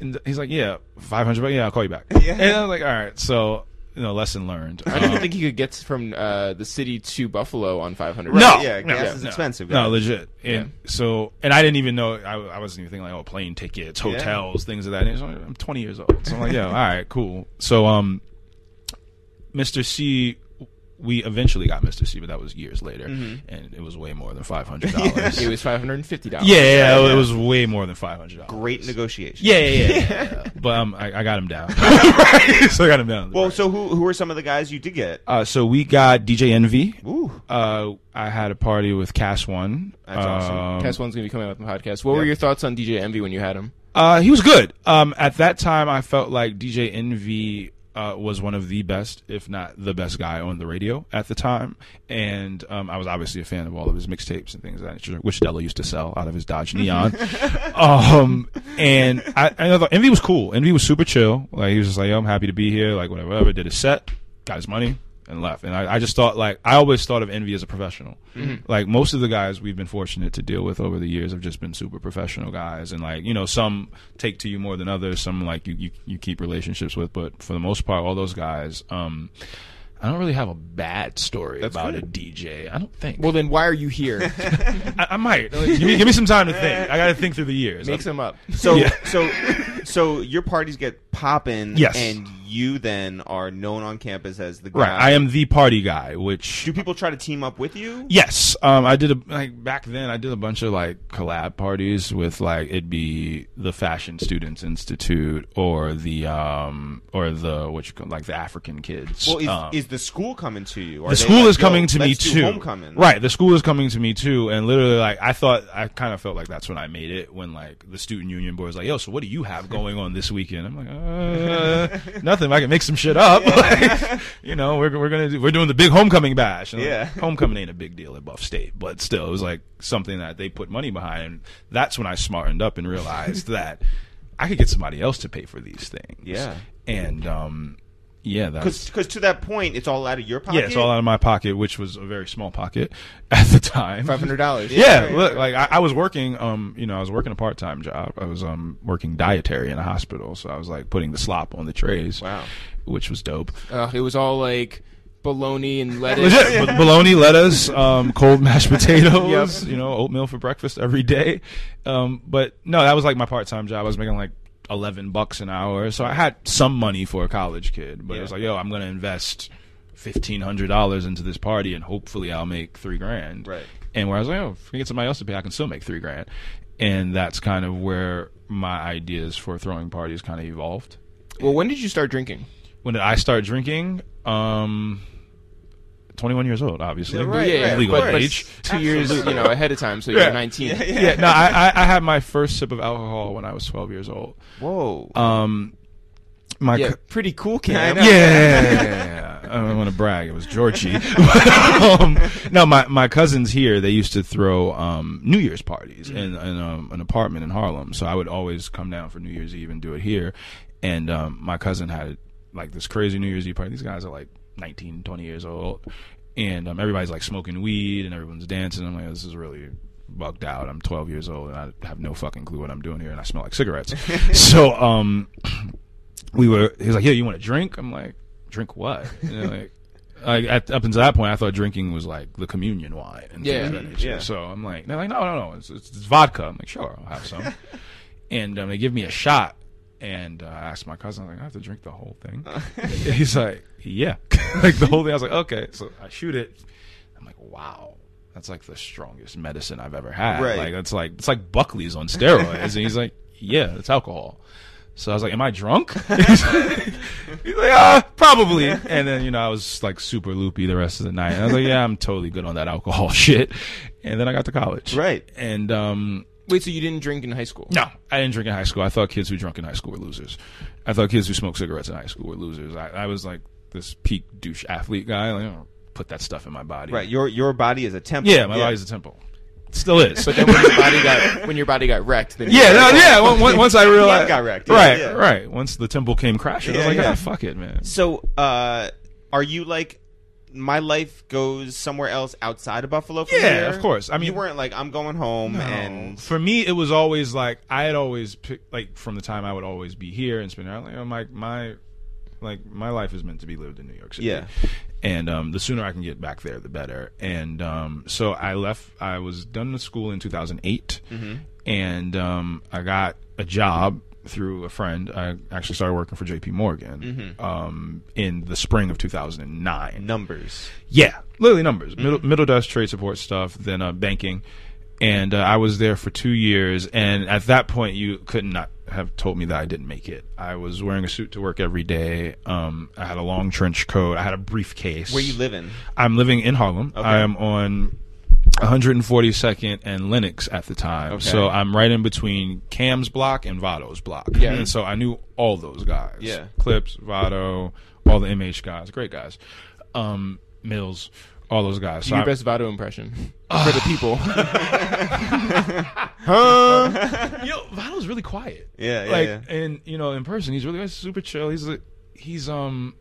[SPEAKER 3] and he's like, yeah, five hundred bucks. Yeah, I'll call you back. And I'm like, all right, so you know, lesson learned.
[SPEAKER 2] I don't
[SPEAKER 3] Um,
[SPEAKER 2] even think he could get from uh, the city to Buffalo on 500.
[SPEAKER 3] No,
[SPEAKER 4] Yeah,
[SPEAKER 3] no,
[SPEAKER 4] gas
[SPEAKER 3] yeah,
[SPEAKER 4] is
[SPEAKER 3] no.
[SPEAKER 4] expensive.
[SPEAKER 3] No,
[SPEAKER 4] guys.
[SPEAKER 3] legit. And so, and I didn't even know. I, I wasn't even thinking like, oh, plane tickets, hotels, things of that. nature. So I'm 20 years old, so I'm like, yeah, all right, cool. So, um, Mr. C, we eventually got Mr. C, but that was years later, and it was way more than 500 dollars.
[SPEAKER 2] It was $550.
[SPEAKER 3] yeah, yeah, it was way more than 500 dollars.
[SPEAKER 4] Great negotiation.
[SPEAKER 3] Yeah, yeah, yeah. yeah. but um, I, I got him down. so I got him down.
[SPEAKER 4] Well, so who who are some of the guys you did get?
[SPEAKER 3] uh, so we got DJ Envy.
[SPEAKER 4] Ooh.
[SPEAKER 3] Uh, I had a party with Cash One.
[SPEAKER 4] That's awesome.
[SPEAKER 3] Um,
[SPEAKER 2] Cast One's going to be coming out with the podcast. What were your thoughts on DJ Envy when you had him?
[SPEAKER 3] Uh, he was good. Um, at that time, I felt like DJ Envy uh, was one of the best, if not the best guy on the radio at the time. And um, I was obviously a fan of all of his mixtapes and things of that nature, which Della used to sell out of his Dodge Neon. um, and I, I thought Envy was cool. Envy was super chill. Like he was just like, Yo, I'm happy to be here. Like whatever, whatever. Did his set, got his money. And left, and I, I just thought like I always thought of Envy as a professional. Like most of the guys we've been fortunate to deal with over the years have just been super professional guys, and like you know some take to you more than others. Some like you you, you keep relationships with, but for the most part, all those guys. Um, I don't really have a bad story about a DJ. I don't think.
[SPEAKER 2] Well, then why are you here?
[SPEAKER 3] I, I might Like, give, me, give me some time to think. I got to think through the years.
[SPEAKER 2] Make some up.
[SPEAKER 4] So
[SPEAKER 3] Yeah.
[SPEAKER 4] so so your parties get poppin'.
[SPEAKER 3] Yes.
[SPEAKER 4] and you then are known on campus as the guy.
[SPEAKER 3] right, I am the party guy, which
[SPEAKER 4] Do people try to team up with you?
[SPEAKER 3] Yes, um, I did a like back then. I did a bunch of like collab parties with like it'd be the Fashion Students Institute or the um or the what you call like the African kids.
[SPEAKER 4] Well, is,
[SPEAKER 3] um,
[SPEAKER 4] is the school coming to you? Are
[SPEAKER 3] the
[SPEAKER 4] they
[SPEAKER 3] school
[SPEAKER 4] like,
[SPEAKER 3] is
[SPEAKER 4] "Yo,
[SPEAKER 3] coming to me
[SPEAKER 4] let's do
[SPEAKER 3] too.
[SPEAKER 4] Homecoming,
[SPEAKER 3] Right, the school is coming to me too, and literally like I thought I kind of felt like that's when I made it when like the student union board was like, "Yo, so what do you have going on this weekend?" I'm like, uh, "Nothing. I can make some shit up." Like, you know, we're we're gonna do, we're doing the big homecoming bash. And, like,
[SPEAKER 4] Yeah.
[SPEAKER 3] homecoming ain't a big deal at Buff State, but still, it was like something that they put money behind. And that's when I smartened up and realized that I could get somebody else to pay for these things.
[SPEAKER 4] Yeah.
[SPEAKER 3] and um, yeah, that's
[SPEAKER 4] Because to that point, it's all out of your pocket.
[SPEAKER 3] yeah, it's all out of my pocket, which was a very small pocket at the time.
[SPEAKER 2] $500.
[SPEAKER 3] Yeah, look, like I, I was working, um, you know, I was working a part time job. I was um working dietary in a hospital, so I was like putting the slop on the trays.
[SPEAKER 4] Wow.
[SPEAKER 3] which was dope.
[SPEAKER 2] Uh, it was all like bologna and lettuce.
[SPEAKER 3] Legit, b- bologna, lettuce, um, cold mashed potatoes, you know, oatmeal for breakfast every day. Um, but no, that was like my part time job. I was making like eleven bucks an hour, so I had some money for a college kid. But it was like, yo, I'm gonna invest fifteen hundred dollars into this party, and hopefully I'll make three grand.
[SPEAKER 4] Right.
[SPEAKER 3] And where I was like, oh, if I get somebody else to pay, I can still make three grand. And that's kind of where my ideas for throwing parties kind of evolved
[SPEAKER 2] Well, when did you start drinking?
[SPEAKER 3] when did I start drinking? Um, 21 years old, obviously. legal
[SPEAKER 2] but- but
[SPEAKER 3] age.
[SPEAKER 2] Two years, you know, ahead of time, so you're 19.
[SPEAKER 3] Yeah, no, I, I, I had my first sip of alcohol when I was 12 years old.
[SPEAKER 4] Whoa.
[SPEAKER 3] Um, my
[SPEAKER 2] Yeah,
[SPEAKER 3] co-
[SPEAKER 2] pretty cool, Cam.
[SPEAKER 4] I know.
[SPEAKER 3] yeah. I don't want to brag. It was Georgie. um, no, my, my cousins here, they used to throw um, New Year's parties in, in um, an apartment in Harlem. So I would always come down for New Year's Eve and do it here. And um, my cousin had like this crazy New Year's Eve party. These guys are like 19, 20 years old. And um, everybody's like smoking weed and everyone's dancing. I'm like, this is really bugged out. I'm 12 years old and I have no fucking clue what I'm doing here. And I smell like cigarettes. so, um, we were he was like, "Yeah, you want to drink?" I'm like, "Drink what?" You know, like, like at, up until that point, I thought drinking was like the communion wine. And things
[SPEAKER 2] Yeah.
[SPEAKER 3] of that nature.
[SPEAKER 4] Yeah.
[SPEAKER 3] So I'm like, they're like, "No, no, no, it's, it's, it's vodka." I'm like, "Sure, I'll have some." and um, they give me a shot, and uh, I asked my cousin, "I'm like, I have to drink the whole thing." He's like, "Yeah, like the whole thing." I was like, "Okay," so I shoot it. I'm like, "Wow." that's like the strongest medicine I've ever had.
[SPEAKER 4] Right.
[SPEAKER 3] Like that's like it's like Buckley's on steroids. and he's like, yeah, it's alcohol. So I was like, am I drunk? he's like, ah, probably. And then you know I was like super loopy the rest of the night. And I was like, yeah, I'm totally good on that alcohol shit. And then I got to college.
[SPEAKER 4] Right.
[SPEAKER 3] And um,
[SPEAKER 2] Wait, so you didn't drink in high school?
[SPEAKER 3] no, I didn't drink in high school. I thought kids who drunk in high school were losers. I thought kids who smoked cigarettes in high school were losers. I, I was like this peak douche athlete guy. Like, I don't put that stuff in my body.
[SPEAKER 4] Right. Your your body is a temple.
[SPEAKER 3] Yeah, my body's a temple. It still is.
[SPEAKER 2] But then when your body got when your body got wrecked, then
[SPEAKER 3] yeah, no, yeah. on- on- Once I realized,
[SPEAKER 4] got wrecked, yeah,
[SPEAKER 3] Right,
[SPEAKER 4] yeah.
[SPEAKER 3] right. Once the temple came crashing, I
[SPEAKER 4] Yeah,
[SPEAKER 3] was like,
[SPEAKER 4] yeah.
[SPEAKER 3] ah, fuck it, man.
[SPEAKER 4] So, uh, are you like, my life goes somewhere else outside of Buffalo? From
[SPEAKER 3] Yeah,
[SPEAKER 4] here?
[SPEAKER 3] of course. I
[SPEAKER 4] you
[SPEAKER 3] mean-
[SPEAKER 4] weren't like, I'm going home,
[SPEAKER 3] And
[SPEAKER 4] and
[SPEAKER 3] for me, it was always like I had always picked, like from the time I would always be here and spend. Like, I'm like my like my life is meant to be lived in New York City.
[SPEAKER 4] Yeah.
[SPEAKER 3] And um, the sooner I can get back there, the better. And um, so I left. I was done with school in 2008, and um, I got a job through a friend. I actually started working for J.P. Morgan um, in the spring of 2009.
[SPEAKER 4] numbers.
[SPEAKER 3] Yeah, literally numbers, middle middle desk trade support stuff, then uh, banking, and uh, I was there for two years. And at that point, you could not have told me that I didn't make it. I was wearing a suit to work every day. Um, I had a long trench coat. I had a briefcase.
[SPEAKER 4] Where you living?
[SPEAKER 3] I'm living in Harlem. I am on 142nd and Lenox at the time. So I'm right in between Cam's block and Vado's block.
[SPEAKER 2] Yeah.
[SPEAKER 3] And so I knew all those guys.
[SPEAKER 4] Yeah.
[SPEAKER 3] Clips, Vado, all the MH guys, great guys. Um, Mills, all those guys. So
[SPEAKER 2] your
[SPEAKER 3] I-
[SPEAKER 2] best Vado impression for the people.
[SPEAKER 3] you know, Vado's really quiet.
[SPEAKER 4] Yeah, yeah,
[SPEAKER 3] like, eh,
[SPEAKER 4] yeah.
[SPEAKER 3] and you know, in person, he's really he's super chill. He's a, he's um,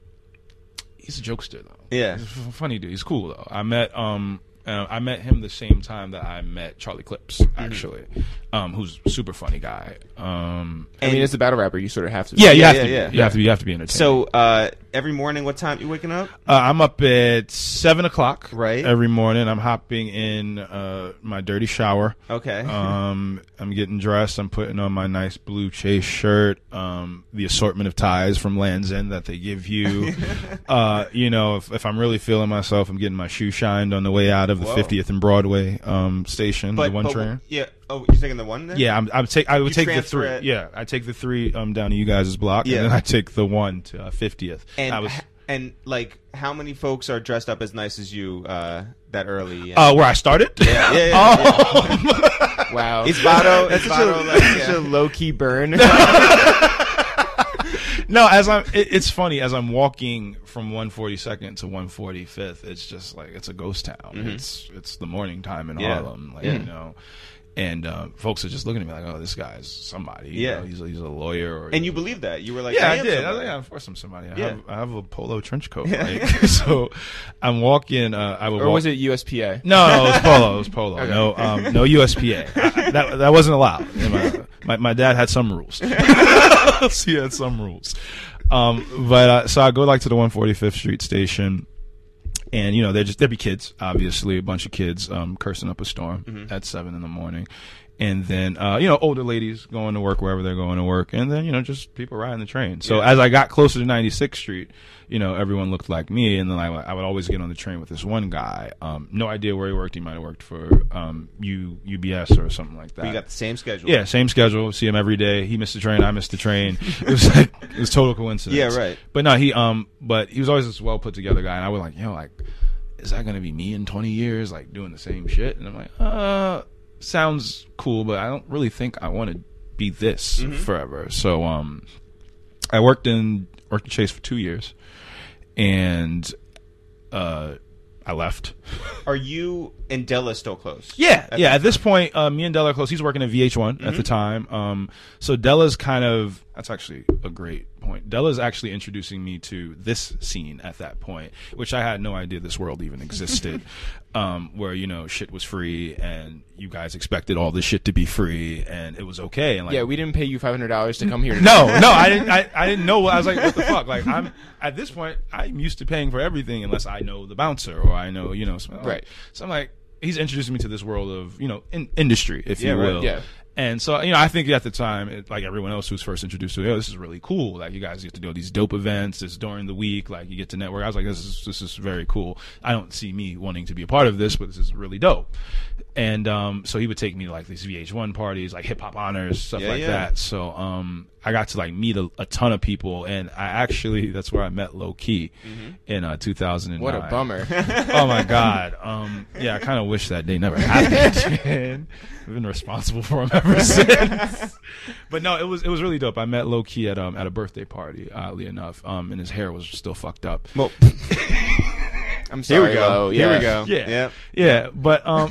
[SPEAKER 3] he's a jokester though.
[SPEAKER 4] Yeah.
[SPEAKER 3] he's a f- funny dude. He's cool though. I met um, uh, I met him the same time that I met Charlie Clips
[SPEAKER 4] Mm-hmm.
[SPEAKER 3] actually, um, who's a super funny guy. Um,
[SPEAKER 2] I mean, as a battle rapper, you sort of have to.
[SPEAKER 3] yeah, you
[SPEAKER 4] yeah,
[SPEAKER 3] have
[SPEAKER 4] yeah,
[SPEAKER 3] to, be.
[SPEAKER 4] yeah.
[SPEAKER 3] you have to, be- you have to be entertained.
[SPEAKER 4] So, uh, every morning, what time you waking up?
[SPEAKER 3] Uh, I'm up at seven o'clock
[SPEAKER 4] Right.
[SPEAKER 3] every morning. I'm hopping in uh, my dirty shower.
[SPEAKER 4] Okay.
[SPEAKER 3] Um, I'm getting dressed. I'm putting on my nice blue chase shirt. Um, the assortment of ties from Land's End that they give you. uh, you know, if, if I'm really feeling myself, I'm getting my shoe shined on the way out of the
[SPEAKER 4] Whoa.
[SPEAKER 3] 50th and Broadway um, station,
[SPEAKER 4] but,
[SPEAKER 3] the one
[SPEAKER 4] but-
[SPEAKER 3] train.
[SPEAKER 4] Yeah. Oh, you're taking the one then?
[SPEAKER 3] Yeah, I'm, I'm take. I would
[SPEAKER 4] You
[SPEAKER 3] take the
[SPEAKER 4] transfer
[SPEAKER 3] three.
[SPEAKER 4] it.
[SPEAKER 3] Yeah, I take the three um down to you guys' block,
[SPEAKER 4] Yeah.
[SPEAKER 3] and then I take the one to uh, 50th.
[SPEAKER 4] And
[SPEAKER 3] I was.
[SPEAKER 4] and like, how many folks are dressed up as nice as you uh, that early?
[SPEAKER 3] Uh, where I started? Oh.
[SPEAKER 4] yeah, yeah, yeah, yeah.
[SPEAKER 2] Wow.
[SPEAKER 4] It's Vado. It's
[SPEAKER 2] such a,
[SPEAKER 4] Vado. like,
[SPEAKER 2] that's such
[SPEAKER 4] yeah.
[SPEAKER 2] a low key burn.
[SPEAKER 3] No, as I'm, it, it's funny as I'm walking from 142nd to 145th. It's just like it's a ghost town. It's it's the morning time in
[SPEAKER 4] Mm-hmm. Yeah.
[SPEAKER 3] Harlem, like
[SPEAKER 4] Yeah.
[SPEAKER 3] you know, and um, folks are just looking at me like, oh, this guy's somebody. You
[SPEAKER 4] Yeah.
[SPEAKER 3] know, he's a, he's a lawyer. Or
[SPEAKER 4] And you believe that? You were like,
[SPEAKER 3] yeah,
[SPEAKER 4] I,
[SPEAKER 3] I,
[SPEAKER 4] am
[SPEAKER 3] did. I
[SPEAKER 4] somebody.
[SPEAKER 3] was like, yeah, of course I'm somebody. I,
[SPEAKER 4] Yeah.
[SPEAKER 3] have, I have a polo trench coat. Like, so I'm walking. Uh, I would
[SPEAKER 2] or
[SPEAKER 3] walk-
[SPEAKER 2] was it USPA?
[SPEAKER 3] no, no, it was polo. It was polo.
[SPEAKER 2] Okay.
[SPEAKER 3] No, um, no USPA. I- that that wasn't allowed. And My, my, my dad had some rules. he had some rules. Um, but uh, so I go like to the 145th Street station, and you know there just there'd be kids, obviously a bunch of kids um, cursing up a storm at seven in the morning, and then uh, you know older ladies going to work wherever they're going to work, and then you know just people riding the train. So as I got closer to 96th Street, you know everyone looked like me, and then I, I would always get on the train with this one guy. Um, no idea where he worked. He might have worked for um, U, UBS or something like that.
[SPEAKER 4] We got the same schedule.
[SPEAKER 3] Yeah, same schedule. See him every day. He missed the train. I missed the train. It was like it was total coincidence.
[SPEAKER 4] Yeah, right.
[SPEAKER 3] But no, he um, but he was always this well put together guy, and I was like, yo, like, is that gonna be me in twenty years, like doing the same shit? And I'm like, uh, sounds cool, but I don't really think I want to be this
[SPEAKER 4] Mm-hmm.
[SPEAKER 3] forever. So um, I worked in worked at Chase for two years, and uh, I left.
[SPEAKER 4] Are you and Della still close?
[SPEAKER 3] Yeah, yeah. At this point, uh, me and Della are close. He's working at VH1 at the time. Um, so Della's kind of that's actually a great point. Della's actually introducing me to this scene at that point, which I had no idea this world even existed. um, where you know shit was free and you guys expected all this shit to be free and it was okay. And like,
[SPEAKER 2] Yeah, we didn't pay you five hundred dollars to come here. today.
[SPEAKER 3] no, no, I didn't. I, I didn't know. I was like, what the fuck? Like, I'm at this point, I'm used to paying for everything unless I know the bouncer or I know, you know, some-
[SPEAKER 2] Right.
[SPEAKER 3] So I'm like, he's introducing me to this world of, you know, in, industry, if
[SPEAKER 4] Yeah,
[SPEAKER 3] you
[SPEAKER 4] right.
[SPEAKER 3] will.
[SPEAKER 2] Yeah.
[SPEAKER 3] And so, you know, I think at the time, it, like everyone else who's first introduced to it, oh, this is really cool. Like, you guys get to do these dope events. It's during the week. Like, you get to network. I was like, this is, this is very cool. I don't see me wanting to be a part of this, but this is really dope. And, um, so he would take me to like these VH1 parties, like hip hop honors, stuff
[SPEAKER 4] Yeah,
[SPEAKER 3] like
[SPEAKER 4] yeah.
[SPEAKER 3] that. So, um, I got to like meet a, a ton of people. And I actually, that's where I met Low Key in, uh, 2009.
[SPEAKER 2] Mm-hmm. What a bummer.
[SPEAKER 3] oh my god. Um, yeah, I kind of wish that day never happened. man. I've been responsible for him ever since. but no, it was it was really dope. I met Low Key at um at a birthday party, oddly enough. Um, and his hair was still fucked up.
[SPEAKER 4] Well,
[SPEAKER 2] I'm sorry.
[SPEAKER 4] here we go.
[SPEAKER 2] Lo,
[SPEAKER 4] Here
[SPEAKER 2] yeah.
[SPEAKER 4] we go.
[SPEAKER 3] Yeah.
[SPEAKER 4] Yeah.
[SPEAKER 3] Yeah, but um,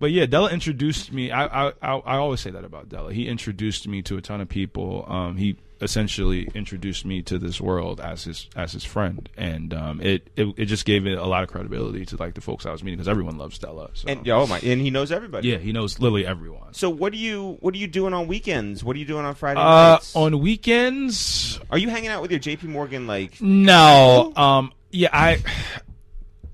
[SPEAKER 3] but yeah, Della introduced me. I, I I I always say that about Della. He introduced me to a ton of people. Um, he essentially introduced me to this world as his as his friend, and um, it it, it just gave it a lot of credibility to like the folks I was meeting because everyone loves Della. So.
[SPEAKER 4] And yeah, oh my, and he knows everybody.
[SPEAKER 3] Yeah, he knows literally everyone.
[SPEAKER 4] So what do you what are you doing on weekends? What are you doing on Friday
[SPEAKER 3] Uh,
[SPEAKER 4] nights?
[SPEAKER 3] on weekends,
[SPEAKER 4] are you hanging out with your J.P. Morgan like?
[SPEAKER 3] no. Um, yeah, I,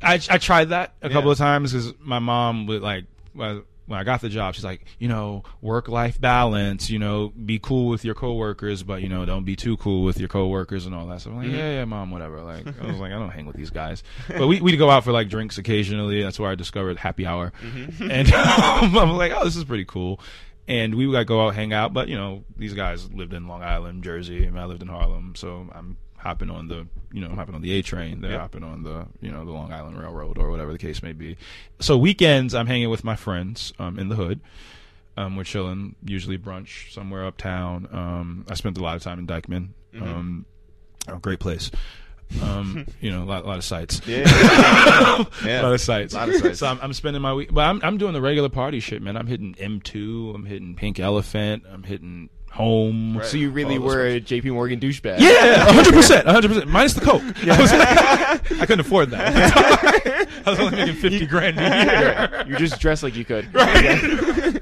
[SPEAKER 3] I, I tried that a couple of times because my mom would like when when I got the job, she's like, you know, work life balance. You know, be cool with your coworkers, but you know, don't be too cool with your coworkers and all that. So I'm like, yeah, yeah, mom, whatever. Like, I was like, I don't hang with these guys, but we we'd go out for like drinks occasionally. That's where I discovered happy hour, and I'm like, oh, this is pretty cool. and we would like, go out hang out but you know these guys lived in long island jersey and i lived in harlem so i'm hopping on the you know i'm hopping on the a train they're hopping on the you know the long island railroad or whatever the case may be so weekends i'm hanging with my friends um, in the hood um, we're chilling usually brunch somewhere uptown um, i spent a lot of time in dykeman
[SPEAKER 4] Mm-hmm.
[SPEAKER 3] um, a great place um, you know a lot, lot of sites
[SPEAKER 4] Yeah, yeah,
[SPEAKER 3] a lot
[SPEAKER 4] yeah.
[SPEAKER 3] of sites.
[SPEAKER 4] Lot of sites.
[SPEAKER 3] so I'm, I'm spending my week, but I'm, I'm doing the regular party shit, man. I'm hitting M2, I'm hitting Pink Elephant, I'm hitting Home.
[SPEAKER 2] So you really
[SPEAKER 4] Oh,
[SPEAKER 3] All those
[SPEAKER 2] were a JP Morgan douchebag.
[SPEAKER 3] Yeah, 100, percent 100, percent minus the coke. I, was like- I couldn't afford that. I was only making 50 grand a year.
[SPEAKER 2] You just dressed like you could.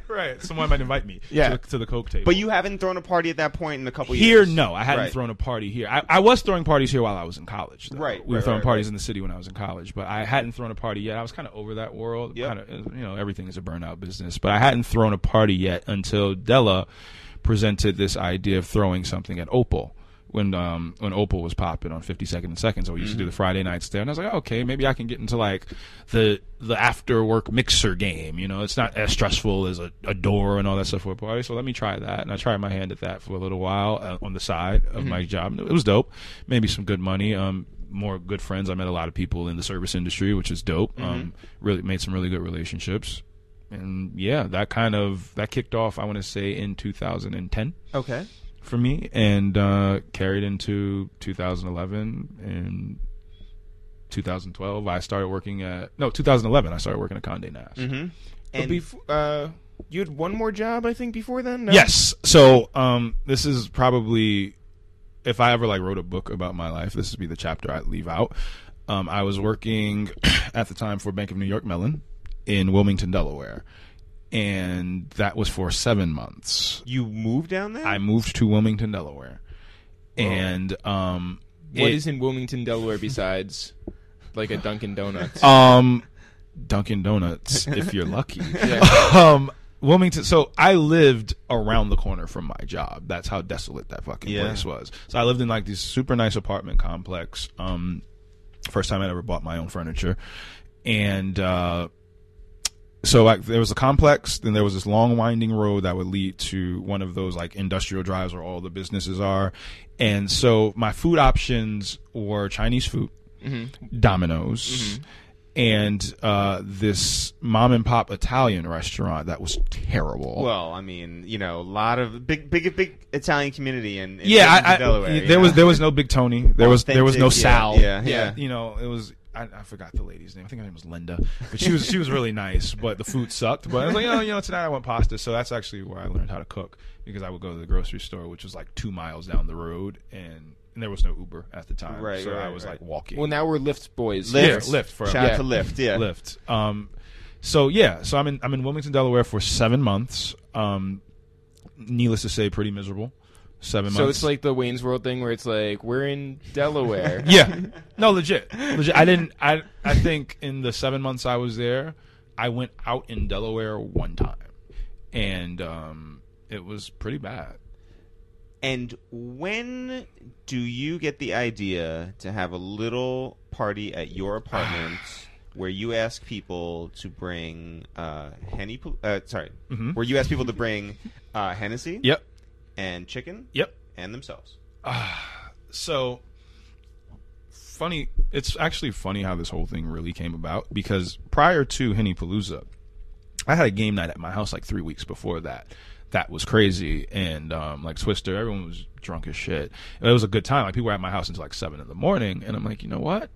[SPEAKER 3] right, someone might invite me
[SPEAKER 2] Yeah.
[SPEAKER 3] to, the- to the coke table.
[SPEAKER 4] But you haven't thrown a party at that point in a couple
[SPEAKER 3] Here,
[SPEAKER 4] years.
[SPEAKER 3] no, I hadn't
[SPEAKER 4] Right.
[SPEAKER 3] thrown a party here. I, I was throwing parties here while I was in college. though.
[SPEAKER 4] Right,
[SPEAKER 3] we were
[SPEAKER 4] right,
[SPEAKER 3] throwing
[SPEAKER 4] right,
[SPEAKER 3] parties in the city when I was in college, but I hadn't thrown a party yet. I was kind of over that world.
[SPEAKER 4] Yep.
[SPEAKER 3] Kind of, you know, everything is a burnout business, but I hadn't thrown a party yet until Della presented this idea of throwing something at Opal. When um when Opal was popping on 52nd and Second, so we used to do the Friday nights there, and I was like, okay, maybe I can get into like the the after work mixer game. You know, it's not as stressful as a, a door and all that stuff for a party. So let me try that, and I tried my hand at that for a little while uh, on the side of my job. It was dope, maybe some good money. Um, more good friends. I met a lot of people in the service industry, which is dope. Um, really made some really good relationships, and yeah, that kind of that kicked off. I want to say in 2010
[SPEAKER 4] Okay.
[SPEAKER 3] for me, and uh, carried into 2011 and 2012. I started working at no 2011. I started working at Condé Nast.
[SPEAKER 2] But before, uh, you had one more job, I think, before then. No?
[SPEAKER 3] Yes. So um, this is probably if I ever like wrote a book about my life, this would be the chapter I'd leave out. Um, I was working at the time for Bank of New York Mellon in Wilmington, Delaware, and that was for seven months.
[SPEAKER 4] You moved down there?
[SPEAKER 3] I moved to Wilmington, Delaware, and um,
[SPEAKER 2] What
[SPEAKER 3] it-
[SPEAKER 2] is in Wilmington, Delaware, besides like a Dunkin' Donuts?
[SPEAKER 4] Uh,
[SPEAKER 3] um, Dunkin' Donuts if you're lucky.
[SPEAKER 2] Yeah.
[SPEAKER 3] um Wilmington. So I lived around the corner from my job. That's how desolate that fucking
[SPEAKER 4] Yeah.
[SPEAKER 3] place was. So I lived in like this super nice apartment complex. Um, first time I ever bought my own furniture, and uh, so like there was a complex. Then there was this long winding road that would lead to one of those like industrial drives where all the businesses are. And so my food options were Chinese food, Domino's. And uh, this mom and pop Italian restaurant that was terrible.
[SPEAKER 4] well, I mean, you know, a lot of big, big, big Italian community in, in
[SPEAKER 3] yeah, I, I,
[SPEAKER 4] Delaware.
[SPEAKER 3] there
[SPEAKER 4] you know?
[SPEAKER 3] was there was no Big Tony. There was there was no
[SPEAKER 4] Authentic, yeah,
[SPEAKER 3] Sal.
[SPEAKER 4] yeah, yeah.
[SPEAKER 3] You know, it was. I, I forgot the lady's name. I think her name was Linda, but she was she was really nice. But the food sucked. But I was like, oh, you know, tonight I want pasta. So that's actually where I learned how to cook because I would go to the grocery store, which was like two miles down the road, and, and there was no Uber at the time.
[SPEAKER 4] Right,
[SPEAKER 3] so
[SPEAKER 4] right,
[SPEAKER 3] I was
[SPEAKER 4] right.
[SPEAKER 3] like walking.
[SPEAKER 2] well, now we're Lyft boys.
[SPEAKER 4] Lyft.
[SPEAKER 3] yeah, Lyft for
[SPEAKER 4] Shout
[SPEAKER 2] Yeah.
[SPEAKER 4] out to Lyft, yeah.
[SPEAKER 3] Lyft. Um, so yeah, so I'm in I'm in Wilmington, Delaware for seven months. Um, needless to say, pretty miserable. Seven
[SPEAKER 2] So
[SPEAKER 3] months.
[SPEAKER 2] it's like the Wayne's World thing where it's like we're in Delaware.
[SPEAKER 3] Yeah. No, legit. Legit. I didn't I I think in the 7 months I was there, I went out in Delaware one time. And um it was pretty bad.
[SPEAKER 4] And when do you get the idea to have a little party at your apartment where you ask people to bring uh, henny? pul- Uh, sorry,
[SPEAKER 3] Mhm.
[SPEAKER 4] where you ask people to bring uh, Hennessy
[SPEAKER 3] Yep.
[SPEAKER 4] and chicken
[SPEAKER 3] Yep.
[SPEAKER 4] and themselves?
[SPEAKER 3] so funny it's actually funny how this whole thing really came about because prior to henny palooza i had a game night at my house like three weeks before that that was crazy and um, like twister everyone was drunk as shit it was a good time like people were at my house until like seven in the morning and i'm like you know what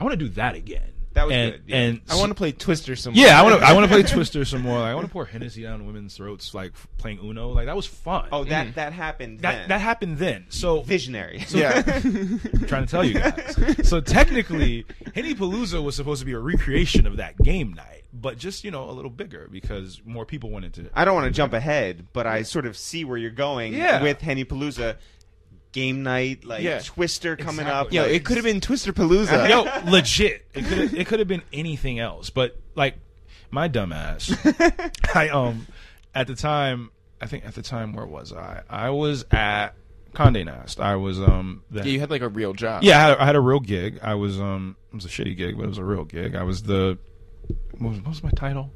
[SPEAKER 3] i want to do that again
[SPEAKER 4] That was
[SPEAKER 3] and,
[SPEAKER 4] good, yeah.
[SPEAKER 3] and
[SPEAKER 2] I want to play Twister some more.
[SPEAKER 3] yeah, I want to. I want to play Twister some more. Like, I want to pour Hennessy down women's throats, like f- playing Uno. Like that was fun.
[SPEAKER 4] Oh,
[SPEAKER 2] Mm.
[SPEAKER 4] that that happened.
[SPEAKER 3] that
[SPEAKER 4] then.
[SPEAKER 3] that happened then. So
[SPEAKER 4] visionary.
[SPEAKER 2] Yeah.
[SPEAKER 3] I'm trying to tell you guys. So technically, Henny Palooza was supposed to be a recreation of that game night, but just you know a little bigger because more people wanted to.
[SPEAKER 4] I don't want to jump ahead, but I sort of see where you're going
[SPEAKER 3] Yeah.
[SPEAKER 4] with Henny Palooza, game night, like
[SPEAKER 2] Yeah.
[SPEAKER 4] Twister coming up.
[SPEAKER 3] Exactly.
[SPEAKER 2] Yo,
[SPEAKER 4] like-
[SPEAKER 2] it could have been Twister Palooza.
[SPEAKER 3] Yo, legit. It could it could have been anything else, but like my dumbass, I um at the time I think at the time where was I? I was at Condé Nast. I was um the
[SPEAKER 2] Yeah, you had like a real job.
[SPEAKER 3] Yeah, I had, a, I had a real gig. I was um, it was a shitty gig, but it was a real gig. I was the what was, what was my title?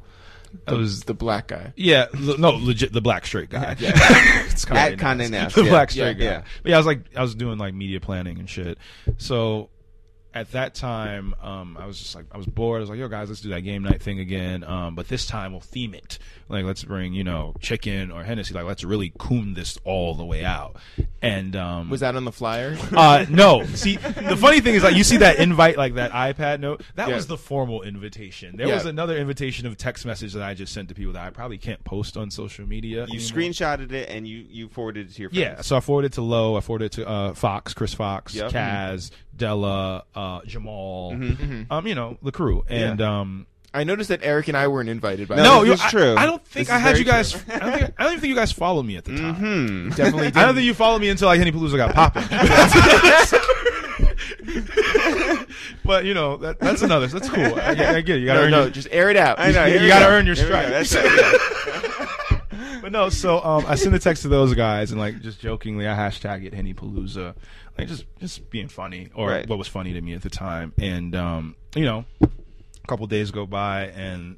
[SPEAKER 3] I was
[SPEAKER 2] the black guy.
[SPEAKER 3] yeah, le- no, legit the black straight guy. it's Condé
[SPEAKER 4] At Condé Nast,
[SPEAKER 3] the
[SPEAKER 4] yeah,
[SPEAKER 3] black straight
[SPEAKER 2] yeah,
[SPEAKER 3] guy.
[SPEAKER 4] yeah.
[SPEAKER 3] But yeah, I was like, I was doing like media planning and shit. So at that time, um, I was just like, I was bored. I was like, yo, guys, let's do that game night thing again. Um, but this time we'll theme it. Like, let's bring you know chicken or Hennessy. Like, let's really coon this all the way out. And um,
[SPEAKER 2] Was that on the flyer?
[SPEAKER 3] uh, no. See, the funny thing is, like, you see that invite, like that iPad note. That
[SPEAKER 2] Yeah.
[SPEAKER 3] was the formal invitation. There
[SPEAKER 2] Yeah.
[SPEAKER 3] was another invitation of text message that I just sent to people that I probably can't post on social media.
[SPEAKER 4] you
[SPEAKER 3] anymore.
[SPEAKER 4] screenshotted it and you you forwarded it to your friends.
[SPEAKER 3] Yeah, so I forwarded to Lowe, I forwarded to uh, Fox, Chris Fox,
[SPEAKER 4] Yep. Mm-hmm.
[SPEAKER 3] Kaz, Della, uh, Jamal, um, you know, the crew, and um,
[SPEAKER 2] I noticed that Eric and I weren't invited by
[SPEAKER 4] No,
[SPEAKER 2] that.
[SPEAKER 3] you-
[SPEAKER 4] this is
[SPEAKER 3] I-
[SPEAKER 4] true.
[SPEAKER 3] I, don't think
[SPEAKER 4] This
[SPEAKER 3] I
[SPEAKER 4] is
[SPEAKER 3] had
[SPEAKER 4] very Mm-hmm.
[SPEAKER 3] you guys. I don't, think, I don't even think you guys followed me at the time.
[SPEAKER 2] definitely
[SPEAKER 3] I don't think you followed me until like Henny Palooza got popping.
[SPEAKER 4] Mm-hmm.
[SPEAKER 3] but you know that, that's another. That's cool. I, get- I get it. You gotta
[SPEAKER 2] No,
[SPEAKER 3] earn.
[SPEAKER 2] no,
[SPEAKER 3] your,
[SPEAKER 2] just air it out.
[SPEAKER 4] I know.
[SPEAKER 3] you
[SPEAKER 4] here we
[SPEAKER 3] gotta
[SPEAKER 4] go.
[SPEAKER 3] earn your
[SPEAKER 4] Here we go.
[SPEAKER 3] stripes.
[SPEAKER 4] That's it.
[SPEAKER 3] but no, so um, I send a text to those guys and like just jokingly I hashtag it Henny Palooza, like just just being funny or
[SPEAKER 4] Right.
[SPEAKER 3] what was funny to me at the time. And um, you know, a couple days go by and.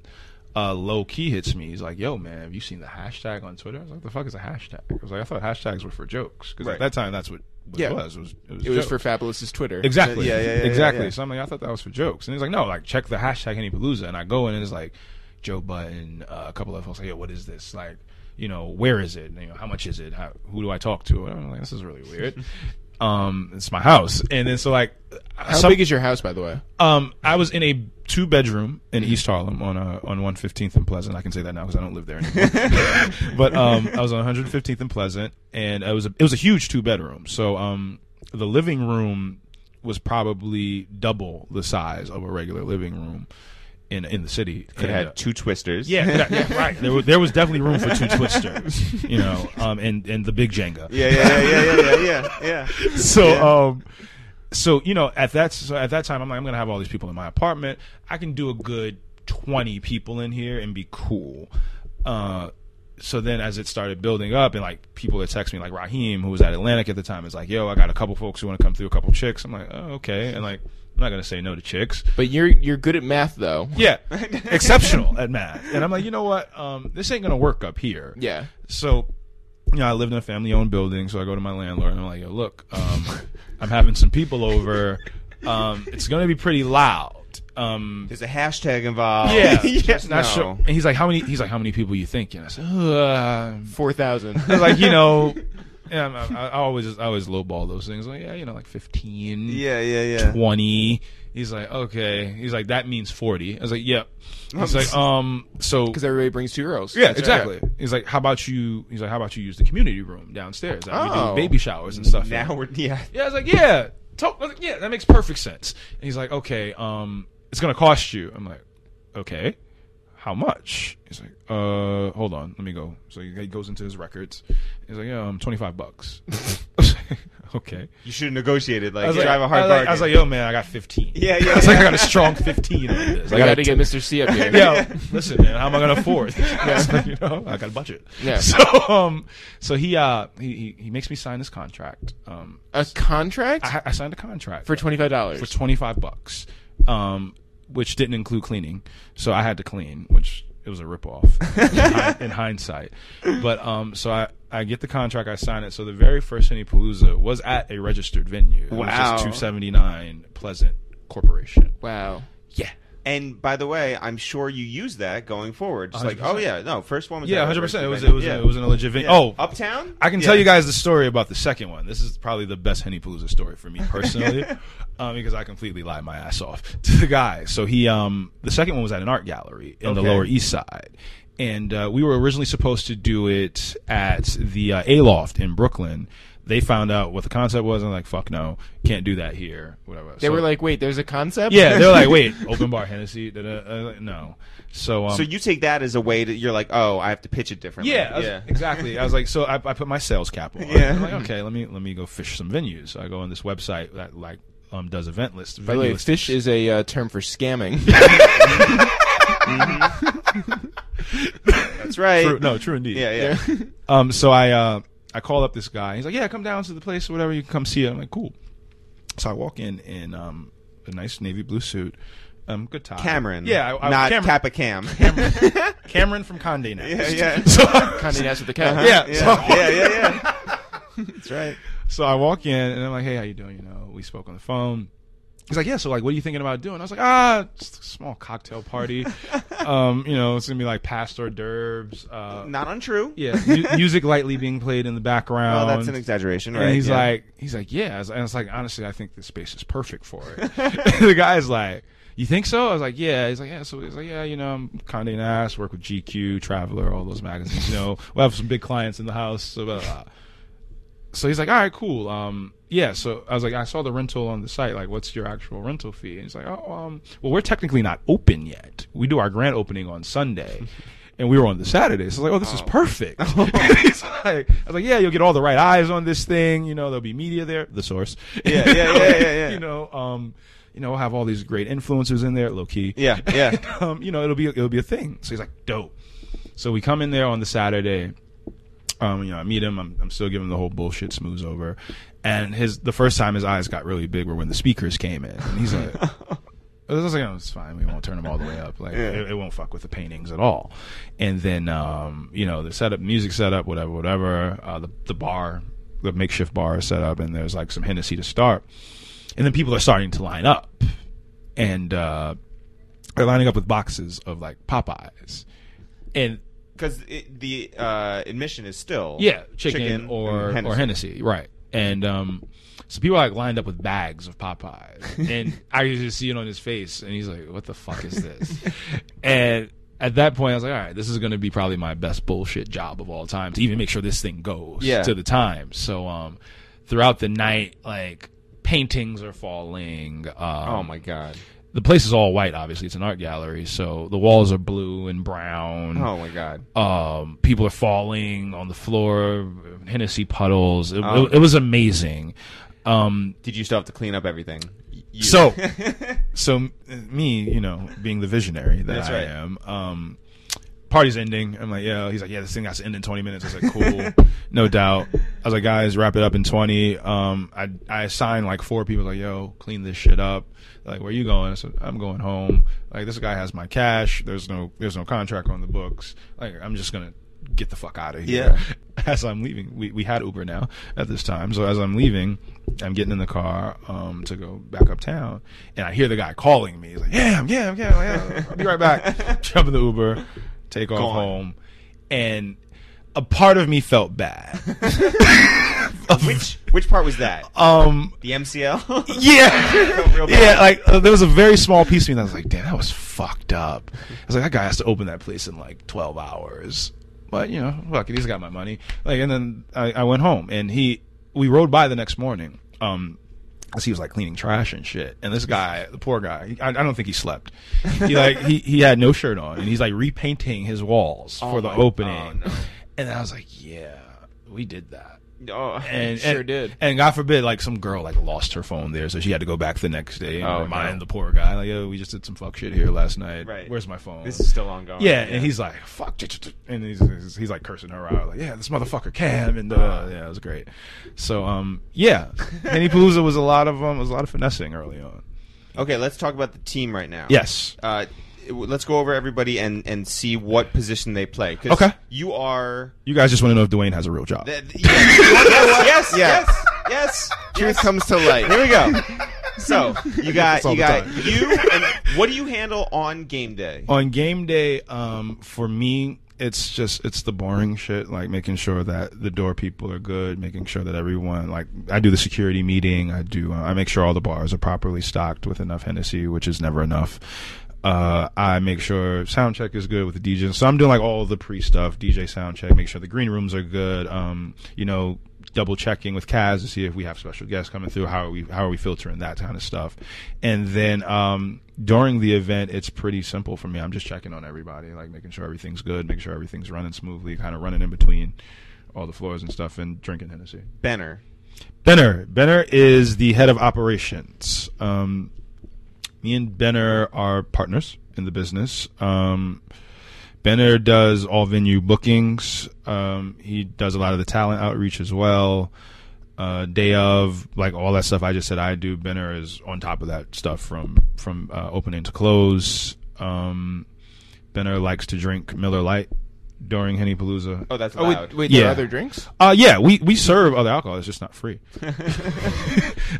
[SPEAKER 3] Uh, low key hits me. He's like, "Yo, man, have you seen the hashtag on Twitter?" I was like, "The fuck is a hashtag?" I was like, "I thought hashtags were for jokes because
[SPEAKER 4] Right.
[SPEAKER 3] at that time that's what, what
[SPEAKER 2] Yeah.
[SPEAKER 3] it was. It was, it was,
[SPEAKER 2] It was
[SPEAKER 3] jokes.
[SPEAKER 2] for Fabulous's Twitter.
[SPEAKER 3] Exactly.
[SPEAKER 4] Yeah, yeah, yeah, yeah,
[SPEAKER 3] Exactly.
[SPEAKER 4] yeah.
[SPEAKER 3] So I'm like, I thought that was for jokes. And he's like, no, like check the hashtag Hennypalooza. And I go in and it's like Joe Button, uh, a couple of folks like, yo, what is this? Like, you know, where is it? And, you know, how much is it? How, who do I talk to? And I'm like, this is really weird. um, it's my house. And then so like,
[SPEAKER 2] How
[SPEAKER 3] some-
[SPEAKER 2] big is your house, by the way?
[SPEAKER 3] um, I was in a two bedroom in East Harlem on uh on 115th and Pleasant. I can say that now because I don't live there anymore. but um, I was on 115th and Pleasant, and it was a, it was a huge two bedroom. So um, the living room was probably double the size of a regular living room in in the city.
[SPEAKER 4] Could have
[SPEAKER 3] And, uh,
[SPEAKER 4] had two twisters.
[SPEAKER 3] yeah, yeah, yeah, right. There was, there was definitely room for two twisters, you know, um, and and the big Jenga
[SPEAKER 4] Yeah, yeah, yeah, yeah, yeah, yeah, yeah. yeah.
[SPEAKER 3] so um so you know at that so at that time I'm like I'm gonna have all these people in my apartment. I can do a good twenty people in here and be cool. Uh so then as it started building up and like people that text me like Raheem who was at Atlantic at the time is like, yo, I got a couple folks who wanna come through, a couple chicks. I'm like, oh okay and like I'm not gonna say no to chicks.
[SPEAKER 2] But you're you're good at math, though.
[SPEAKER 3] Yeah. exceptional at math. And I'm like, you know what? Um this ain't gonna work up here.
[SPEAKER 2] Yeah.
[SPEAKER 3] So, you know, I lived in a family owned building, so I go to my landlord and I'm like, yo, look, um, I'm having some people over. Um, it's going to be pretty loud. Um,
[SPEAKER 4] There's a hashtag involved.
[SPEAKER 3] yeah,
[SPEAKER 4] yes, no.
[SPEAKER 3] not sure. And he's like, how many? He's like, how many people you thinking? I said, uh,
[SPEAKER 2] Four thousand.
[SPEAKER 3] I was like, you know, yeah, I'm- I, I always, I always lowball those things. like, yeah, you know, like 15,
[SPEAKER 4] Yeah, yeah, yeah.
[SPEAKER 3] 20. He's like, okay. He's like, that means 40. I was like, yep. He's like, um, so
[SPEAKER 2] Because everybody brings two girls.
[SPEAKER 3] yeah,
[SPEAKER 2] That's
[SPEAKER 3] exactly.
[SPEAKER 2] right.
[SPEAKER 3] He's like, how about you? He's like, how about you use the community room downstairs? Like, We
[SPEAKER 2] Oh.
[SPEAKER 3] do baby showers and stuff.
[SPEAKER 4] Now we're yeah.
[SPEAKER 3] yeah, I was like, yeah, to- yeah, that makes perfect sense. And he's like, okay, um, it's gonna cost you. I'm like, okay, how much? He's like, uh, hold on, let me go. So he he goes into his records. He's like, yeah, um, 25 bucks. okay.
[SPEAKER 4] You should have negotiated. Like,
[SPEAKER 3] I was like,
[SPEAKER 4] drive a hard
[SPEAKER 3] I was like,
[SPEAKER 4] bargain.
[SPEAKER 3] I was like, yo, man, I got 15.
[SPEAKER 4] Yeah,
[SPEAKER 3] I
[SPEAKER 4] yeah,
[SPEAKER 3] was like, I got a strong 15 on this.
[SPEAKER 2] I
[SPEAKER 3] I
[SPEAKER 2] got
[SPEAKER 3] got
[SPEAKER 2] to get Mr. C up here.
[SPEAKER 3] yeah. listen, man, how am I gonna afford? this? you know, I got a budget.
[SPEAKER 2] Yeah.
[SPEAKER 3] So, um, so he uh, he he- he makes me sign this contract. Um,
[SPEAKER 2] A contract
[SPEAKER 3] I, I signed a contract
[SPEAKER 2] Uh, for twenty five
[SPEAKER 3] for
[SPEAKER 2] dollars.
[SPEAKER 3] twenty five bucks, um, which didn't include cleaning. So I had to clean, which it was a ripoff in, hi- in hindsight. But um, so I. I get the contract, I sign it. So the very first Cine Palooza was at a registered venue. It was
[SPEAKER 4] Wow.
[SPEAKER 3] just 279 Pleasant Corporation.
[SPEAKER 2] Wow.
[SPEAKER 3] Yeah.
[SPEAKER 4] and by the way, I'm sure you use that going forward. Just like, oh
[SPEAKER 3] 100%.
[SPEAKER 4] yeah, no, first one was
[SPEAKER 3] Yeah,
[SPEAKER 4] that
[SPEAKER 3] 100%. It was
[SPEAKER 4] first
[SPEAKER 3] it was
[SPEAKER 4] event.
[SPEAKER 3] it was an illegit venue.
[SPEAKER 4] Yeah.
[SPEAKER 3] Oh,
[SPEAKER 4] Uptown.
[SPEAKER 3] I can
[SPEAKER 4] Yeah.
[SPEAKER 3] tell you guys the story about the second one. This is probably the best Henny Palooza story for me personally, um, because I completely lied my ass off to the guy. So he, um, the second one was at an art gallery in the
[SPEAKER 4] Okay.
[SPEAKER 3] Lower East Side, and uh, we were originally supposed to do it at the uh, Aloft in Brooklyn. They found out what the concept was, and I'm like, "Fuck no, can't do that here." Whatever.
[SPEAKER 2] They were like, wait, there's a concept.
[SPEAKER 3] "Yeah." They're like, "Wait, open bar Hennessy?" da, da, da, da." no. So, um,
[SPEAKER 4] So you take that as a way that you're like, oh, I have to pitch it differently.
[SPEAKER 3] yeah, I was-
[SPEAKER 4] yeah.
[SPEAKER 3] exactly. I was like, so I, I put my sales cap on.
[SPEAKER 4] Yeah.
[SPEAKER 3] I'm like, okay, let me let me go fish some venues. So I go on this website that like um does event lists.
[SPEAKER 2] By the way, fish is a uh, term for scamming.
[SPEAKER 4] That's right.
[SPEAKER 3] true, no, true indeed.
[SPEAKER 4] Yeah, yeah.
[SPEAKER 3] Um, so I uh I call up this guy. He's like, yeah, come down to the place or whatever. You can come see it. I'm like, cool. So I walk in in um a nice navy blue suit, um, good tie.
[SPEAKER 4] Cameron.
[SPEAKER 3] Yeah, I, I,
[SPEAKER 4] not
[SPEAKER 3] Cameron,
[SPEAKER 4] Kappa Cam.
[SPEAKER 3] Cameron, Cameron from Condé Nast.
[SPEAKER 4] yeah, yeah.
[SPEAKER 3] So,
[SPEAKER 2] Condé Nast with the cat.
[SPEAKER 3] yeah, so I
[SPEAKER 4] Uh-huh. Yeah, yeah, yeah, yeah. That's right.
[SPEAKER 3] So I walk in and I'm like, "Hey, how you doing?" You know, we spoke on the phone. He's like, "Yeah, so like, what are you thinking about doing?" I was like, "Ah, just a small cocktail party. um, you know, it's gonna be like past hors d'oeuvres. Uh,
[SPEAKER 4] Not untrue.
[SPEAKER 3] yeah, mu- music lightly being played in the
[SPEAKER 4] Oh,
[SPEAKER 3] background.
[SPEAKER 4] that's an exaggeration, right?
[SPEAKER 3] And he's
[SPEAKER 4] yeah.
[SPEAKER 3] like, he's like, yeah. I was- And it's like, honestly, I think this space is perfect for it. And the guy's like, you think so? I was like, yeah. He's like, yeah. So he's like, yeah. You know, I'm Condé Nast, work with GQ, Traveler, all those magazines. You know, we will have some big clients in the house. So, blah, blah, blah. so he's like, all right, cool. Um, yeah. So I was like, I saw the rental on the site. Like, what's your actual rental fee? And he's like, oh, um, well, we're technically not open yet. We do our grand opening on Sunday. And we were on the Saturday, so I was like, "Oh, this is perfect." He's like, I was like, "Yeah, you'll get all the right eyes on this thing. You know, there'll be media there, the source.
[SPEAKER 4] Yeah, yeah, yeah, yeah, yeah.
[SPEAKER 3] you know, um, you know, we'll have all these great influencers in there, low key.
[SPEAKER 4] yeah, yeah.
[SPEAKER 3] um, you know, it'll be it'll be a thing. So he's like, dope. So we come in there on the Saturday. Um, you know, I meet him. I'm, I'm still giving him the whole bullshit smooze over, and his the first time his eyes got really big were when the speakers came in, and he's like. I was like, oh, it's fine. We won't turn them all the way up. Like, it, it won't fuck with the paintings at all. And then, um, you know, the setup, music setup, whatever, whatever. Uh, the the bar, the makeshift bar is set up, and there's like some Hennessy to start. And then people are starting to line up, and uh, they're lining up with boxes of like Popeyes, and
[SPEAKER 4] Because the uh, admission is still
[SPEAKER 3] yeah, chicken, or
[SPEAKER 4] and
[SPEAKER 3] or Hennessy, right? And um, so people are like lined up with bags of Popeyes, and I could just see it on his face, and he's like, "What the fuck is this?" and at that point, I was like, "All right, this is going to be probably my best bullshit job of all time to even make sure this thing goes
[SPEAKER 4] Yeah.
[SPEAKER 3] to the time." So um, throughout the night, like paintings are falling. Um,
[SPEAKER 4] Oh my god.
[SPEAKER 3] the place is all white obviously it's an art gallery so the walls are blue and brown
[SPEAKER 4] Oh my god.
[SPEAKER 3] um, people are falling on the floor hennessy puddles it, it, it was amazing um,
[SPEAKER 4] Did you still have to clean up everything? You.
[SPEAKER 3] so so m- me you know being the visionary that
[SPEAKER 4] That's
[SPEAKER 3] i
[SPEAKER 4] right.
[SPEAKER 3] am um, party's ending i'm like yeah he's like yeah this thing has to end in 20 minutes i was like cool no doubt i was like guys wrap it up in 20 um, I, I assigned like four people like yo clean this shit up like where you going i said i'm going home like this guy has my cash there's no there's no contract on the books like i'm just gonna get the fuck out of here as i'm leaving we, we had uber now at this time so as i'm leaving i'm getting in the car um, to go back uptown and i hear the guy calling me he's like yeah I'm- yeah I'm- yeah, I'm- yeah i'll be right back jump in the uber take off
[SPEAKER 4] Gone.
[SPEAKER 3] home and a part of me felt bad
[SPEAKER 4] which which part was that?
[SPEAKER 3] um
[SPEAKER 4] The MCL.
[SPEAKER 3] yeah
[SPEAKER 4] Real bad.
[SPEAKER 3] yeah like uh, there was a very small piece of me that was like damn that was fucked up i was like that guy has to open that place in like 12 hours but you know fuck it he's got my money like and then i, I went home and he we rode by the next morning um 'cause he was like cleaning trash and shit. And this guy, the poor guy, he- I, I don't think he slept. He like he, he had no shirt on, and he's like repainting his walls
[SPEAKER 4] Oh
[SPEAKER 3] for the opening. And I was like, yeah, we did that.
[SPEAKER 4] Oh,
[SPEAKER 3] And
[SPEAKER 2] Sure
[SPEAKER 3] and-
[SPEAKER 2] did.
[SPEAKER 3] And God forbid, like some girl like lost her phone there, so she had to go back the next day and
[SPEAKER 2] Oh,
[SPEAKER 3] remind the poor guy, like, yo, we just did some fuck shit here last night.
[SPEAKER 4] Right.
[SPEAKER 3] Where's my phone?
[SPEAKER 4] this is still ongoing.
[SPEAKER 3] Yeah, and he's like, "Fuck," and he's, he's, he's like cursing her out, like, "Yeah, this motherfucker Cam," and uh, yeah, it was great. So, um, yeah, Henny Palooza was a lot of um, was a lot of finessing early on.
[SPEAKER 4] Okay, let's talk about the team right now.
[SPEAKER 3] Yes,
[SPEAKER 4] Uh, let's go over everybody and, and see what position they play. 'Cause
[SPEAKER 3] Okay.
[SPEAKER 4] You are.
[SPEAKER 3] you guys just want to know if Dwayne has a real job.
[SPEAKER 4] Th- th- yes, yes,
[SPEAKER 1] Yeah.
[SPEAKER 4] yes, yes. Truth comes to light. Here we go. So you got
[SPEAKER 3] all
[SPEAKER 4] you
[SPEAKER 3] the
[SPEAKER 4] got
[SPEAKER 3] time.
[SPEAKER 4] you. And what do you handle on game day?
[SPEAKER 3] on game day um for me it's just it's the boring shit like making sure that the door people are good making sure that everyone like i do the security meeting i do uh, i make sure all the bars are properly stocked with enough hennessy which is never enough uh, I make sure sound check is good with the DJ. So I'm doing like all the pre stuff, DJ sound check, make sure the green rooms are good. Um, you know, double checking with Kaz to see if we have special guests coming through. How are we how are we filtering that kind of stuff? And then um, during the event, it's pretty simple for me. I'm just checking on everybody, like making sure everything's good, making sure everything's running smoothly, kind of running in between all the floors and stuff, and drinking Hennessy.
[SPEAKER 4] Benner.
[SPEAKER 3] Benner. Benner is the head of operations. Um, me and Benner are partners in the business. Um, Benner does all venue bookings. Um, he does a lot of the talent outreach as well. Uh, day of, like all that stuff I just said I do. Benner is on top of that stuff from from uh, opening to close. Um, Benner likes to drink Miller Lite during Henny Palooza.
[SPEAKER 4] Oh, that's
[SPEAKER 2] Oh
[SPEAKER 4] loud.
[SPEAKER 2] wait, wait there are
[SPEAKER 3] Yeah.
[SPEAKER 2] other drinks?
[SPEAKER 3] Uh, yeah, we, we serve other alcohol. It's just not free.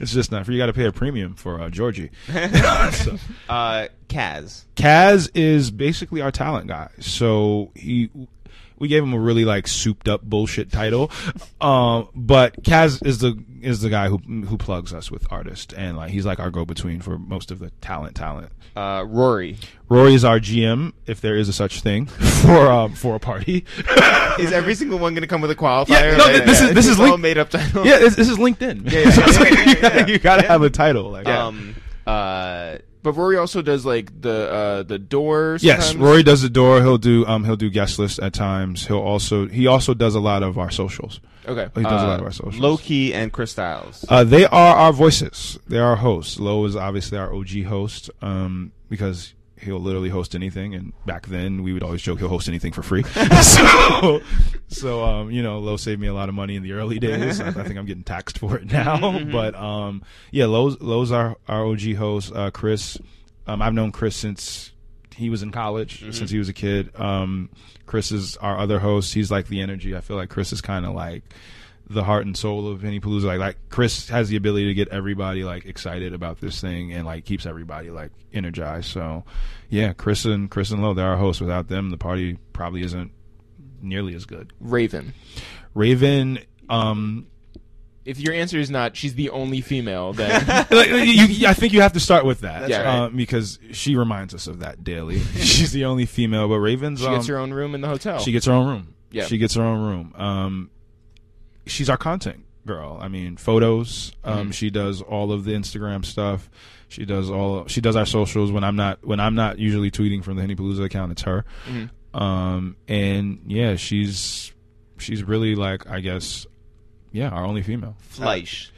[SPEAKER 3] it's just not free. You got to pay a premium for uh, Georgie. So,
[SPEAKER 4] Uh, Kaz.
[SPEAKER 3] Kaz is basically our talent guy. So he, we gave him a really like souped up bullshit title, um, but Kaz is the is the guy who who plugs us with artists and like he's like our go between for most of the talent talent.
[SPEAKER 4] Uh, Rory.
[SPEAKER 3] Rory is our GM, if there is a such thing, for um, for a party.
[SPEAKER 4] Is every single one going to come with a qualifier?
[SPEAKER 3] Yeah, no, th- this is- this
[SPEAKER 4] It's
[SPEAKER 3] is
[SPEAKER 4] all
[SPEAKER 3] link-
[SPEAKER 4] made up title.
[SPEAKER 3] yeah, this, this is LinkedIn.
[SPEAKER 4] yeah, yeah,
[SPEAKER 3] So
[SPEAKER 4] yeah,
[SPEAKER 3] you
[SPEAKER 4] yeah,
[SPEAKER 3] gotta,
[SPEAKER 4] yeah.
[SPEAKER 3] you gotta have a title. Like,
[SPEAKER 4] Um. Uh.
[SPEAKER 2] But Rory also does like the uh, the doors.
[SPEAKER 3] Yes, Rory does the door. He'll do um he'll do guest list at times. He'll also he also does a lot of our socials.
[SPEAKER 2] Okay.
[SPEAKER 3] Oh, He does a lot
[SPEAKER 4] uh,
[SPEAKER 3] of our socials.
[SPEAKER 4] Loki and Chris Styles.
[SPEAKER 3] Uh, they are our voices. They are our hosts. Low is obviously our OG host um, because he'll literally host anything. And back then, we would always joke he'll host anything for free. so, so um, you know, Low saved me a lot of money in the early days. I, I think I'm getting taxed for it now. But um, yeah, Low's Low's our, our OG host. Uh, Chris, um, I've known Chris since he was in college since he was a kid. Um, Chris is our other host. He's like the energy. I feel like Chris is kind of like the heart and soul of Henny Palooza. Like, like Chris has the ability to get everybody like excited about this thing and like keeps everybody like energized. So, yeah, Chris and Chris and Lo, they're our hosts. Without them, the party probably isn't nearly as good.
[SPEAKER 2] Raven.
[SPEAKER 3] Raven. Um,
[SPEAKER 2] If your answer is not she's the only female, then
[SPEAKER 3] like, you, I think you have to start with that,
[SPEAKER 2] That's right.
[SPEAKER 3] um, because she reminds us of that daily. She's the only female, but Raven's
[SPEAKER 2] she
[SPEAKER 3] um,
[SPEAKER 2] gets her own room in the hotel.
[SPEAKER 3] She gets her own room.
[SPEAKER 2] Oh. Yeah.
[SPEAKER 3] She gets her own room. Um, she's our content girl. I mean, photos. Um, she does all of the Instagram stuff. She does all. She does our socials when I'm not when I'm not usually tweeting from the Henny Palooza account. It's her. Um, and yeah, she's she's really like I guess. Yeah, our only female.
[SPEAKER 4] Fleisch.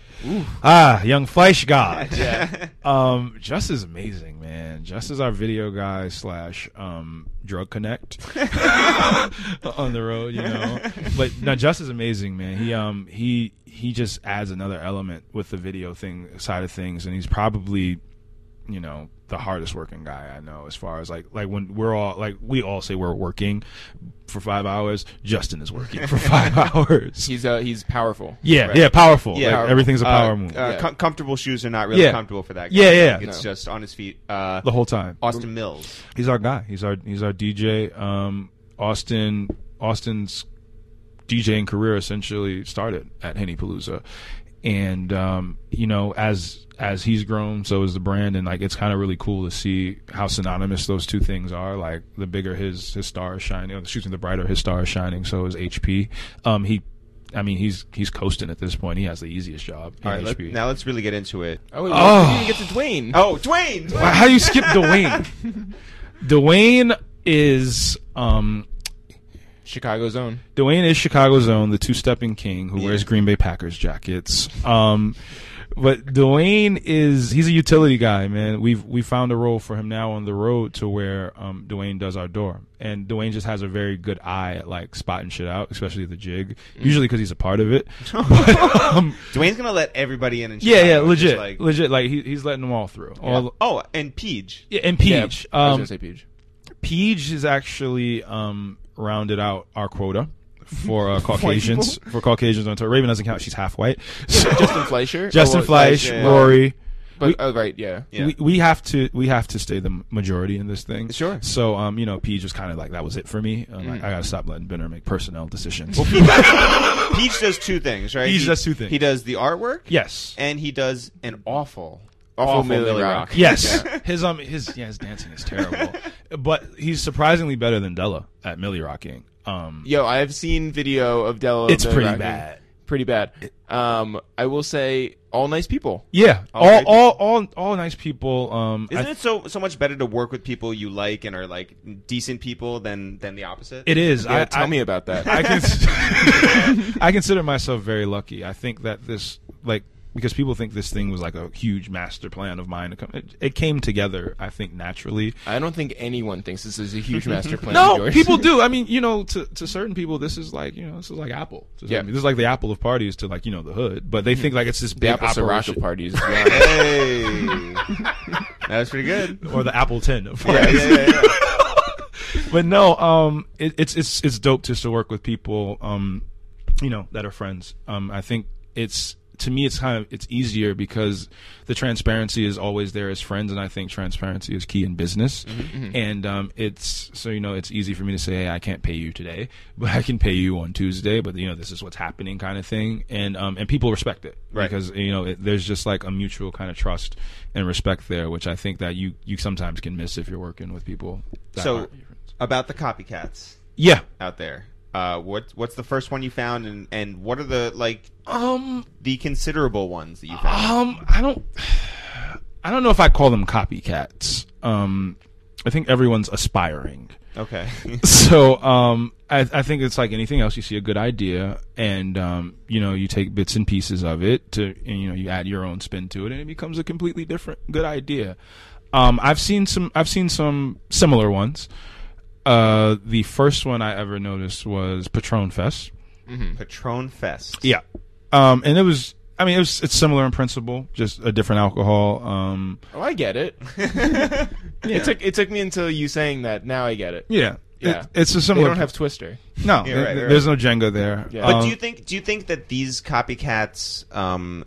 [SPEAKER 3] Ah, young Fleisch God. Um, Just is amazing, man. Just is our video guy slash um, drug connect on the road, you know. But no, Just is amazing, man. He um he he just adds another element with the video thing side of things, and he's probably you know the hardest working guy I know as far as like like when we're all like we all say we're working for five hours. Justin is working for five hours.
[SPEAKER 2] he's uh, he's powerful.
[SPEAKER 3] Yeah, yeah, powerful.
[SPEAKER 4] Yeah,
[SPEAKER 3] Like,
[SPEAKER 4] powerful.
[SPEAKER 3] everything's a
[SPEAKER 4] Uh,
[SPEAKER 3] power move
[SPEAKER 4] Uh,
[SPEAKER 2] Yeah.
[SPEAKER 4] com- comfortable shoes are not really
[SPEAKER 3] Yeah.
[SPEAKER 4] comfortable for that guy.
[SPEAKER 3] Yeah, yeah.
[SPEAKER 4] Like, It's
[SPEAKER 2] No.
[SPEAKER 4] just on his feet. Uh,
[SPEAKER 3] the whole time.
[SPEAKER 4] Austin Mills.
[SPEAKER 3] He's our guy. He's our he's our DJ. Um, Austin Austin's DJing career essentially started at Henny Palooza, and um, you know as as he's grown, so is the brand, and like it's kind of really cool to see how synonymous those two things are. Like the bigger his his star is shining, or excuse me, the brighter his star is shining, so is HP. Um, he I mean, he's he's coasting at this point. He has the easiest job. in
[SPEAKER 4] All right, let,
[SPEAKER 3] HB.
[SPEAKER 4] now let's really get into it.
[SPEAKER 2] Oh, wait,
[SPEAKER 3] Oh.
[SPEAKER 2] we didn't get to Dwayne.
[SPEAKER 4] Oh, Dwayne! Dwayne!
[SPEAKER 3] Wow, How do you skip Dwayne? Dwayne is um
[SPEAKER 2] Chicago's own.
[SPEAKER 3] Dwayne is Chicago's own, the two-stepping king who wears Green Bay Packers jackets. Um, but Dwayne is he's a utility guy, man. We've we found a role for him now on the road to where um, Dwayne does our door, and Dwayne just has a very good eye at like spotting shit out, especially the jig. Usually because he's a part of it. But, um,
[SPEAKER 4] Dwayne's gonna let everybody in. in
[SPEAKER 3] yeah, yeah,
[SPEAKER 4] Chicago, just
[SPEAKER 3] legit,
[SPEAKER 4] Like,
[SPEAKER 3] legit. Like he, he's letting them all through. All,
[SPEAKER 4] oh, and Peach.
[SPEAKER 3] yeah, and Peach.
[SPEAKER 2] Yeah, I was
[SPEAKER 3] um,
[SPEAKER 2] gonna say Peach.
[SPEAKER 3] Peach has actually um, rounded out our quota for uh, Caucasians. for Caucasians on tour, Raven doesn't count; she's half white. So,
[SPEAKER 2] Justin Fleischer.
[SPEAKER 3] Justin
[SPEAKER 2] Oh,
[SPEAKER 3] Fleisch,
[SPEAKER 4] yeah.
[SPEAKER 3] Rory.
[SPEAKER 2] But
[SPEAKER 3] we-
[SPEAKER 2] oh, right, yeah.
[SPEAKER 4] Yeah.
[SPEAKER 3] We, we have to we have to stay the m- majority in this thing.
[SPEAKER 2] Sure.
[SPEAKER 3] So um, you know, Peach was kind of like that was it for me. I'm
[SPEAKER 4] Mm.
[SPEAKER 3] like, I gotta stop letting Benner make personnel decisions.
[SPEAKER 4] Peach does two things, right?
[SPEAKER 3] Peach
[SPEAKER 4] He-
[SPEAKER 3] does two things.
[SPEAKER 4] He does the artwork,
[SPEAKER 3] yes.
[SPEAKER 4] and he does an awful,
[SPEAKER 2] Awful
[SPEAKER 4] awful,
[SPEAKER 2] Millie
[SPEAKER 4] Millie,
[SPEAKER 2] Rock.
[SPEAKER 4] Rock.
[SPEAKER 3] Yes, his um his yeah his dancing is terrible, but he's surprisingly better than Della at Millie Rocking. Um,
[SPEAKER 2] Yo, I've seen video of Della.
[SPEAKER 3] It's
[SPEAKER 2] Millie
[SPEAKER 3] pretty
[SPEAKER 2] Rocking.
[SPEAKER 3] bad.
[SPEAKER 2] Pretty bad. Um, I will say, all nice people.
[SPEAKER 3] yeah, all
[SPEAKER 4] Alright.
[SPEAKER 3] all, all all nice people. Um, I
[SPEAKER 4] Oh, Isn't it so so much better to work with people you like and are like decent people than than the opposite?
[SPEAKER 3] It is.
[SPEAKER 2] Yeah,
[SPEAKER 3] I,
[SPEAKER 2] tell
[SPEAKER 3] I,
[SPEAKER 2] me about that.
[SPEAKER 3] I, cons- I consider myself very lucky. I think that this, like, because people think this thing was like a huge master plan of mine to come. It, it came together, I think, naturally.
[SPEAKER 2] I don't think anyone thinks this is a huge master plan. of
[SPEAKER 3] No,
[SPEAKER 2] yours.
[SPEAKER 3] people do. I mean, you know, to, to certain people, this is like, you know, this is like Apple. To
[SPEAKER 2] Yeah.
[SPEAKER 3] some- This is like the Apple of parties to like, you know, the hood. But they think like it's this
[SPEAKER 2] The
[SPEAKER 3] big
[SPEAKER 2] Apple
[SPEAKER 3] operation.
[SPEAKER 2] Sriracha parties. is wild.
[SPEAKER 4] Hey, that was pretty good.
[SPEAKER 3] Or the Apple 10 of
[SPEAKER 4] Yeah,
[SPEAKER 3] parties.
[SPEAKER 4] yeah, yeah, yeah.
[SPEAKER 3] but no, um, it, it's it's it's dope just to work with people, um, you know, that are friends. Um, I think it's to me it's kind of it's easier because the transparency is always there as friends, and I think transparency is key in business.
[SPEAKER 4] Mm-hmm,
[SPEAKER 3] And um, it's so you know it's easy for me to say hey, I can't pay you today, but I can pay you on Tuesday. But you know this is what's happening, kind of thing, and um, and people respect it
[SPEAKER 4] Right.
[SPEAKER 3] because you know it, there's just like a mutual kind of trust and respect there, which I think that you you sometimes can miss if you're working with people. that
[SPEAKER 4] So-
[SPEAKER 3] aren't your friends.
[SPEAKER 4] About the copycats
[SPEAKER 3] yeah,
[SPEAKER 4] out there. Uh, what what's the first one you found, and and what are the like
[SPEAKER 3] Um,
[SPEAKER 4] the considerable ones that you found?
[SPEAKER 3] um, I don't, I don't know if I call them copycats. Um, I think everyone's aspiring.
[SPEAKER 4] Okay,
[SPEAKER 3] So, um, I, I think it's like anything else. You see a good idea, and um, you know, you take bits and pieces of it to, and you know, you add your own spin to it, and it becomes a completely different good idea. Um, I've seen some, I've seen some similar ones. Uh, the first one I ever noticed was Patron Fest.
[SPEAKER 4] Patron Fest.
[SPEAKER 3] Yeah. Um, and it was, I mean, it was, it's similar in principle, just a different alcohol. Um,
[SPEAKER 2] Oh, I get it. It took it took me until you saying that. Now I get it.
[SPEAKER 3] yeah.
[SPEAKER 2] Yeah.
[SPEAKER 3] It- it's a
[SPEAKER 2] They
[SPEAKER 3] similar.
[SPEAKER 2] don't have Twister.
[SPEAKER 3] no,
[SPEAKER 4] Yeah,
[SPEAKER 3] there-
[SPEAKER 4] right, right,
[SPEAKER 3] there's no Jenga there.
[SPEAKER 2] Yeah.
[SPEAKER 4] But
[SPEAKER 3] Um,
[SPEAKER 4] do you think do you think that these copycats, um,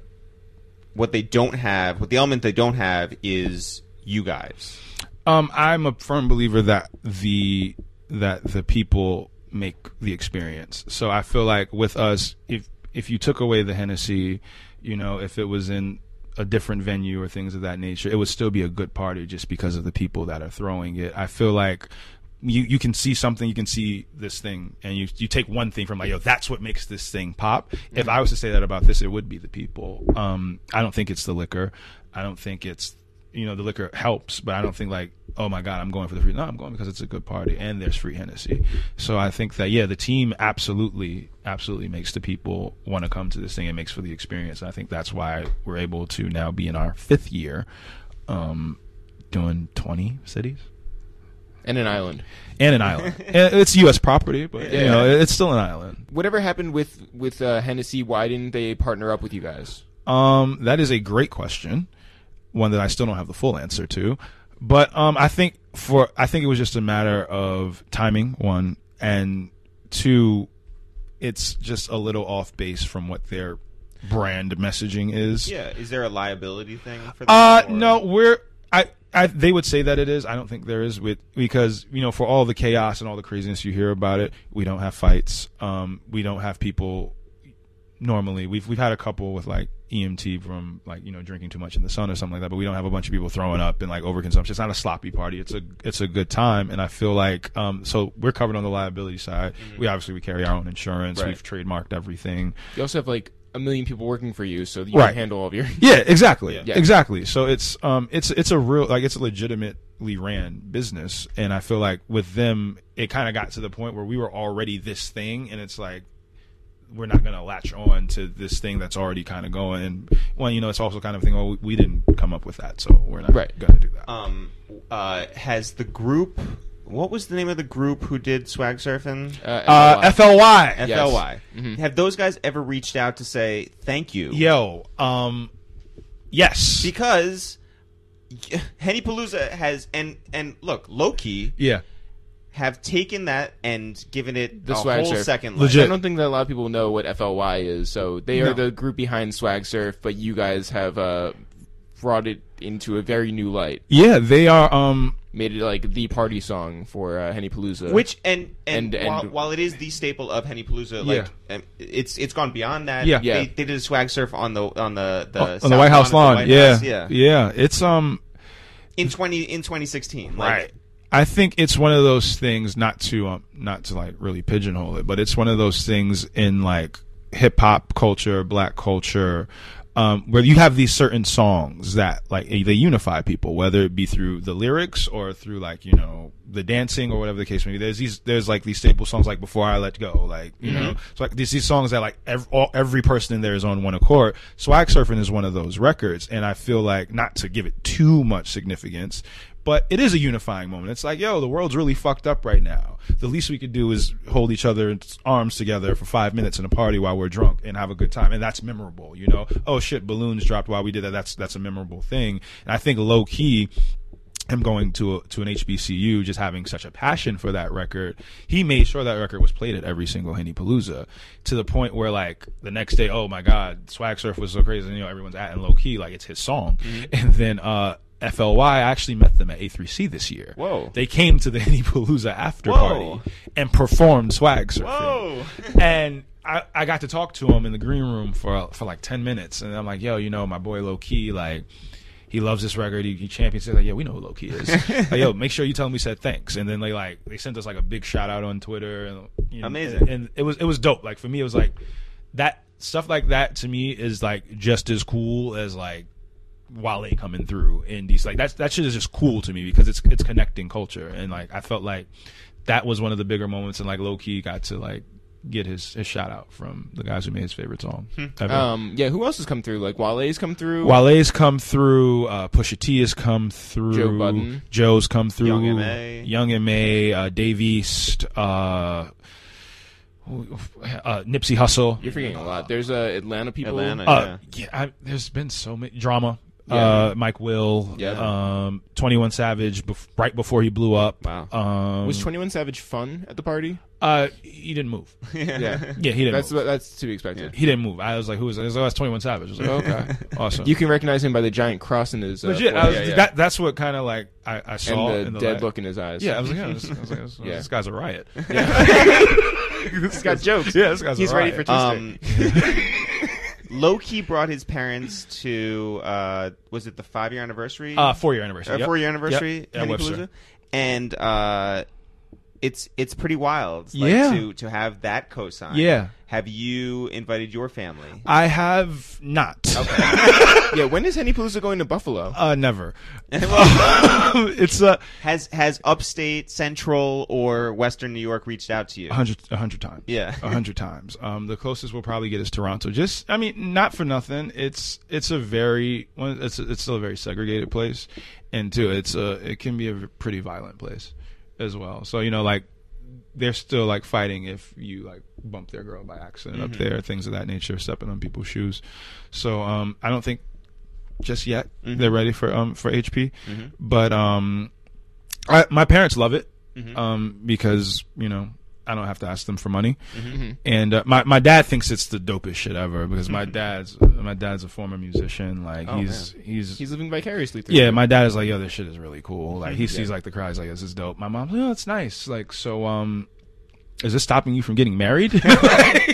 [SPEAKER 4] what they don't have, what the element they don't have is you guys.
[SPEAKER 3] um, I'm a firm believer that the, that the people make the experience. So I feel like with us, if, if you took away the Hennessy, you know, if it was in a different venue or things of that nature, it would still be a good party just because of the people that are throwing it. I feel like you you can see something, you can see this thing, and you you take one thing from like, yo, that's what makes this thing pop. If I was to say that about this, it would be the people. Um, I don't think it's the liquor. I don't think it's you know the liquor helps, but I don't think like, oh my god, I'm going for the free. No, I'm going because it's a good party and there's free Hennessy. So I think that yeah, the team absolutely absolutely makes the people want to come to this thing. It makes for the experience. And I think that's why we're able to now be in our fifth year, um, doing 20 cities
[SPEAKER 2] And an island.
[SPEAKER 3] and an island. And it's U.S. property, but you know it's still an island.
[SPEAKER 2] Whatever happened with with uh, Hennessy? Why didn't they partner up with you guys?
[SPEAKER 3] Um, that is a great question, one that I still don't have the full answer to. But um, I think for I think it was just a matter of timing, one, and two, it's just a little off base from what their brand messaging is.
[SPEAKER 4] Yeah, is there a liability thing for them?
[SPEAKER 3] Uh,
[SPEAKER 4] or-
[SPEAKER 3] no, we're I, I they would say that it is. I don't think there is with because you know for all the chaos and all the craziness you hear about it, we don't have fights. Um, we don't have people normally. We've we've had a couple with like EMT from like you know drinking too much in the sun or something like that. But we don't have a bunch of people throwing up and like overconsumption. It's not a sloppy party. It's a it's a good time, and I feel like um so we're covered on the liability side. We obviously we carry our own insurance.
[SPEAKER 2] Right.
[SPEAKER 3] We've trademarked everything.
[SPEAKER 2] You also have like a million people working for you, so you
[SPEAKER 3] Right.
[SPEAKER 2] can handle all of your. uh,
[SPEAKER 3] Yeah, exactly,
[SPEAKER 2] Yeah.
[SPEAKER 3] exactly. So it's um it's it's a real like it's a legitimately ran business, and I feel like with them it kind of got to the point where we were already this thing, and it's like we're not gonna latch on to this thing that's already kind of going. And well, you know, it's also kind of thing. Well, we, we didn't come up with that, so we're not
[SPEAKER 2] Right.
[SPEAKER 3] gonna do that.
[SPEAKER 4] Um, uh, has the group? What was the name of the group who did swag surfing?
[SPEAKER 2] Uh,
[SPEAKER 3] Uh,
[SPEAKER 2] FLI.
[SPEAKER 3] FLY.
[SPEAKER 2] Yes.
[SPEAKER 4] FLY.
[SPEAKER 3] Mm-hmm.
[SPEAKER 4] Have those guys ever reached out to say thank you?
[SPEAKER 3] Yo, um, yes,
[SPEAKER 4] Because Henny Palooza has and and look, Loki
[SPEAKER 3] yeah,
[SPEAKER 4] have taken that and given it
[SPEAKER 2] The
[SPEAKER 4] a
[SPEAKER 2] swag
[SPEAKER 4] whole
[SPEAKER 2] surf.
[SPEAKER 4] second life.
[SPEAKER 3] Legit.
[SPEAKER 2] I don't think that a lot of people know what FLY is, so they
[SPEAKER 3] No.
[SPEAKER 2] are the group behind Swag Surf, but you guys have uh, brought it into a very new light.
[SPEAKER 3] yeah. They are um
[SPEAKER 2] Made it like the party song for uh, Henny Palooza.
[SPEAKER 4] Which and and,
[SPEAKER 2] And-
[SPEAKER 4] while,
[SPEAKER 2] and-
[SPEAKER 4] while it is the staple of Henny Palooza, like um, it's it's gone beyond that.
[SPEAKER 3] Yeah.
[SPEAKER 2] Yeah.
[SPEAKER 4] They, they did a swag surf on the on the the
[SPEAKER 3] on
[SPEAKER 4] south
[SPEAKER 3] the White House
[SPEAKER 4] lawn
[SPEAKER 3] lawn.
[SPEAKER 4] of the White
[SPEAKER 3] yeah.
[SPEAKER 4] House,
[SPEAKER 3] yeah,
[SPEAKER 4] yeah,
[SPEAKER 3] It's um
[SPEAKER 4] in twenty in twenty sixteen,
[SPEAKER 3] Right. I think it's one of those things not to um not to like really pigeonhole it, but it's one of those things in like hip hop culture, black culture, um, where you have these certain songs that like they unify people, whether it be through the lyrics or through like you know the dancing or whatever the case may be. There's these there's like these staple songs like Before I Let Go, like you know, so like there's these songs that like ev- all, every person in there is on one accord. Swag Surfing is one of those records, and I feel like not to give it too much significance, but it is a unifying moment. It's like, yo, the world's really fucked up right now. The least we could do is hold each other's arms together for five minutes in a party while we're drunk and have a good time, and that's memorable. You know, oh shit, balloons dropped while we did that. That's that's a memorable thing. And I think low key, him going to a, to an HBCU, just having such a passion for that record, he made sure that record was played at every single Henny Palooza to the point where like the next day, oh my god, Swag Surf was so crazy, and, you know everyone's at and low key like it's his song, and then uh. FLY, I actually met them at A3C this year.
[SPEAKER 2] Whoa.
[SPEAKER 3] They came to the Henny Palooza after party and performed Swag Surfing. Whoa. and I, I got to talk to him in the green room for for like 10 minutes. And I'm like, yo, you know, my boy Low Key, like, he loves this record. He, he champions it. Like, yeah, we know who Low Key is. like, yo, make sure you tell him we said thanks. And then they like they sent us like a big shout out on Twitter. And, you know,
[SPEAKER 4] Amazing.
[SPEAKER 3] And, and it was it was dope. Like for me, it was like that stuff like that to me is like just as cool as like Wale coming through and these like that's that shit is just cool to me because it's it's connecting culture and like I felt like that was one of the bigger moments and like low key got to like get his, his shout out from the guys who made his favorite song. ever.
[SPEAKER 2] Um, yeah, who else has come through? Like Wale's come through.
[SPEAKER 3] Wale's come through. Uh, Pusha T has come through.
[SPEAKER 2] Joe Budden.
[SPEAKER 3] Joe's come through.
[SPEAKER 4] Young M.A..
[SPEAKER 3] Young M.A., Uh, Dave East. Uh, who- uh, Nipsey Hussle.
[SPEAKER 2] You're forgetting a lot. There's uh, Atlanta people.
[SPEAKER 4] Atlanta.
[SPEAKER 3] Uh, yeah. I, there's been so many drama. Uh, Mike Will.
[SPEAKER 2] Yeah.
[SPEAKER 3] Um, Twenty One Savage. Bef- right before he blew up.
[SPEAKER 4] Wow.
[SPEAKER 3] Um,
[SPEAKER 2] Was 21 Savage fun at the party?
[SPEAKER 3] uh, he didn't move.
[SPEAKER 4] yeah.
[SPEAKER 2] Yeah.
[SPEAKER 3] Yeah, he didn't.
[SPEAKER 2] that's
[SPEAKER 3] move.
[SPEAKER 2] that's to be expected.
[SPEAKER 3] he didn't move. I was like, who was that? I was like, oh, that's Twenty One Savage. I was like, okay, awesome.
[SPEAKER 2] You can recognize him by the giant cross in his uh,
[SPEAKER 3] Legit, I
[SPEAKER 2] forehead.
[SPEAKER 3] was,
[SPEAKER 2] Yeah, yeah.
[SPEAKER 3] That, that's what kind of like I, I saw
[SPEAKER 2] and the
[SPEAKER 3] in the
[SPEAKER 2] dead
[SPEAKER 3] li-
[SPEAKER 2] look in his eyes.
[SPEAKER 3] Yeah, I was like, yeah, this, I was like, this,
[SPEAKER 2] Yeah.
[SPEAKER 3] this guy's a riot.
[SPEAKER 2] he's got jokes.
[SPEAKER 3] Yeah, this guy's
[SPEAKER 2] He's
[SPEAKER 3] a
[SPEAKER 2] ready
[SPEAKER 3] riot.
[SPEAKER 2] for Tuesday.
[SPEAKER 4] Um, Loki brought his parents to uh, was it the five year anniversary?
[SPEAKER 3] uh, four year anniversary.
[SPEAKER 4] uh,
[SPEAKER 3] yep.
[SPEAKER 4] four year anniversary
[SPEAKER 3] Yep. Yeah,
[SPEAKER 4] Henny
[SPEAKER 3] Webster.
[SPEAKER 4] Palooza. and uh, it's it's pretty wild. Like,
[SPEAKER 3] Yeah.
[SPEAKER 4] to to have that cosign.
[SPEAKER 3] Yeah.
[SPEAKER 4] Have you invited your family?
[SPEAKER 3] I have not. Um,
[SPEAKER 2] yeah, when is Henny Palooza going to Buffalo?
[SPEAKER 3] Uh, never.
[SPEAKER 4] Well,
[SPEAKER 3] it's uh, a
[SPEAKER 4] has has upstate, central, or western New York reached out to you?
[SPEAKER 3] hundred, a hundred times.
[SPEAKER 4] Yeah.
[SPEAKER 3] a hundred times. Um, the closest we'll probably get is Toronto. Just, I mean, not for nothing. It's, it's a very, one- it's, it's still a very segregated place, and two, it's a, it can be a v- pretty violent place, as well. So you know, like, they're still like fighting if you like bump their girl by accident
[SPEAKER 4] Mm-hmm.
[SPEAKER 3] up there, things of that nature, stepping on people's shoes. So um, I don't think just yet
[SPEAKER 4] Mm-hmm.
[SPEAKER 3] they're ready for um for HP, but um, I, my parents love it um because you know. I don't have to ask them for money,
[SPEAKER 2] Mm-hmm.
[SPEAKER 3] and uh, my my dad thinks it's the dopest shit ever because my dad's my dad's a former musician. Like he's he's
[SPEAKER 2] He's living vicariously through.
[SPEAKER 3] yeah,
[SPEAKER 2] you.
[SPEAKER 3] my dad is like, yo, this shit is really cool. Like he sees like the crowd, he's like, this is dope. My mom's like, oh, it's nice. Like so, um, Is this stopping you from getting married?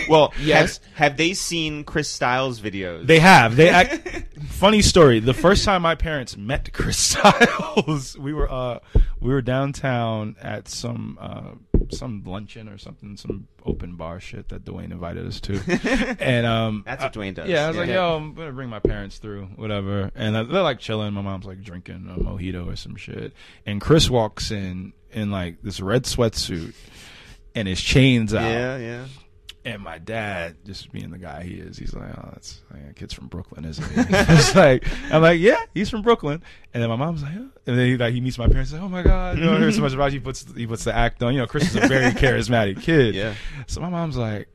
[SPEAKER 4] Well,
[SPEAKER 2] Yes.
[SPEAKER 4] Have, have they seen Chris Styles videos?
[SPEAKER 3] They have. They act- funny story. The first time my parents met Chris Styles, we were uh we were downtown at some uh some luncheon or something, some open bar shit that Dwayne invited us to, and um
[SPEAKER 4] That's what Dwayne does.
[SPEAKER 3] yeah, I was like, yo, I'm gonna bring my parents through, whatever. And uh, they're like chilling. My mom's like drinking a mojito or some shit. And Chris walks in in like this red sweatsuit and his chains out.
[SPEAKER 4] yeah, yeah.
[SPEAKER 3] And my dad, just being the guy he is, he's like, "Oh, that's like, that kid's from Brooklyn, isn't he?" it's like I'm like, "Yeah, he's from Brooklyn." And then my mom's like, "Huh?" and then he, like he meets my parents, like, "Oh my god, you know, I heard so much about you." He puts he puts the act on. You know, Chris is a very charismatic kid.
[SPEAKER 4] Yeah.
[SPEAKER 3] So my mom's like,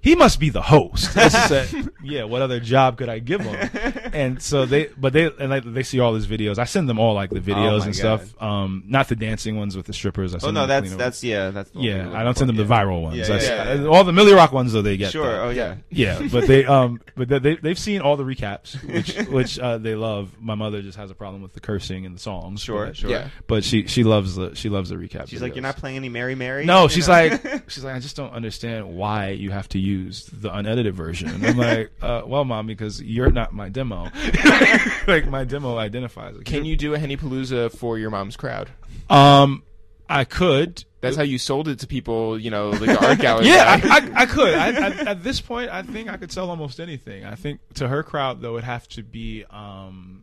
[SPEAKER 3] "He must be the host." I just said, "Yeah, what other job could I give him?" And so they, but they and like they see all his videos. I send them all like the videos
[SPEAKER 4] Oh my
[SPEAKER 3] and stuff. Um, not the dancing ones with the strippers.
[SPEAKER 4] Oh
[SPEAKER 3] I send
[SPEAKER 4] no,
[SPEAKER 3] them the
[SPEAKER 4] that's
[SPEAKER 3] cleaner
[SPEAKER 4] that's yeah, that's the one we were
[SPEAKER 3] yeah, I
[SPEAKER 4] looking
[SPEAKER 3] don't send
[SPEAKER 4] for,
[SPEAKER 3] them the
[SPEAKER 4] yeah.
[SPEAKER 3] viral ones.
[SPEAKER 4] Yeah,
[SPEAKER 3] That's-
[SPEAKER 4] yeah, yeah.
[SPEAKER 3] All the Millie Rock ones though they get.
[SPEAKER 4] Sure.
[SPEAKER 3] though.
[SPEAKER 4] Oh yeah.
[SPEAKER 3] Yeah, but they um, but they- they they've seen all the recaps, which which uh, they love. My mother just has a problem with the cursing and the songs.
[SPEAKER 4] Sure.
[SPEAKER 3] but,
[SPEAKER 4] Sure.
[SPEAKER 2] Yeah.
[SPEAKER 3] But she she loves the she loves the recap.
[SPEAKER 4] She's like, you're not
[SPEAKER 3] videos.
[SPEAKER 4] playing any Mary Mary.
[SPEAKER 3] No,
[SPEAKER 4] You
[SPEAKER 3] she's
[SPEAKER 4] know?
[SPEAKER 3] like she's like I just don't understand why you have to use the unedited version. And I'm like, uh, well, mom, because you're not my demo. like my demo identifies. Like,
[SPEAKER 2] Can you do a Henny Palooza for your mom's crowd?
[SPEAKER 3] Um, I could.
[SPEAKER 2] That's how you sold it to people, you know, like the art gallery.
[SPEAKER 3] Yeah,
[SPEAKER 2] guy.
[SPEAKER 3] I, I, I could. I, I, at this point, I think I could sell almost anything. I think to her crowd though, it'd have to be um,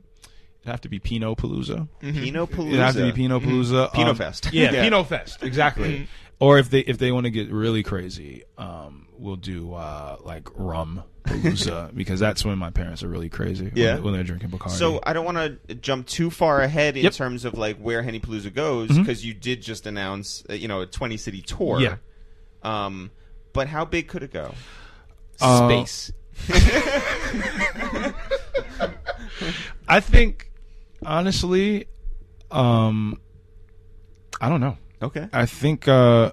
[SPEAKER 3] it'd have to be Pinot Palooza.
[SPEAKER 4] Pino
[SPEAKER 3] It'd have to be
[SPEAKER 4] Mm-hmm. Palooza.
[SPEAKER 3] Pinot Palooza.
[SPEAKER 4] Pinot
[SPEAKER 3] um,
[SPEAKER 4] Fest. Mm-hmm.
[SPEAKER 3] Yeah,
[SPEAKER 2] Yeah.
[SPEAKER 3] Pinot Fest. Exactly. Or if they if they want to get really crazy, um, we'll do uh, like rum palooza because that's when my parents are really crazy. when
[SPEAKER 4] Yeah.
[SPEAKER 3] they- when, they're drinking Bacardi.
[SPEAKER 4] So I don't want to jump too far ahead in
[SPEAKER 3] Yep. Mm-hmm.
[SPEAKER 4] terms of like where Henny Palooza goes because you did just announce uh, you know a 20 city tour.
[SPEAKER 3] Yeah.
[SPEAKER 4] Um, but how big could it go?
[SPEAKER 3] Uh,
[SPEAKER 2] Space.
[SPEAKER 3] I think honestly, um, I don't know.
[SPEAKER 4] Okay.
[SPEAKER 3] I think uh,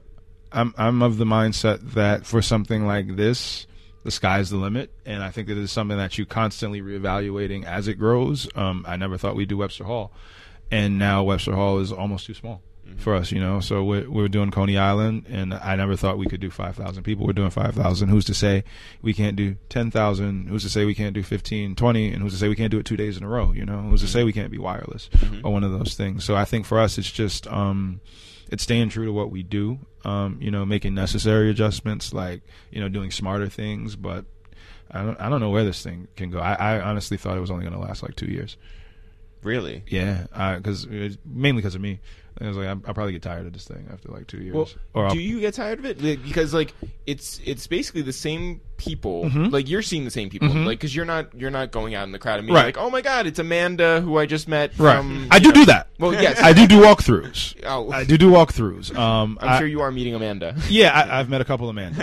[SPEAKER 3] I'm I'm of the mindset that for something like this, the sky's the limit, and I think that is something that you constantly reevaluating as it grows. Um, I never thought we'd do Webster Hall, and now Webster Hall is almost too small for us, you know. So we're we're doing Coney Island, and I never thought we could do five thousand people. We're doing five thousand. Who's to say we can't do ten thousand? Who's to say we can't do 15, 20? And who's to say we can't do it two days in a row? You know, who's to say we can't be wireless or one of those things? So I think for us, it's just. Um, it's staying true to what we do. Um, you know, making necessary adjustments, like you know, doing smarter things. But I don't, I don't know where this thing can go. I, I honestly thought it was only going to last like two years.
[SPEAKER 4] Really?
[SPEAKER 3] Yeah, because mainly because of me. I was like, I'm, I'll probably get tired of this thing after like two years.
[SPEAKER 2] Well,
[SPEAKER 3] or I'll,
[SPEAKER 2] do you get tired of it? Like, because like it's it's basically the same people.
[SPEAKER 3] Mm-hmm.
[SPEAKER 2] Like you're seeing the same people. Like because you're not you're not going out in the crowd and being
[SPEAKER 3] Right.
[SPEAKER 2] like, oh my god, it's Amanda who I just met.
[SPEAKER 3] right?
[SPEAKER 2] From,
[SPEAKER 3] I
[SPEAKER 2] you
[SPEAKER 3] do
[SPEAKER 2] know-
[SPEAKER 3] do that.
[SPEAKER 2] Well, yes.
[SPEAKER 3] I do do walkthroughs.
[SPEAKER 2] Oh.
[SPEAKER 3] I do do walkthroughs. Um,
[SPEAKER 2] I'm
[SPEAKER 3] I-
[SPEAKER 2] sure you are meeting Amanda.
[SPEAKER 3] Yeah, I, I've met a couple of men.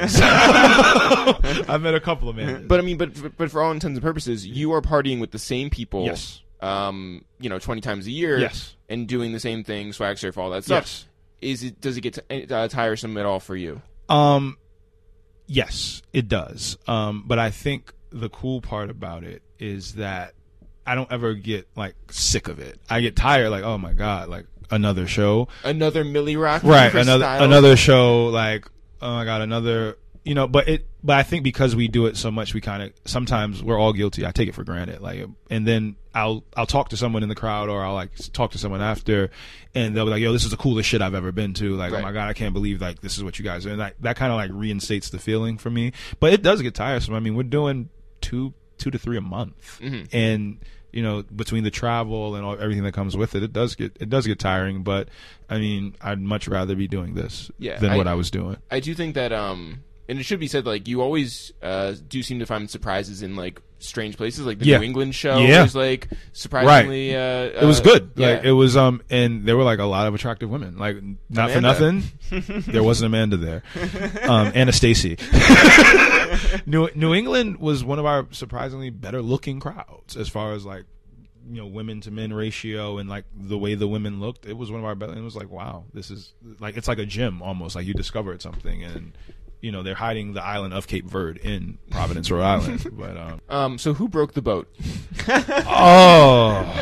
[SPEAKER 3] I've met a couple of men.
[SPEAKER 2] But I mean, but but for all intents and purposes, you are partying with the same people.
[SPEAKER 3] Yes.
[SPEAKER 2] Um, you know, twenty times a year.
[SPEAKER 3] Yes.
[SPEAKER 2] And doing the same thing, swag surf, all that stuff.
[SPEAKER 3] Yes.
[SPEAKER 2] Is it? Does it get t- uh, tiresome at all for you?
[SPEAKER 3] Um, yes, it does. Um, but I think the cool part about it is that I don't ever get like sick of it. I get tired, like oh my god, like another show,
[SPEAKER 2] Another Millie Rock.
[SPEAKER 3] right?
[SPEAKER 2] Chris
[SPEAKER 3] Another
[SPEAKER 2] Styles.
[SPEAKER 3] another show, like oh my god, another. You know, but it, but I think because we do it so much, we kind of sometimes we're all guilty. I take it for granted, like, and then I'll I'll talk to someone in the crowd, or I'll like s- talk to someone after, and they'll be like, "Yo, this is the coolest shit I've ever been to." Like, oh
[SPEAKER 2] Right.
[SPEAKER 3] my god, I can't believe like this is what you guys are. And like, that kind of like reinstates the feeling for me. But it does get tiresome. I mean, we're doing two two to three a month, and you know between the travel and all, everything that comes with it, it does get it does get tiring. But I mean, I'd much rather be doing this
[SPEAKER 2] Yeah,
[SPEAKER 3] than
[SPEAKER 2] I-
[SPEAKER 3] what I was doing.
[SPEAKER 2] I do think that um and it should be said like you always uh do seem to find surprises in like strange places like the
[SPEAKER 3] Yeah.
[SPEAKER 2] New England show
[SPEAKER 3] Yeah.
[SPEAKER 2] was like surprisingly uh
[SPEAKER 3] It was
[SPEAKER 2] uh,
[SPEAKER 3] good.
[SPEAKER 2] yeah.
[SPEAKER 3] Like it was um and there were like a lot of attractive women. Like not for
[SPEAKER 2] Amanda.
[SPEAKER 3] nothing. there wasn't Amanda there. Um Anna Stacy. New New England was one of our surprisingly better looking crowds as far as like you know women to men ratio and like the way the women looked it was one of our best and it was like wow this is like it's like a gym almost like you discovered something and you know they're hiding the island of cape verde in providence rhode island but um
[SPEAKER 2] um so who broke the boat
[SPEAKER 3] Oh,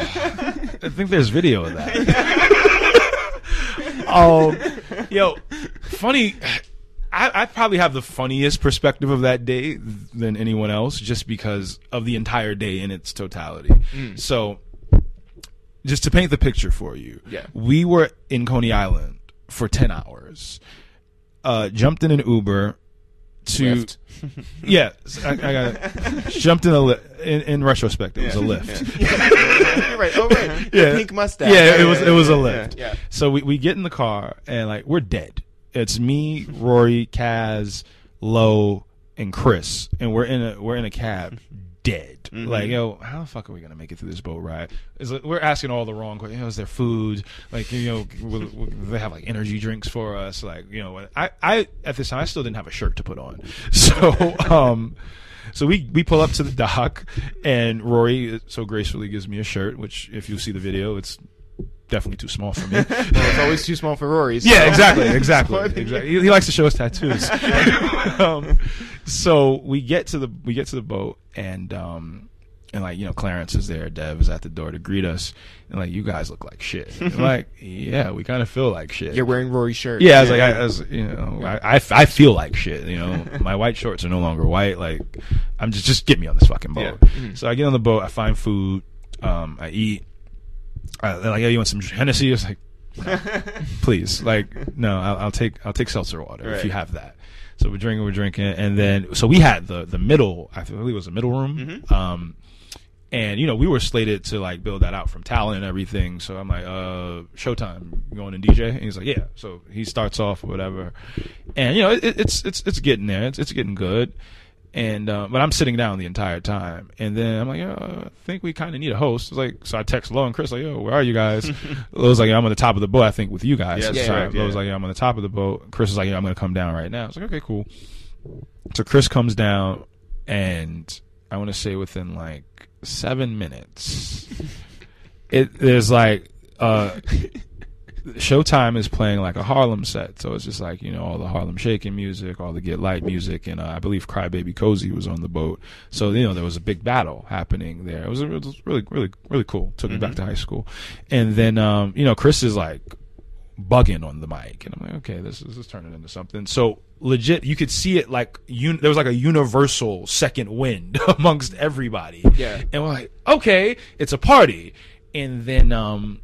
[SPEAKER 3] I think there's video of that. oh, yo, funny. I, I probably have the funniest perspective of that day than anyone else, just because of the entire day in its totality. So, just to paint the picture for you,
[SPEAKER 2] Yeah.
[SPEAKER 3] we were in Coney Island for ten hours. Uh, jumped in an Uber to
[SPEAKER 2] Lyft.
[SPEAKER 3] yeah, I, I got it. jumped in a li- in, in retrospect, it was a lift.
[SPEAKER 4] You're right. Oh, right.
[SPEAKER 3] Yeah.
[SPEAKER 4] The pink mustache.
[SPEAKER 3] Yeah, it was it was a lift.
[SPEAKER 4] yeah.
[SPEAKER 3] So we, we get in the car and like we're dead. It's me, Rory, Kaz, Lo, and Chris, and we're in a we're in a cab, dead. Like yo, how the fuck are we gonna make it through this boat ride? Is it, we're asking all the wrong questions. You know, is there food? Like you know, will, will they have like energy drinks for us? Like you know, I I at this time I still didn't have a shirt to put on, so um. So we, we pull up to the dock, and Rory so gracefully gives me a shirt, which if you see the video, it's definitely too small for me.
[SPEAKER 2] Well, it's always too small for Rory's.
[SPEAKER 3] yeah, exactly, exactly, exactly. He, he likes to show us tattoos. um, so we get to the we get to the boat, and um, and like you know, Clarence is there, Dev is at the door to greet us, and like you guys look like shit. And, like yeah, we kind of feel like shit.
[SPEAKER 2] You're wearing Rory's shirt.
[SPEAKER 3] Yeah, I was like, I, I was, you know, I, I, I feel like shit. You know, my white shorts are no longer white. Like, I'm just, just get me on this fucking boat. Mm-hmm. So I get on the boat. I find food. Um, I eat. I, they're like, oh, you want some Hennessy? I was like, no, please, like, no, I'll, I'll take, I'll take seltzer water if you have that. So we're drinking, we're drinking, and then so we had the the middle. I think it was the middle room. Um, and you know we were slated to like build that out from talent and everything so i'm like uh showtime you going to dj and he's like yeah so he starts off or whatever and you know it, it's it's it's getting there it's, it's getting good and uh, but i'm sitting down the entire time and then i'm like uh, i think we kind of need a host it's like so i text lo and chris like yo where are you guys lo was like yeah, i'm on the top of the boat i think with you guys
[SPEAKER 4] Yeah,
[SPEAKER 3] So
[SPEAKER 2] that's
[SPEAKER 3] I-
[SPEAKER 4] correct,
[SPEAKER 3] lo
[SPEAKER 4] yeah.
[SPEAKER 3] was like yeah, i'm on the top of the boat chris is like yeah, i'm gonna come down right now it's like okay cool so Chris comes down, and I want to say within like seven minutes, it there's like uh, Showtime is playing like a Harlem set, so it's just like you know all the Harlem shaking music, all the Get Light music, and uh, I believe Crybaby Cozy was on the boat. So you know there was a big battle happening there. It was, it was really really really cool. Took me back to high school, and then um, you know Chris is like bugging on the mic, and I'm like, okay, this is, this is turning into something. So legit, you could see it like un- there was like a universal second wind amongst everybody.
[SPEAKER 2] Yeah.
[SPEAKER 3] and we're like, okay, it's a party, and then um,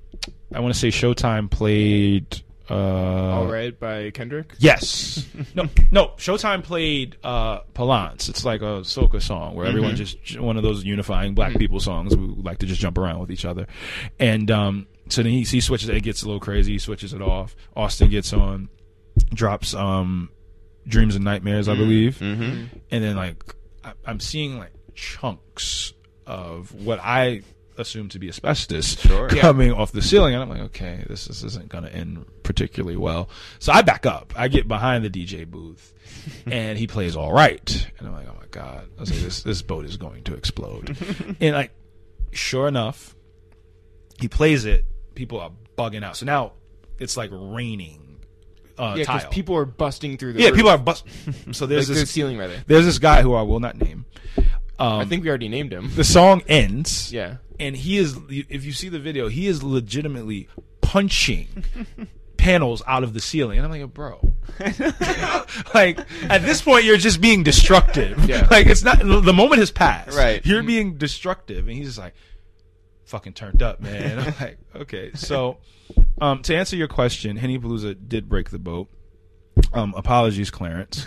[SPEAKER 3] I want to say Showtime played. Uh,
[SPEAKER 2] All right, by Kendrick.
[SPEAKER 3] Yes. no. No. Showtime played uh, Palance. It's like a soca song where
[SPEAKER 2] Mm-hmm.
[SPEAKER 3] everyone just one of those unifying black people songs. We like to just jump around with each other, and um, so then he, he switches. It gets a little crazy. He switches it off. Austin gets on, drops um, Dreams and Nightmares,
[SPEAKER 2] Mm-hmm.
[SPEAKER 3] I believe, and then like I, I'm seeing like chunks of what I assume to be asbestos coming off the ceiling, and I'm like, okay, this, this isn't going to end particularly well. So I back up. I get behind the DJ booth, and he plays all right, and I'm like, oh my god, I was like, this this boat is going to explode, and like, sure enough, he plays it. People are bugging out. So now it's like raining uh,
[SPEAKER 2] Yeah, because
[SPEAKER 3] tile.
[SPEAKER 2] people are busting through the
[SPEAKER 3] yeah,
[SPEAKER 2] roof.
[SPEAKER 3] people are bust. So
[SPEAKER 2] like
[SPEAKER 3] there's
[SPEAKER 2] the
[SPEAKER 3] this
[SPEAKER 2] ceiling rather.
[SPEAKER 3] there's this guy who I will not name. Um,
[SPEAKER 2] I think we already named him.
[SPEAKER 3] the song ends.
[SPEAKER 2] Yeah.
[SPEAKER 3] And he is, if you see the video, he is legitimately punching panels out of the ceiling. And I'm like, bro. like, at this point, you're just being destructive.
[SPEAKER 2] Yeah.
[SPEAKER 3] Like, it's not, the moment has passed.
[SPEAKER 4] Right.
[SPEAKER 3] You're being destructive. And he's just like, fucking turned up, man. I'm like, okay. So, um, to answer your question, Henny Palooza did break the boat. Um, apologies, Clarence.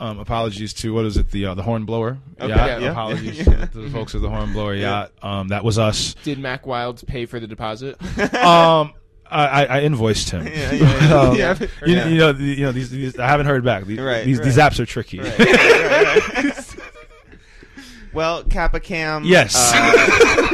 [SPEAKER 3] um, apologies to what is it? The uh, the hornblower. Okay, yacht.
[SPEAKER 2] yeah.
[SPEAKER 3] Apologies to the folks of the hornblower yacht. Um, that was us.
[SPEAKER 2] Did Mac Wilds pay for the deposit?
[SPEAKER 3] Um, I, I- I invoiced him.
[SPEAKER 4] Yeah, yeah, yeah.
[SPEAKER 3] Um,
[SPEAKER 4] Yeah.
[SPEAKER 3] You,
[SPEAKER 4] Yeah.
[SPEAKER 3] you know, the- you know these, these. I haven't heard back. These
[SPEAKER 4] Right,
[SPEAKER 3] these, these apps are tricky.
[SPEAKER 4] Well, Kappa Cam. uh,
[SPEAKER 3] Yes.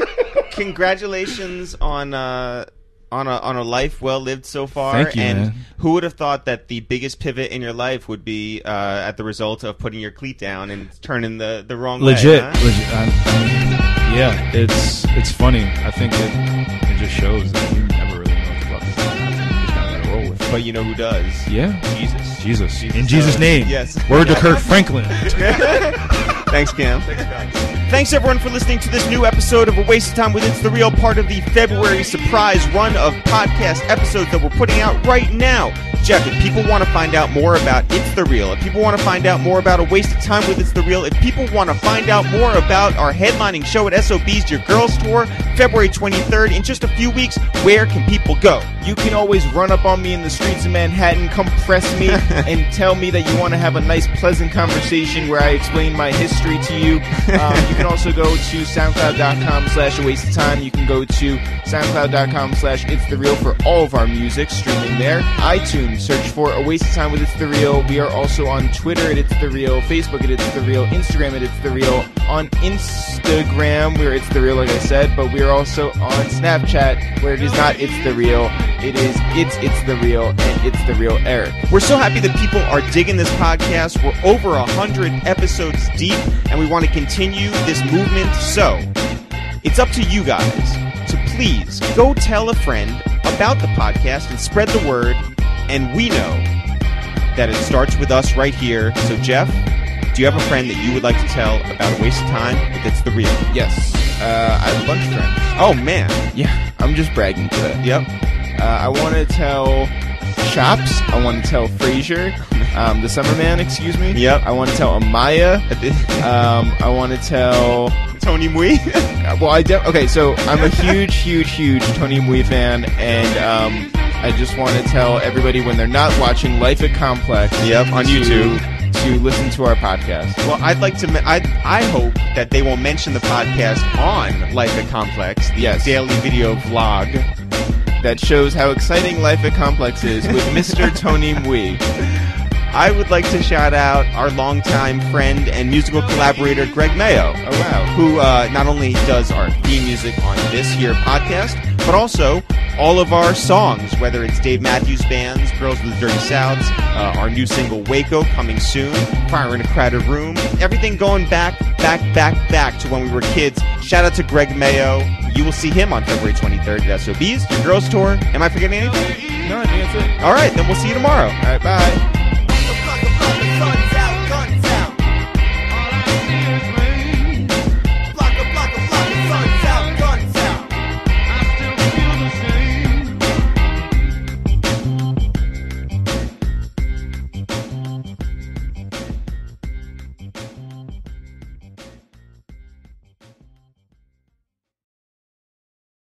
[SPEAKER 4] congratulations on uh, on a on a life well lived so far.
[SPEAKER 3] Thank you,
[SPEAKER 4] and
[SPEAKER 3] man.
[SPEAKER 4] who would have thought that the biggest pivot in your life would be uh, at the result of putting your cleat down and turning the the wrong
[SPEAKER 3] legit.
[SPEAKER 4] way? huh?
[SPEAKER 3] legit I'm- I'm- yeah, it's it's funny. I think it it just shows that you never really know what the fuck is going on. You just gotta roll with it.
[SPEAKER 4] But you know who does?
[SPEAKER 3] Yeah.
[SPEAKER 4] Jesus.
[SPEAKER 3] Jesus. In Jesus' name.
[SPEAKER 4] Yes.
[SPEAKER 3] Word to Kirk Franklin.
[SPEAKER 4] Thanks, Cam. Thanks, everyone, for listening to this new episode of A Waste of Time with It's the Real, part of the February surprise run of podcast episodes that we're putting out right now.
[SPEAKER 1] Jeff, if people want to find out more about It's the Real, if people want to find out more about A Waste of Time with It's the Real, if people want to find out more about our headlining show at SOB's Your Girls Tour, February 23rd, in just a few weeks, where can people go?
[SPEAKER 2] You can always run up on me in the streets of Manhattan, come press me, and tell me that you want to have a nice, pleasant conversation where I explain my history to you. Um, you can also go to soundcloud.com slash a waste of time. You can go to soundcloud.com slash it's the real for all of our music streaming there. iTunes, search for a waste of time with it's the real. We are also on Twitter at it's the real, Facebook at it's the real, Instagram at it's the real. On Instagram, where it's the real, like I said, but we are also on Snapchat, where it is not it's the real. It is it's it's the real and it's the real Eric.
[SPEAKER 1] We're so happy that people are digging this podcast. We're over 100 episodes deep, and we want to continue this movement. So it's up to you guys to please go tell a friend about the podcast and spread the word. And we know that it starts with us right here. So, Jeff, do you have a friend that you would like to tell about a waste of time that's the real?
[SPEAKER 2] Yes, uh, I have a bunch of friends.
[SPEAKER 1] Oh, man.
[SPEAKER 2] Yeah, I'm just bragging today.
[SPEAKER 1] Yep.
[SPEAKER 2] Uh, I want to tell Chops. I want to tell Frasier, um, the Summerman. Excuse me.
[SPEAKER 1] Yep.
[SPEAKER 2] I want to tell Amaya. Um, I want to tell.
[SPEAKER 1] Tony Mui.
[SPEAKER 2] uh, Well, I de- okay. So I'm a huge, huge, huge Tony Mui fan, and um, I just want to tell everybody when they're not watching Life at Complex.
[SPEAKER 1] Yep, on
[SPEAKER 2] to-
[SPEAKER 1] YouTube.
[SPEAKER 2] to listen to our podcast.
[SPEAKER 1] Well, I'd like to. I I hope that they will mention the podcast on Life at Complex, the
[SPEAKER 2] Yes.
[SPEAKER 1] daily video vlog.
[SPEAKER 2] that shows how exciting life at Complex is with Mr. Tony Mui.
[SPEAKER 1] I would like to shout out our longtime friend and musical collaborator Greg Mayo,
[SPEAKER 2] Oh wow.
[SPEAKER 1] who uh, not only does our theme music on this here podcast, but also all of our songs, whether it's Dave Matthews Band's "Girls with the Dirty Souths," uh, our new single "Waco" coming soon, "Fire in a Crowded Room," everything going back, back, back, back to when we were kids. Shout out to Greg Mayo. You will see him on February 23rd at SOB's Your Girls Tour. Am I forgetting anything?
[SPEAKER 2] No, I think that's it.
[SPEAKER 1] All right, then we'll see you tomorrow.
[SPEAKER 2] All right, bye.
[SPEAKER 6] Motherfucker, motherfucker,